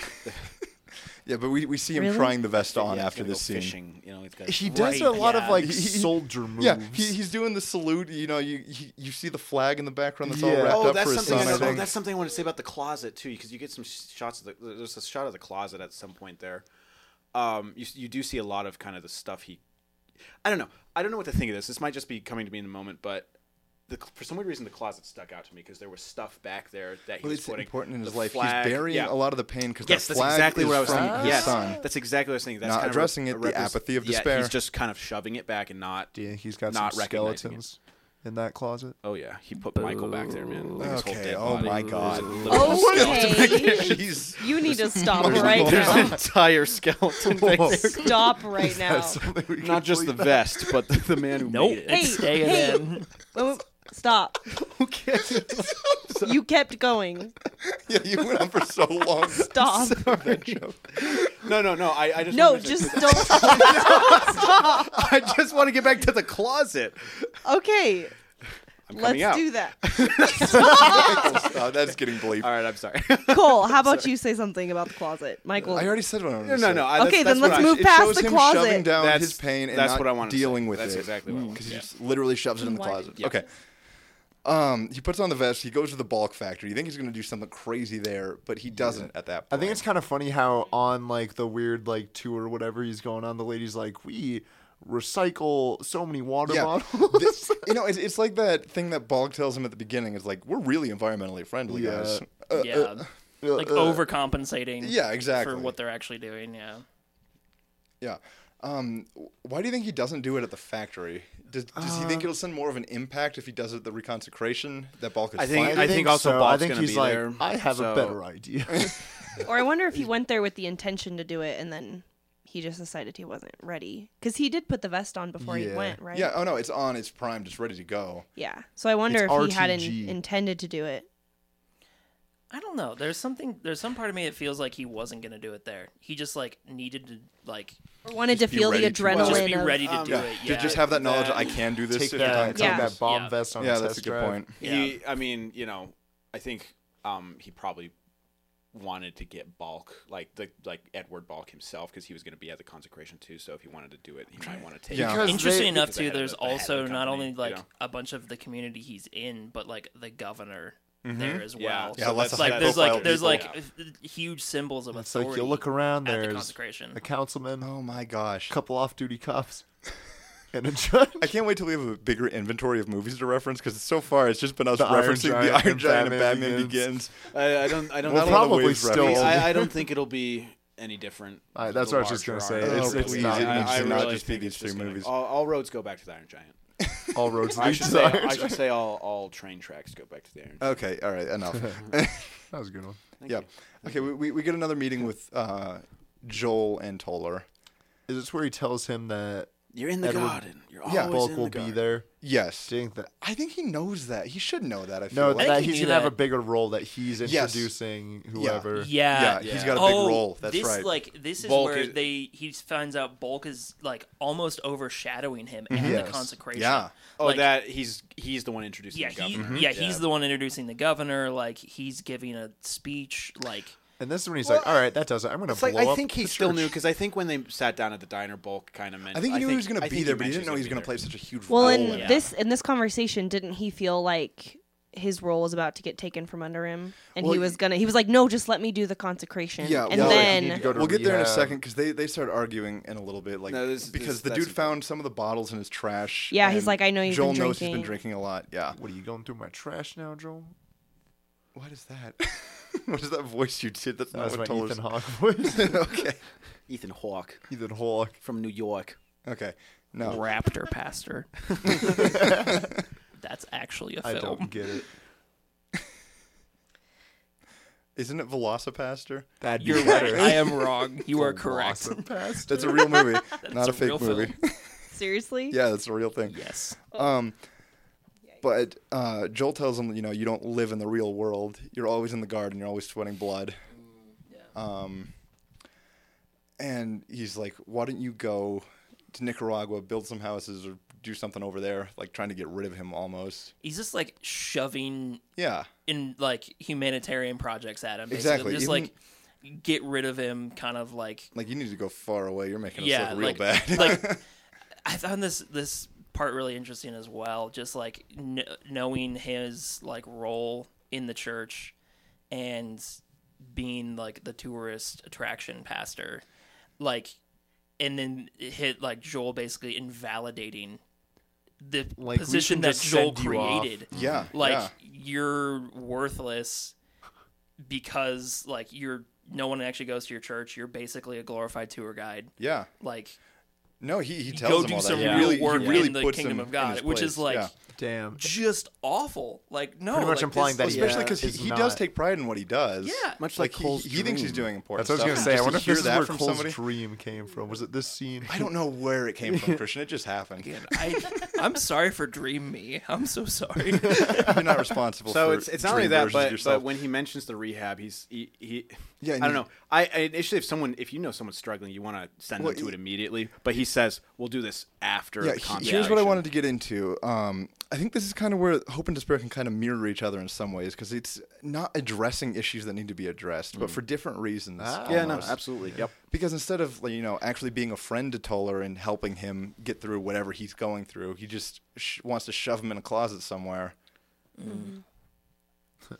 Yeah, but we, we see him
Really?
trying the vest on
Yeah, he's
after
gotta go
this scene.
fishing, you know, he's got
He does
Right,
a lot of
yeah.
like
He- he-
soldier moves.
Yeah, he, he's doing the salute. You know, you you, you see the flag in the background that's
Yeah.
all wrapped
Oh,
up
that's
for his
something.
son.
I
I
know- oh,
think.
that's something I want to say about the closet too, because you get some sh- shots of the. There's a shot of the closet at some point there. Um, you you do see a lot of kind of the stuff he. I don't know. I don't know what to think of this. This might just be coming to me in the moment, but the, cl- for some weird reason the closet stuck out to me because there was stuff back there that he
Well,
was
it's
putting
important in his
the
life.
flag-
He's burying
yeah.
a lot of the pain because
Yes,
the
that's
flag
exactly
is
what I was
from
thinking.
his
Yes,
son.
that's exactly what I was thinking. That's
Not
kind of
addressing it,
a
the apathy of despair.
Yeah, he's just kind of shoving it back and not.
Yeah, he's got
not
some
recognizing it.
skeletons in that closet.
Oh yeah, he put Michael back there, man. Like his whole
Okay,
dead
oh
body.
my
There's
God.
a
Oh
little-
Oh, Okay.
Jeez.
you need to stop
there's
right
no-
There's an
now.
entire skeleton back there.
Stop right now.
Not just the vest, but the, the man who
Nope,
made it.
it's staying
hey.
in.
Oh, Stop.
Okay.
You kept going.
Yeah, you went on for so long.
Stop.
no, no, no. I, I just
No,
wanted to-
just don't. Stop.
I just want to get back to the closet.
Okay,
I'm coming
let's
out.
do that.
Stop, that's getting bleeped.
All right, I'm sorry.
Cole, how about you say something about the closet, Michael?
I already said what I wanted
no,
to
no,
say.
no. I, that's,
Okay,
that's
then
what
let's
I-
move
It
past
shows
the
him shoving
closet.
down
That's-
his pain and
that's
not
what I wanted to
dealing
say.
with
That's
it.
exactly what I wanted
Because
to
he
say.
just literally shoves it in the
Why
closet.
did you-
Okay. Um, he puts on the vest. He goes to the bulk factory. You think he's going to do something crazy there, but he doesn't at that
I
point.
think it's kind of funny how on like the weird like tour or whatever he's going on, the lady's like, "We recycle so many water bottles."
Th- you know, it's, it's like that thing that Bog tells him at the beginning. It's like, we're really environmentally friendly,
Yeah.
guys. Uh,
yeah,
Uh,
like
uh,
overcompensating.
yeah, exactly.
For what they're actually doing, yeah.
yeah. Um, w- why do you think he doesn't do it at the factory? Does, does he think it'll send more of an impact if he does it at the reconsecration that Bog is
I think-
fine?
I also
I
Bob's
think
gonna
he's
be
like,
there,
"I have
so-
a better idea."
or I wonder if he went there with the intention to do it and then he just decided he wasn't ready because he did put the vest on before
Yeah.
he went, right?
Yeah, oh no, it's on, it's primed, it's ready to go.
Yeah. So I wonder
It's
if he hadn't
RTG.
intended to do it.
I don't know. There's something. There's some part of me that feels like he wasn't gonna do it there. He just like needed to like
Or wanted to
be
feel the
ready to- Well,
adrenaline.
just be
of-
ready to
um,
do
Yeah,
it.
to
Yeah,
just have that knowledge. I can do this.
take
if
that,
the time
yeah.
comes.
Yeah.
that bomb
Yeah.
vest on.
Yeah,
his
that's a
test
good
drive.
point.
He, I mean, you know, I think um, he probably wanted to get Balk, like the like Edward Balk himself, because he was going to be at the consecration too. So if he wanted to do it, he might want to take.
Yeah.
it.
Because they-
Interesting enough
because they
too.
had a-
There's
they had a
also not
company,
only
you
like
know.
a bunch of the community he's in, but like the governor there as well.
Yeah,
So
lots
it's
of
like there's
high-profile
like there's
people.
like f- huge symbols of
It's like
authority.
you look around,
at the
there's
consecration.
a councilman, a
Oh my gosh.
couple off-duty cops, and a judge.
I can't wait till we have a bigger inventory of movies to reference because so far it's just been us
The Iron
referencing
Giant
the Iron
and
Giant and
Batman
Batman
Begins.
Begins.
I, I don't. I don't.
We'll
know.
lot of
probably
waves
still.
referenced.
I, I don't think it'll be any different.
All right, that's
The
what I was just gonna
larger arc.
say. It's-
Oh,
it's
please,
not-
it needs
I,
to
I
not
really
just be
think
these
it's
three
just gonna-
movies.
All, all roads go back to the Iron Giant.
all roads
I
lead
should
to
say.
the Iron
I should
Giant.
say all, all train tracks go back to the Iron. Giant.
Okay, all right, enough.
That was a good one.
yeah. Okay, we, we, we get another meeting with uh, Joel and Toller.
Is this where he tells him that
You're in the
Edward-
garden. You're always
yeah, Bulk
in
will
the garden.
be there?
Yes.
Do you think that
I think he knows that. He should know that. I feel
No,
like.
think
that
he
he's
knew
gonna have a
that.
bigger role that he's
Yes.
introducing whoever.
Yeah.
Yeah, he's got a big
oh,
role. That's
this,
right.
Like this is
Bulk
where
is-
they he finds out Bulk is like almost overshadowing him at
Yes.
the consecration.
Yeah. Mhm.
Oh,
Like,
that he's he's the one introducing
Yeah,
the
he,
governor.
yeah, he's the one introducing the governor. Like he's giving a speech. Like
And this is when he's like,
Well,
"All right, that does it. I'm gonna
It's
blow
like
up."
I think he
the
still knew
church."
because I think when they sat down at the diner, Bulk kind of mentioned.
I think he knew he was going
I
to be
think
there, but he
mentioned
didn't know he was
he's
going to
gonna
play
be
such a huge
well,
role.
in
it.
this in this conversation, didn't he feel like his role was about to get taken from under him, and he
Well,
was gonna? He was like, "No, just let me do the consecration."
Yeah,
and
well, like,
then
you need to go to
we'll get there in a
rehab.
second because they, they start arguing in a little bit, like
No, this-
because
this-
the
that's
dude found some of the bottles in his trash.
Yeah, he's
and
like, "I know you've
Joel
been
knows he's been
drinking."
drinking a lot. Yeah,
What are you going through my trash now, Joel?
what is that? what is that voice you did? That's
That was
not
my
what told
Ethan Hawke voice.
okay,
Ethan Hawke
Ethan Hawke.
from New York.
okay, no,
Raptor Pastor. That's actually a
I
film.
don't get it.
isn't it Velocipaster?
That'd
You're right. I am wrong. You are correct.
That's a real movie, not a
a
fake
real film.
movie.
seriously,
yeah, that's a real thing.
Yes.
Um, but uh, Joel tells him, you know, you don't live in the real world. You're always in the garden. You're always sweating blood.
Mm,
Um, and he's like, why don't you go to Nicaragua, build some houses, or do something over there? Like trying to get rid of him almost.
He's just like shoving
Yeah.
in like humanitarian projects at him.
Exactly.
Basically. Just
Even-
like get rid of him, kind of like
Like you need to go far away. You're making us
yeah,
look real
like,
bad.
like I found this this part really interesting as well. Just like kn- knowing his like role in the church and being like the tourist attraction pastor, like, and then it hit like Joel basically invalidating the
Like, we
position
should
that
just
Joel
send you off.
created.
yeah,
Like
yeah.
you're worthless because like you're no one actually goes to your church. You're basically a glorified tour guide.
yeah.
Like
No, he, he tells
go
him
do
all
some
that.
real
he really, he
work
really
in the
puts him
kingdom
in
of God,
his
which
place.
is like
yeah.
Damn.
just awful. Like no,
Pretty much
like,
implying
this-
that
like,
especially
Yeah,
because
is
he, he does
not-
take pride in what he does.
Yeah.
Much like
he,
Cole's
he thinks he's
dream.
doing important.
That's what I was
stuff.
gonna say. I
Just
wonder
to
if
hear
this is
that
where
from
Cole's
somebody.
dream came from. Was it this scene?
I don't know where it came from, Christian. It just happened.
man, I, I'm sorry for Dream Me. I'm so sorry.
You're not responsible.
So
for
it's it's not
dream
only that,
versions of
but, but
yourself.
when he mentions the rehab, he's he, he
Yeah,
I
and
don't
you-
know. I, I initially, if someone, if you know someone's struggling, you want to send
Well,
them to
he-
it immediately. But he says, "We'll do this after."
yeah,
the
he- here's what I
consultation."
wanted to get into. Um, I think this is kind of where hope and despair can kind of mirror each other in some ways because it's not addressing issues that need to be addressed,
Hmm.
but for different reasons.
Ah.
Yeah, no,
almost.
absolutely. Yep.
Because instead of like, you know actually being a friend to Toller and helping him get through whatever he's going through, he just sh- wants to shove him in a closet somewhere.
Mm-hmm.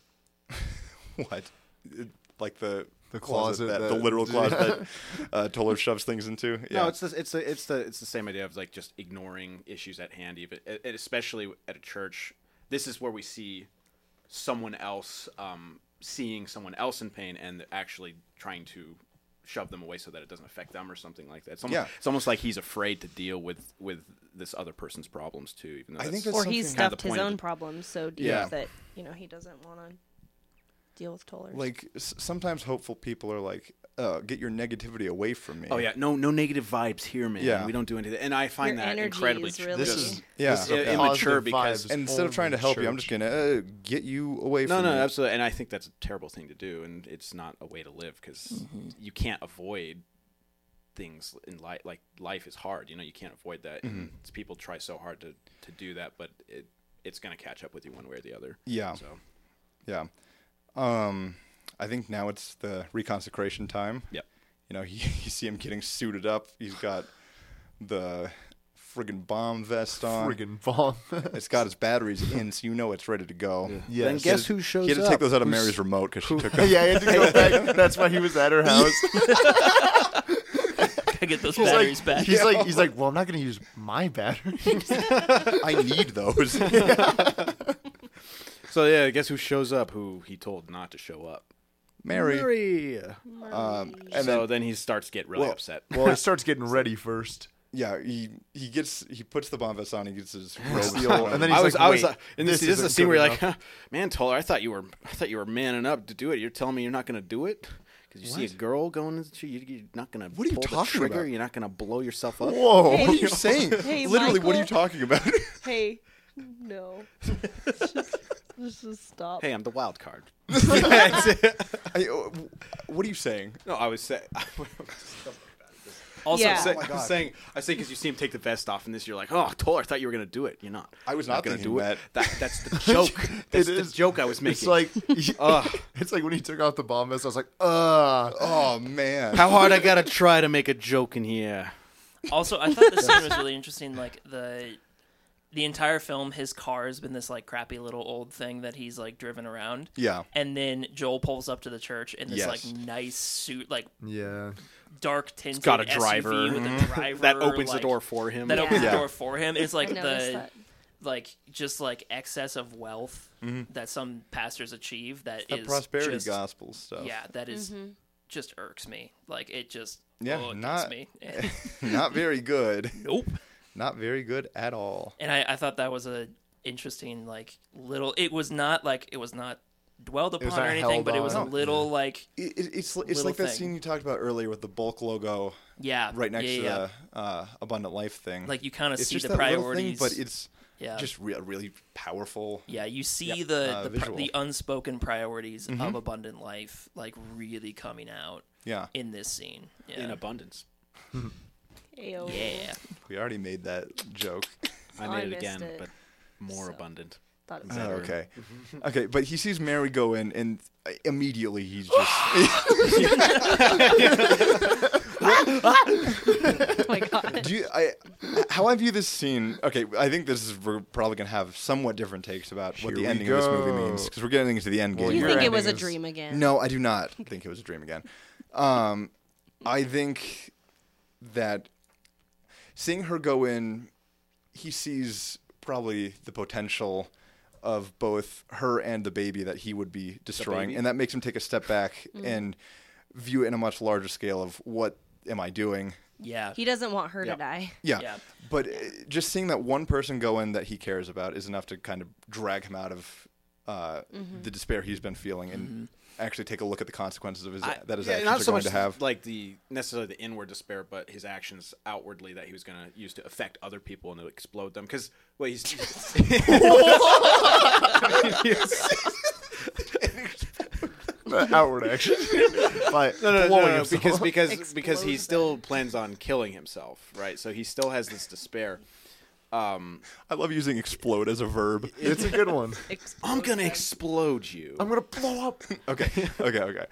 what? It- Like the
The closet
that, the
that-
literal closet that uh, Toller shoves things into. Yeah.
No, it's the, it's the, it's the it's the same idea of like just ignoring issues at hand, even and and especially at a church. This is where we see someone else um, seeing someone else in pain and actually trying to shove them away so that it doesn't affect them or something like that. It's almost,
Yeah.
it's almost like he's afraid to deal with with this other person's problems too. Even though
I think
that's-
that's
or he's
something-
Kinda the
stuffed his
point of
own
the-
problems so deep
Yeah.
that you know he doesn't want to deal with tollers.
like s- sometimes hopeful people are like uh, get your negativity away from me
oh yeah, no no negative vibes here, man.
Yeah.
We don't do anything, and I find
Your
that
energy
incredibly
is
tr-
really-
This
just-
is
Yeah.
this is a
Yeah, immature
positive
because-
vibes
and instead of
only
trying to help you i'm
church.
just gonna uh, get you away
No,
from
no,
me.
absolutely. And I think that's a terrible thing to do, and it's not a way to live because
Mm-hmm.
you can't avoid things in life. Like life is hard, you know, you can't avoid that,
Mm-hmm.
and it's- people try so hard to to do that, but it it's going to catch up with you one way or the other.
Yeah.
So
yeah um i think now it's the reconsecration time
Yep.
you know you, you see him getting suited up he's got the friggin' bomb vest on
friggin' bomb.
it's got his batteries in so you know it's ready to go
Yes. Then
guess who shows
he had to take
up?
those out of
Who's-
mary's remote because she took
yeah,
them
he had to go back. That's why he was at her house.
I get those
He's
batteries
like,
back.
he's like, he's like, well, I'm not gonna use my battery.
i need those
so yeah, guess who shows up? Who he told not to show up?
mary
Mary.
um, and
so
then
then, he starts to get really
Well-
upset.
well, he starts getting ready first.
yeah, he he gets he puts the bomb vest on. He gets his robe
Steal-
on.
and then he's
I was,
like,
I was,
"Wait,
uh, and this,
this
this is the
isn't
scene
good
where you're like,
enough."
huh, man, Toller, I thought you were, I thought you were manning up to do it. You're telling me you're not going to do it because you see a girl going into you, you're not going to.
What are you
pull the
talking
trigger.
about?
You're not going to blow yourself up.
Whoa,
Hey,
what are you saying?
hey,
Literally, what are you
Michael.
talking about?
hey, no, just, just stop.
Hey, I'm the wild card.
I, uh,
oh,
w- what are you saying?
No, I was saying, I
also,
Yeah.
was
Oh my God.
saying, I was saying because you see him take the vest off, and this you're like, oh, Toller, I thought you were going to do it. You're not.
I was not
going to do
thinking
it.
that.
That, that's the joke. that's the
is.
joke I was making.
It's like, it's like when he took off the bomb vest. I was like, uh.
Oh man,
how hard I got to try to make a joke in here.
also, I thought this scene was really interesting. Like the the entire film, his car has been this like crappy little old thing that he's like driven around.
Yeah.
And then Joel pulls up to the church in this
Yes.
like nice suit, like
Yeah.
dark tinted
got a
SUV
driver.
with a driver
That opens the
like-
door for him.
That opens
Yeah.
the door for him. It's like
I noticed
the
that.
like just like excess of wealth that some pastors achieve that
Mm-hmm. that
is
prosperity
just,
gospel stuff.
Yeah, that is- just irks me. Like it just
Yeah,
oh, it gets
not-
me.
not very good.
nope.
Not very good at all.
And I, I thought that was a interesting like little. It was not like it was not dwelled upon
not
or anything,
held
but it was a
on.
little like
It, it, it's it's
Little
like that
thing.
scene you talked about earlier with the bulk logo
yeah,
right next
yeah, yeah, yeah.
to the uh, abundant life thing.
like you kind of
it's
see
just
the
that little
priorities,
thing, but it's
yeah.
just re- a really powerful.
Yeah, you see the
uh,
the, pri-
visual. Mm-hmm.
the unspoken priorities of abundant life like really coming out
Yeah,
in this scene. Yeah.
in abundance.
Ayo.
yeah.
we already made that joke.
I
Oh, I
made it
missed
again,
it.
but more abundant.
thought it was.
Oh, okay. Okay, but he sees Mary go in, and immediately he's just.
Oh my god.
Do you, I, how I view this scene? Okay, I think this is we're probably gonna have somewhat different takes about what the
we
ending of this movie
go.
means because we're getting into the end game.
Well,
You
your
think it
ending
was a
is-
dream again?
No, I do not think it was a dream again. Um, I think that seeing her go in, he sees probably the potential of both her and the baby that he would be destroying, and that makes him take a step back and view it in a much larger scale of what am I doing?
Yeah.
He doesn't want her to die.
Yeah.
Yeah.
But uh, just seeing that one person go in that he cares about is enough to kind of drag him out of uh, the despair he's been feeling and actually take a look at the consequences of his that his
Mm-hmm. Yeah,
actions
not
are
so
going
much
to have.
like the necessarily the inward despair, but his actions outwardly that he was going to use to affect other people and to explode them. Because well, he's
Outward action. like
no, no, no,
blowing
no,
himself
because
up.
because because he still plans on killing himself, right? So he still has this despair.
I love using explode as a verb.
it's a good one.
I'm gonna explode you.
I'm gonna blow up.
okay, okay, okay.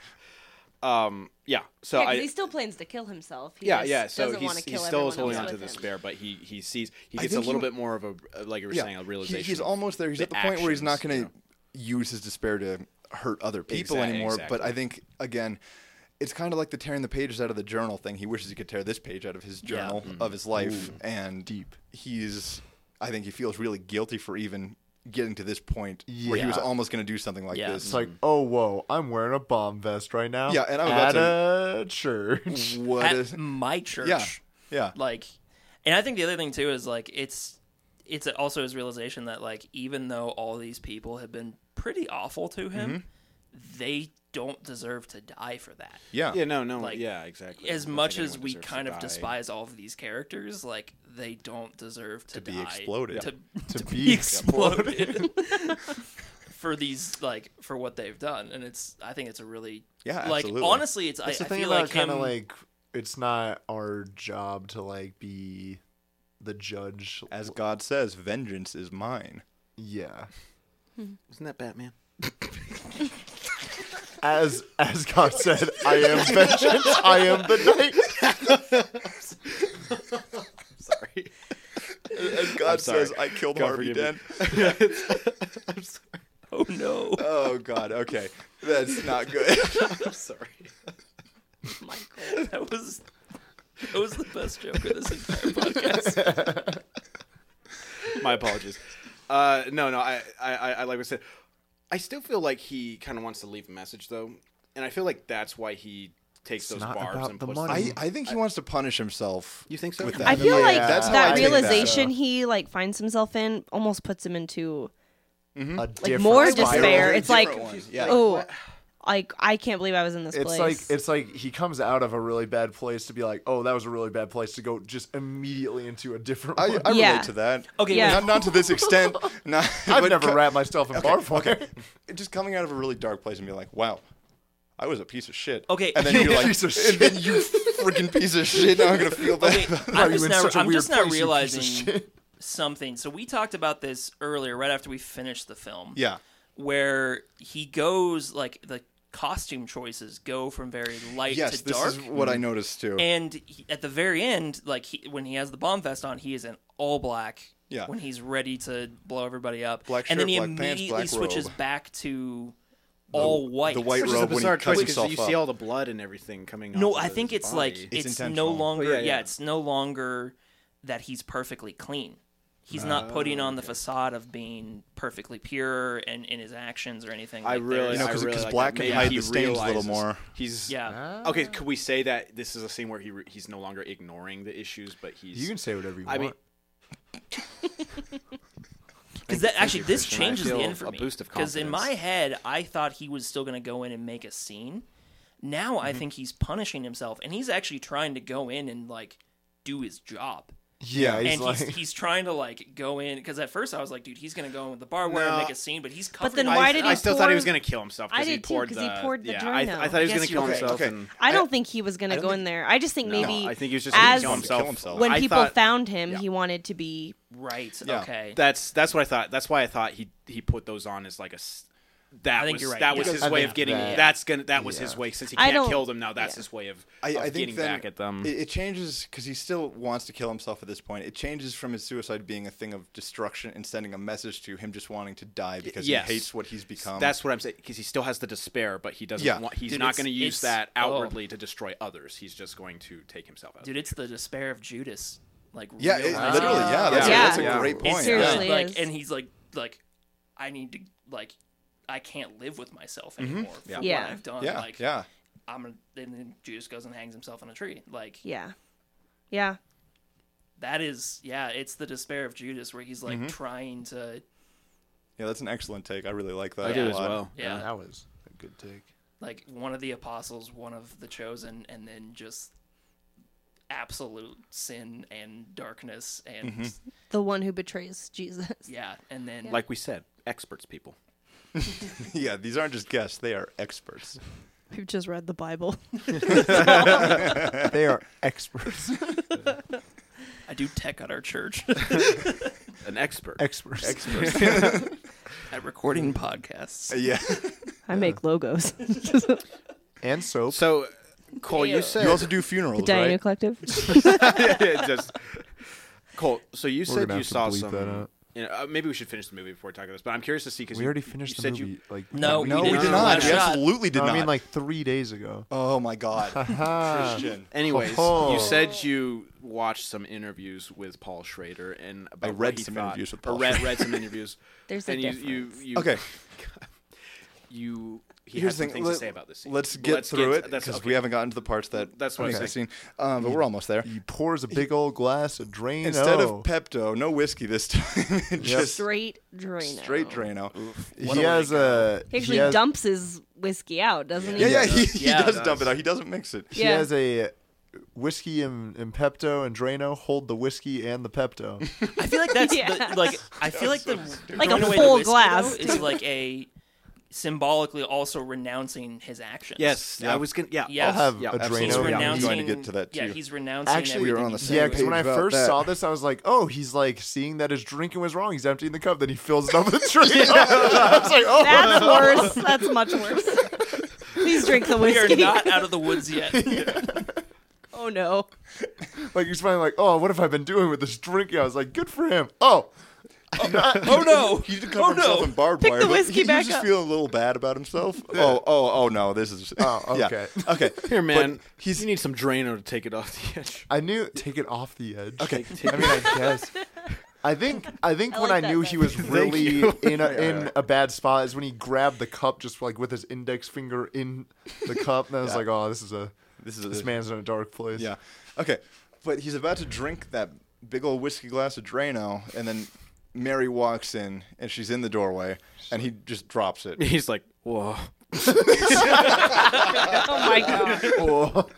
Um, yeah. So
Yeah, 'cause
I.
he still plans to kill himself. He
yeah,
just
yeah. So
doesn't want
he's,
to
he
kill
still is
everyone
holding on
else
to the
with him.
despair, but he he sees he gets a
think
little
he-
bit more of a like you were saying a
He-
realization.
he's
of
almost there. He's
the
at the point where he's not
actions,
going to
you know?
use his despair to hurt other people
Exact-
anymore. But
exactly.
I think again, it's kind of like the tearing the pages out of the journal thing. He wishes he could tear this page out of his journal
Mm-hmm.
of his life, and deep. He's, I think, he feels really guilty for even getting to this point where he was
Yeah.
almost going to do something like
Yeah.
this.
It's like, oh whoa, I'm wearing a bomb vest right now.
Yeah, and I'm
at
about
a church.
what?
At
Is,
my church.
yeah, yeah.
like and i think the other thing too is like it's it's also his realization that like even though all these people have been pretty awful to him they don't deserve to die for that
Yeah.
Yeah, no, no,
Like,
yeah, exactly. I
as
don't
much
think
as
anyone
we
deserves to
kind of
die.
despise all of these characters like they don't deserve to,
be
die,
exploded.
to, to,
be
be exploded for these like for what they've done and it's i think it's a really
Yeah,
like
absolutely.
honestly it's
That's the
I, I
thing
feel
about
like
kind
him
of like it's not our job to like be the judge.
As God says, vengeance is mine.
Yeah.
Isn't that Batman?
As as God said, I am vengeance. I am the knight.
Sorry.
As God
sorry.
says, I killed
God
Harvey
forgive
Dent.
me.
oh no
Oh God. Okay, that's not good.
I'm sorry.
Michael. That was that was the best joke of this entire podcast.
My apologies. Uh, no, no, I, I, I, I- like I said, I still feel like he kind of wants to leave a message though, and I feel like that's why he takes those
not
barbs
about
and
the
puts
money.
I, I think he wants to punish himself.
You think so?
With that.
I feel like
that's how I
that
take that.
realization he like finds himself in almost puts him into
A
like
different
more
spiral.
despair. It's like,
Different one, yeah.
oh, like I can't believe I was in this
It's
place.
like it's like he comes out of a really bad place to be like, oh, that was a really bad place to go just immediately into a different.
I,
one.
I
Yeah.
relate to that.
Okay,
Yeah.
Not, not to this extent. Not,
I've
but
never
co-
wrapped myself in bar fire.
Just coming out of a really dark place and being like, wow, I was a piece of shit.
Okay.
And then you're like,
Piece of
and then you freaking piece of shit. Now I'm going to feel bad.
Okay,
about it.
I'm
you
just
in
now,
such a
I'm
weird
just now
place, you piece of
realizing something. So we talked about this earlier, right after we finished the film.
Yeah.
where he goes like the costume choices go from very light
Yes,
to
this
dark.
is what I noticed too.
and he, at the very end, like he, when he has the bomb vest on, he is in all black.
Yeah.
When he's ready to blow everybody up,
Black
and then
shirt,
he
black pants,
immediately
black
switches
robe.
back to all white.
the white
Which is a
robe when he
bizarre
cuts
choice because
himself
you
up.
see all the blood and everything coming.
No,
off of
I think
his
it's
body.
like it's, no
intentional.
longer.
yeah,
yeah,
yeah.
it's no longer that he's perfectly clean. He's not
Oh,
putting on the facade of being perfectly pure and in his actions or anything.
I
like
really,
there's-
You know,
I
'cause-
really
'cause
like
black
that.
can
Maybe
hide
he
the stains a little
realizes
more.
He's
Yeah.
Okay, could we say that this is a scene where he re- he's no longer ignoring the issues, but he's
You can say whatever you
I
want.
mean,
Because that actually this
Christian. I
changes the
feel
end for
a
me.
boost of
Because in
confidence.
my head, I thought he was still going to go in and make a scene.
Mm-hmm.
Now I think he's punishing himself, and he's actually trying to go in and like do his job.
Yeah, he's
and
like,
he's, he's trying to like go in because at first I was like, dude, he's gonna go in with the bar wire and
No.
make a scene, but he's covered.
then
in-
why
I,
did he
I still thought he was
pour-
going to kill himself. 'cause
I
he
did too,
poured
'cause
the,
he poured the
yeah, I, th-
Drano.
I thought he was
Yes,
going to kill
you're right.
himself.
Okay.
And,
I don't think he was going to go in there. I just think
no,
maybe
I think he was just going to
as
kill himself.
Kill himself.
when
I
people
thought-
found him,
Yeah.
he wanted to be.
right?
Yeah.
Okay.
That's that's what I thought. That's why I thought he he put those on as like a. s- That
I think
was
you're right,
that
yeah.
was his
I
way
think
of getting.
that-
that's gonna. That was his
yeah.
way since he
I
can't
don't-
kill them now. That's
yeah.
his way of,
I,
of
I
getting
think then
back at them.
It, it changes because he still wants to kill himself at this point. It changes from his suicide being a thing of destruction and sending a message to him just wanting to die because
yes.
he hates what he's become.
That's what I'm saying because he still has the despair, but he doesn't
Yeah.
want. He's
Dude,
not
it's-
going to use
it's-
that
oh.
outwardly to destroy others. He's just going to take himself out.
Dude, it's the despair of Judas. Like
yeah, it,
realizing-
literally, yeah. That's,
Yeah.
A, that's a
Yeah.
great
It
point.
It's
yeah.
seriously-
like,
is.
and he's like, like, I need to like, I can't live with myself anymore for
Yeah.
what I've done.
Mm-hmm. Yeah,
like,
yeah.
I'm gonna. And then Judas goes and hangs himself on a tree. Like
Yeah. Yeah.
that is, yeah, it's the despair of Judas where he's like
Mm-hmm.
trying to,
Yeah, that's an excellent take. I really like that.
I do
a
as
lot.
well.
yeah,
that was a good take.
like one of the apostles, one of the chosen, and then just absolute sin and darkness and
Mm-hmm.
The one who betrays Jesus.
yeah, and then
Like we said, experts, people.
yeah, these aren't just guests; they are experts.
Who just read the Bible.
They are experts.
I do tech at our church
An expert.
experts.
experts.
at recording podcasts.
Uh, yeah.
I make logos.
and soap.
So, Cole, you
Ew.
said
You also do funerals,
Diana
right?
Collective.
Yeah, just Cole. So you said
gonna
you
have to
saw
bleep
some.
that out.
You know, uh, maybe we should finish the movie before we talk about this. But I'm curious to see because
we already finished
you
the
said
movie.
You,
like
No,
like-
No,
We
we
did
did
not.
not. We
Shot.
absolutely did
no,
not.
I mean like three days ago.
oh my god,
Ah,
Christian.
anyways,
Oh.
you said you watched some interviews with Paul Schrader and about
I
what
read
he
some
thought-
interviews with
or
Paul
read,
Schrader.
read some interviews.
There's a
and you, you,
difference.
you
Okay.
You he has
Here's
some
the thing,
things
let-
to say about this. Scene.
Let's
Well,
get
to-
through it
That's
because
okay.
we haven't gotten to the parts that
That's what
I
I'm
think I've seen. Um, but we're almost there.
he pours a big old glass of Oh. Drano.
Instead of Pepto, no whiskey this time. just
Straight Drano.
straight Drano.
he has a
He actually
he has,
dumps his whiskey out, doesn't
Yeah,
he?
yeah, he, he
Yeah,
does
it
dump
does.
it out. He doesn't mix it.
he
Yeah.
has a whiskey and, and Pepto and Drano hold the whiskey and the Pepto.
I feel like that's
Yeah.
the, like I feel like the
Like a
throwing away
full
whiskey,
glass,
though, is
too.
like a symbolically also renouncing his actions.
Yes, I was gonna. Yeah,
Yes.
I'll have
Yeah,
a
Drano,
he's
Drano.
yeah, I'm
renouncing.
going to get to that,
Yeah,
too.
he's renouncing.
Actually,
we were
everything
on the
he
same
Yeah,
did.
because when I
about
first
that.
saw this, I was like, "Oh, he's like seeing that his drinking was wrong. He's emptying the cup." Then he fills it up with Drano. I was like, "Oh,
That's worse. That's much worse. Please drink the
we are
whiskey.
not out of the woods yet.
oh no.
like he's finally like, oh, what have I been doing with this drinking? I was like, good for him. Oh,
oh no!
He did
Oh,
cover himself
no.
in barbed
Pick
wire.
the
but
whiskey
he,
back
he was just
up.
feeling a little bad about himself. Oh, oh, oh no, this is.
Oh,
yeah.
okay.
Okay.
Oh, Here, man.
he's-
you need some Drano to take it off the edge.
I knew. Take it off the edge.
Okay.
I mean, I guess. I think I think
I
when
like
I
that
knew he was really in a, in a bad spot is when he grabbed the cup just like with his index finger in the cup, and I was like, oh, this is a
This is a-
this man's in a dark place.
Yeah. Okay. But he's about to drink that big old whiskey glass of Drano, and then Mary walks in, and she's in the doorway, and he just drops it.
He's like, whoa.
Oh my god.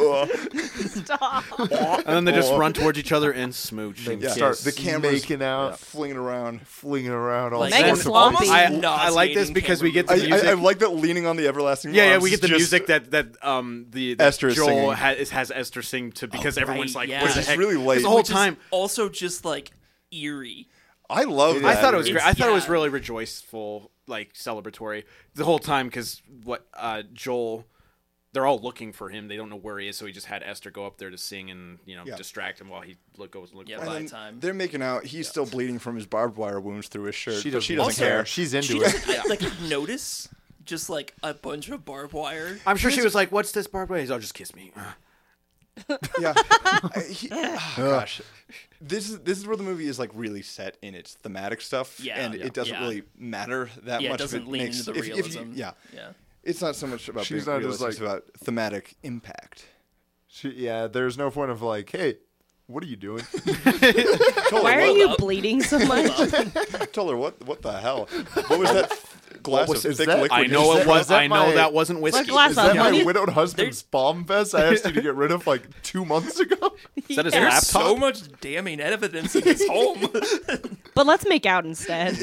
Or
Stop.
And then they just run towards each other and smooch. and
Yeah.
start
kiss.
the
camera's-
making out,
Fling it around.
flinging around all.
Like,
Megan
sorts
that's
of
Sloan-
almost
I,
nauseating
I like this because we get the
I,
music.
I, I like that leaning on the everlasting.
yeah, yeah,
arms
we get
is
the
just-
music that that um the that
Esther is
Joel
singing.
ha- is- has Esther sing to because everyone's
Oh, right,
like,
yeah.
where
Which
the
is
heck?
really
'Cause
late.
The whole
Which is
time,
also just like eerie.
I love.
I
that.
thought it was
It's-
great. I thought it was
yeah.
really rejoiceful, like celebratory the whole time because what uh Joel. They're all looking for him. They don't know where he is, so he just had Esther go up there to sing and you know
Yeah.
distract him while he look, goes and looks.
Yeah,
for
by
him.
the
And
time.
They're making out. He's still bleeding from his barbed wire wounds through his shirt.
She
but
doesn't,
she doesn't care.
care. She's into
She
it.
doesn't like notice just like a bunch of barbed wire.
I'm sure she was like, "What's this barbed wire?" He's all, "Just kiss me."
yeah. I- he- ah, gosh. This is this is where the movie is like really set in its thematic stuff,
Yeah,
and
yeah.
it doesn't
Yeah.
really matter that
Yeah, it
much. if
doesn't lean
makes-
into the
if- if you-
realism.
yeah,
Yeah.
it's not so much about
She's
being
not just
realistic,
like-
it's about thematic impact.
She, yeah, there's no point of like, hey, what are you doing?
Told her,
Why are
what,
you bleeding so much?
told her what? What the hell? What was that? that glass
was-
of
is
thick
that-
liquid?
I
is
know
that-
it was.
is that
I know
my-
that wasn't whiskey.
glass
Is that
Yeah.
my widowed husband's bomb vest I asked you to get rid of like two months ago?
Is that his
There's
laptop?
so much damning evidence in this home.
But let's make out instead.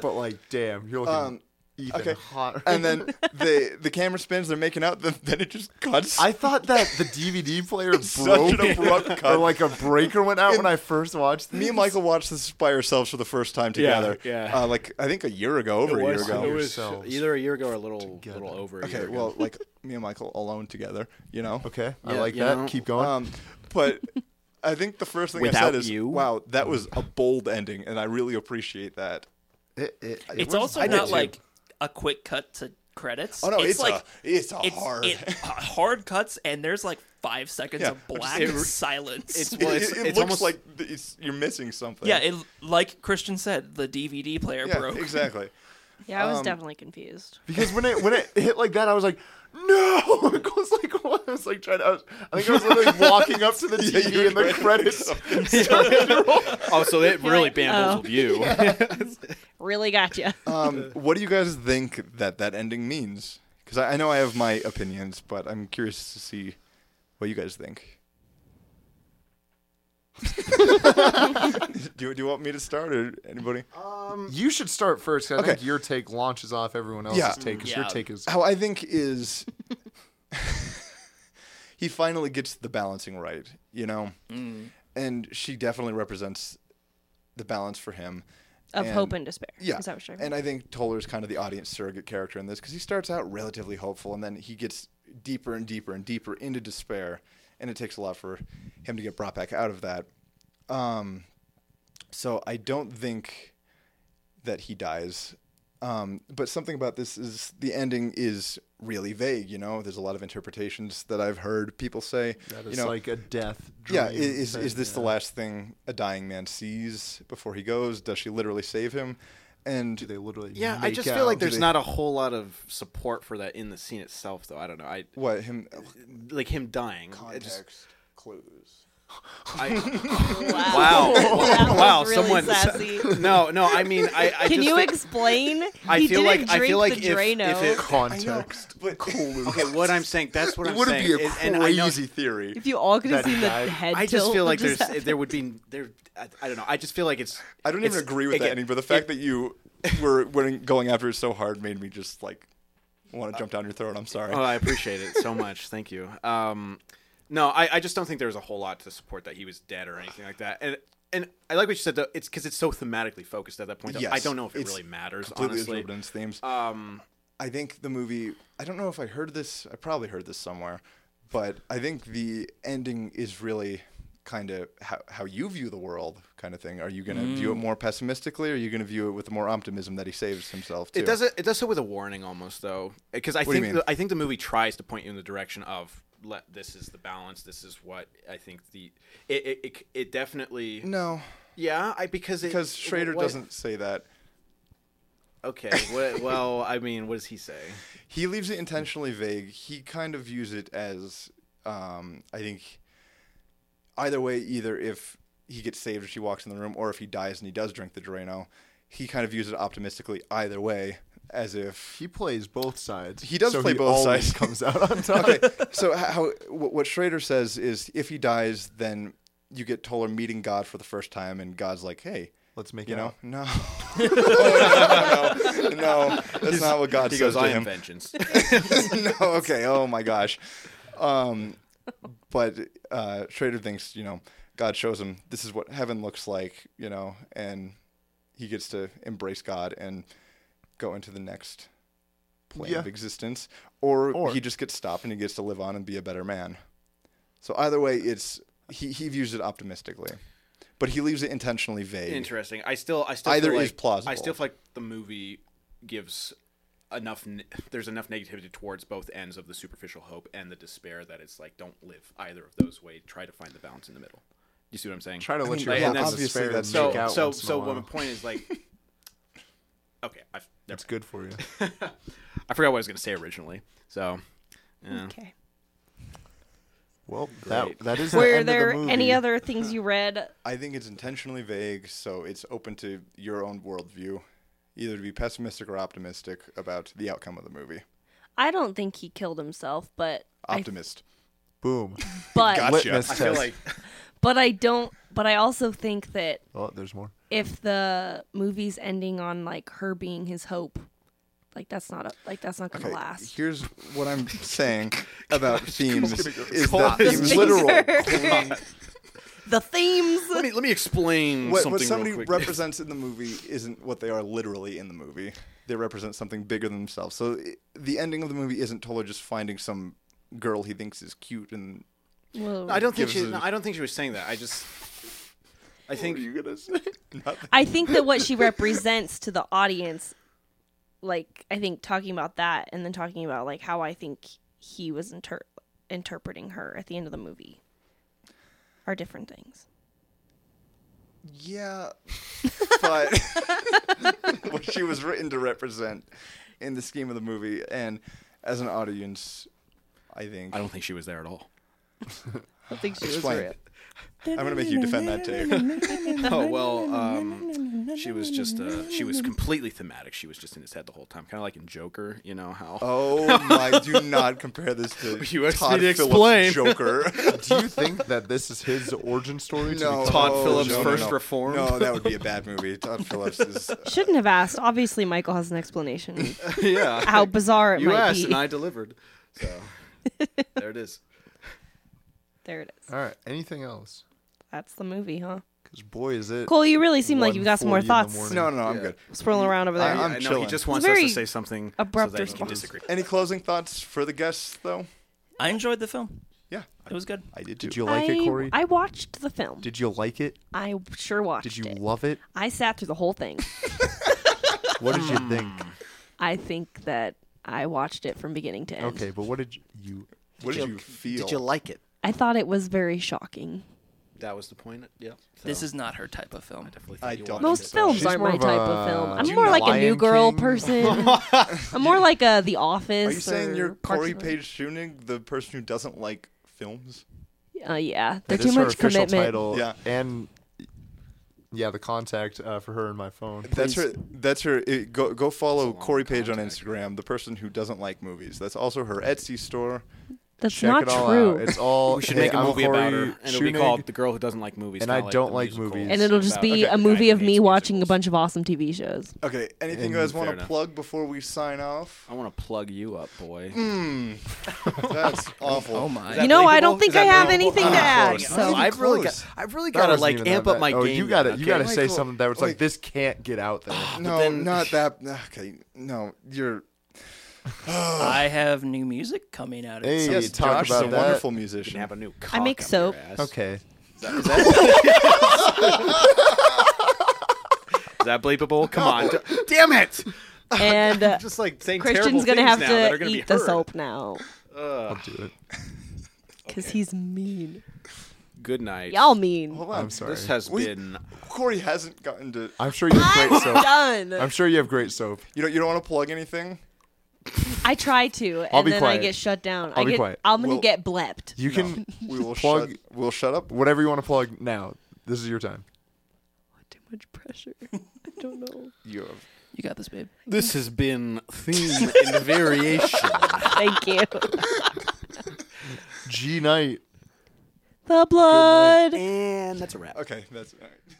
But like, damn, you're looking
Um,
Ethan
okay.
hot. right
and then the the camera spins. They're making out. Then, then it just cuts.
I thought that the DVD player
Such an
broke
abrupt
or
cut.
like a breaker went out when I first watched
Me
these.
and Michael watched this by ourselves for the first time
Yeah,
together.
yeah.
Uh, like I think a year ago, over
It
a year
was-
ago.
it was
Yourselves
either a year ago or a little, little over. A
okay,
year ago.
well, like me and Michael alone together. You know.
Okay, I
Yeah,
like
you
that.
know,
Keep going.
Um, but I think the first thing I
Without
said is,
you?
"Wow, that was a bold ending," and I really appreciate that.
It- it- it
It's
was-
also not like a quick cut to credits.
Oh no, it's,
like
a it's a
it's-
hard.
it- h- hard cuts, and there's like five seconds
Yeah,
of black
it-
silence.
it's-
It-
well,
it, it
it's
looks
almost-
like th- it's, you're missing something.
yeah, it, like Christian said, the DVD player
yeah,
broke.
exactly.
Yeah, I
Um,
was definitely confused.
because when it when it hit like that, I was like, no. It was like what? I was like trying. To, I, was, I think I was literally walking up to the
Yeah,
TV
you
and the
were-
credits.
oh, so it really
like, oh.
bamboozled you.
Really got you.
uh,
Um, what do you guys think that that ending means? Because I, I know I have my opinions, but I'm curious to see what you guys think. do, you, do you want me to start or anybody?
You should start first. 'cause I
Okay.
think your take launches off everyone else's
Yeah. Uh,
take. Because
Yeah.
your take is
How I think is he finally gets the balancing right, you know? And she definitely represents the balance for him.
Of
And-
hope and despair.
Yeah.
Is that what you're talking
and I think Toller's kind of the audience surrogate character in this because he starts out relatively hopeful and then he gets deeper and deeper and deeper into despair. And it takes a lot for him to get brought back out of that. Um, so I don't think that he dies. Um, but something about this is the ending is really vague. You know, there's a lot of interpretations that I've heard people say.
that
you
is
know,
like a death. Dream
yeah, i- is
thing,
is this the
yeah.
last thing a dying man sees before he goes? Does she literally save him? And
Do they literally?
Yeah, I
make
just
out?
feel like
Do
there's
they-
not a whole lot of support for that in the scene itself, though. I don't know. I
what him?
like him dying. It just-
clues.
I- wow,
about. That
wow!
was really
someone,
sassy.
no, no. I mean, I, I
Can
just
you
think-
explain?
I
he
feel like
didn't
I
drink
feel like
the
if,
Drano.
if it,
context.
But
okay, what I'm saying, that's what
it
I'm
would
saying.
be a
is-
crazy
and I know-
theory.
If you all could have
That
seen the
guy-
head
I just
tilt
feel
that
like there's
just happened.
there would be there. I, I don't know. I just feel like it's.
I don't even
it's-
agree with that
again,
ending, but the fact that you were were going after it so hard made me just like want to
Uh,
jump down your throat. I'm sorry.
Oh, I appreciate it so much. Thank you. Um, no, I, I just don't think there was a whole lot to support that he was dead or anything like that. And and I like what you said though. It's because it's so thematically focused at that point. though. I
Yes,
don't know if it
it's
really matters.
completely
Honestly,
absorbed in its themes.
um,
I think the movie. I don't know if I heard this. I probably heard this somewhere, but I think the ending is really kind of how, how you view the world, kind of thing. Are you going to view it
Mm.
more pessimistically, or are you going to view it with more optimism that he saves himself? Too?
it does it. It does so with a warning almost though, because I
What do you
think
mean?
the, I think the movie tries to point you in the direction of let this is the balance. This is what I think the it it, it, it definitely
No,
yeah. I because it,
because Schrader
what-
doesn't say that.
Okay. What, well, I mean, what does he say?
He leaves it intentionally vague. He kind of views it as, um, I think, either way, either if he gets saved or she walks in the room, or if he dies and he does drink the Drano, he kind of views it optimistically either way, as if.
He plays both sides.
He does
so
play both
always
sides.
Comes out on top.
Okay, so how wh- what Schrader says is, if he dies, then you get Toller meeting God for the first time, and God's like, "Hey,
Let's make
you
it
know,
out.
no, no, no, no, no, that's not what God
He goes,
says to
"I am
him."
vengeance."
no, okay. Oh my gosh. Um, but uh, Schrader thinks, you know, God shows him this is what heaven looks like, you know, and he gets to embrace God and go into the next plane
Yeah.
of existence, or,
Or-
he just gets stopped and he gets to live on and be a better man. So either way, it's he, he views it optimistically, but he leaves it intentionally vague.
Interesting. I still, I still
Either
feel
is
like-
plausible.
I still feel like the movie gives enough. Ne- there's enough negativity towards both ends of the superficial hope and the despair that it's like, don't live either of those way. Try to find the balance in the middle. You see what I'm saying?
Try to
I
let
mean,
your
yeah,
hope
that's-
obviously
obviously that's
make
so,
check
out
so,
once in a
so. What my
while.
point is like. okay, I've never
That's good for you.
I forgot what I was going to say originally. So, yeah.
okay.
Well, that
Great.
that is. the
Were
end
there
of the movie.
any other things you read?
I think it's intentionally vague, so it's open to your own worldview. either to be pessimistic or optimistic about the outcome of the movie.
I don't think he killed himself, but I,
Optimist.
Boom.
but
Gotcha.
Litmus
I feel
test.
like
but I don't. But I also think that
oh, there's more.
if the movie's ending on like her being his hope, like that's not a, like that's not gonna
Okay,
last.
here's what I'm saying about themes is
Cold
that themes
finger.
literal.
The themes.
let me let me explain
What,
something
what
real
somebody
quick.
represents in the movie isn't what they are literally in the movie. They represent something bigger than themselves. So i the ending of the movie isn't totally just finding some girl he thinks is cute and
Whoa.
I don't think
gives
she.
a-
no, I don't think she was saying that. I just. I think
I think that what she represents to the audience, like I think talking about that and then talking about like how I think he was inter- interpreting her at the end of the movie are different things.
yeah, but what she was written to represent in the scheme of the movie and as an audience, I think
I don't think she was there at all.
I think she was
Explain.
real.
I'm gonna make you defend that take.
Oh well, um, she was just uh, she was completely thematic. She was just in his head the whole time, kind of like in Joker. You know how?
Oh my! Do not compare this to
You asked me
Todd
to
Phillips
explain.
Joker.
Do you think that this is his origin story? To
no,
become-
Todd
no,
Phillips'
no, no,
first
no.
reform?
No, that would be a bad movie. Todd Phillips is.
Shouldn't have asked. Obviously, Michael has an explanation.
yeah.
how bizarre it
you
might
asked
be.
and I delivered. So there it is.
There it is.
All right. Anything else?
That's the movie, huh?
Because boy, is it.
Cole, you really seem like you've got some more
1:40 in the
thoughts
morning.
No, no, no. I'm good.
swirling around over there.
I- I'm
I know he
chilling.
just wants
It's
us to
very
say something
abrupt
so that he can
response.
disagree.
Any closing thoughts for the guests, though?
I enjoyed the film.
Yeah,
It was good.
I did too.
Did you like it,
I-
Corey?
I watched the film.
Did you like it?
I sure watched
Did you
it.
love it?
I sat through the whole thing.
What did
Hmm.
you think?
I think that I watched it from beginning to end.
Okay, but what did you?
What did you feel?
Did you like it?
I thought it was very shocking.
That was the point. Yeah. So
This is not her type of film.
definitely
I
think you
don't
watched
Most
it.
films
She's
aren't
more
my
of
type
a-
of film.
Do
I'm
you
more
know
like a
Lion
New Girl
King?
person. I'm more like a The Office.
Are you saying
or
you're
Parks
Corey
and Rec.
Page Schunig, the person who doesn't like films?
Uh, yeah, they're
That
too
is her
much
official
commitment.
Title
Yeah.
and yeah, the contact uh, for her in my phone.
That's her. That's her. It, go go follow
It's a long
Corey Page on
contact.
Instagram. The person who doesn't like movies. That's also her Etsy store.
That's
Check
not
it all
true.
out. It's all.
We should
hey,
make a
I'm
movie
Corey
about her, and it'll be
Schoenig.
called "The Girl Who Doesn't Like Movies."
And
kinda
I don't
the
like
musical.
movies.
and it'll just
About-
be
okay,
a
guy
movie
who
of me
hates
watching a
musicals.
bunch of awesome TV shows.
Okay. Anything
And-
you guys want
Fair
to
enough.
plug before we sign off? Hmm,
I want to plug you up, boy.
That's awful.
Oh my.
that
You know,
believable?
I don't think
Is that
I have
believable?
anything to add. So
I've really got,
close.
I've really
That
got to
wasn't
like
even that
amp up
bad.
my
oh,
game.
you gotta,
then,
you
okay?
gotta say
Michael,
something that was like,
like-
this can't get out there.
No,
then-
not that. Okay, no, you're.
I have new music coming out.
Hey,
It's-
Yes, Josh
talk
is
about
a
that.
wonderful
You
musician.
can have a new. Cock
I make
up
soap.
your ass.
okay,
Is that, is that- Is that bleepable? Come on, d- damn it!
and uh,
Just like saying terrible
Christian's gonna
things
have
now that
to
are gonna
eat
be
the
heard.
soap now
Ugh.
I'll do it.
because he's mean.
Good night.
Y'all mean.
Hold on.
I'm sorry.
This has
We-
been.
Corey hasn't gotten to.
I'm sure you have great soap.
Done.
I'm sure you have great soap.
You don't. You don't want to plug anything.
I try to, and
I'll be
then I
quiet.
get shut down.
I'll
I
be
get,
quiet.
I'm gonna
Well-
get blepped.
You can
We will
Plug-
shut. We'll shut up.
whatever you want to plug now. This is your time.
Too much pressure. I don't know.
You have.
You got this, babe.
This has been theme and variation.
Thank you.
G night.
The blood.
and that's a wrap.
Okay, that's all right.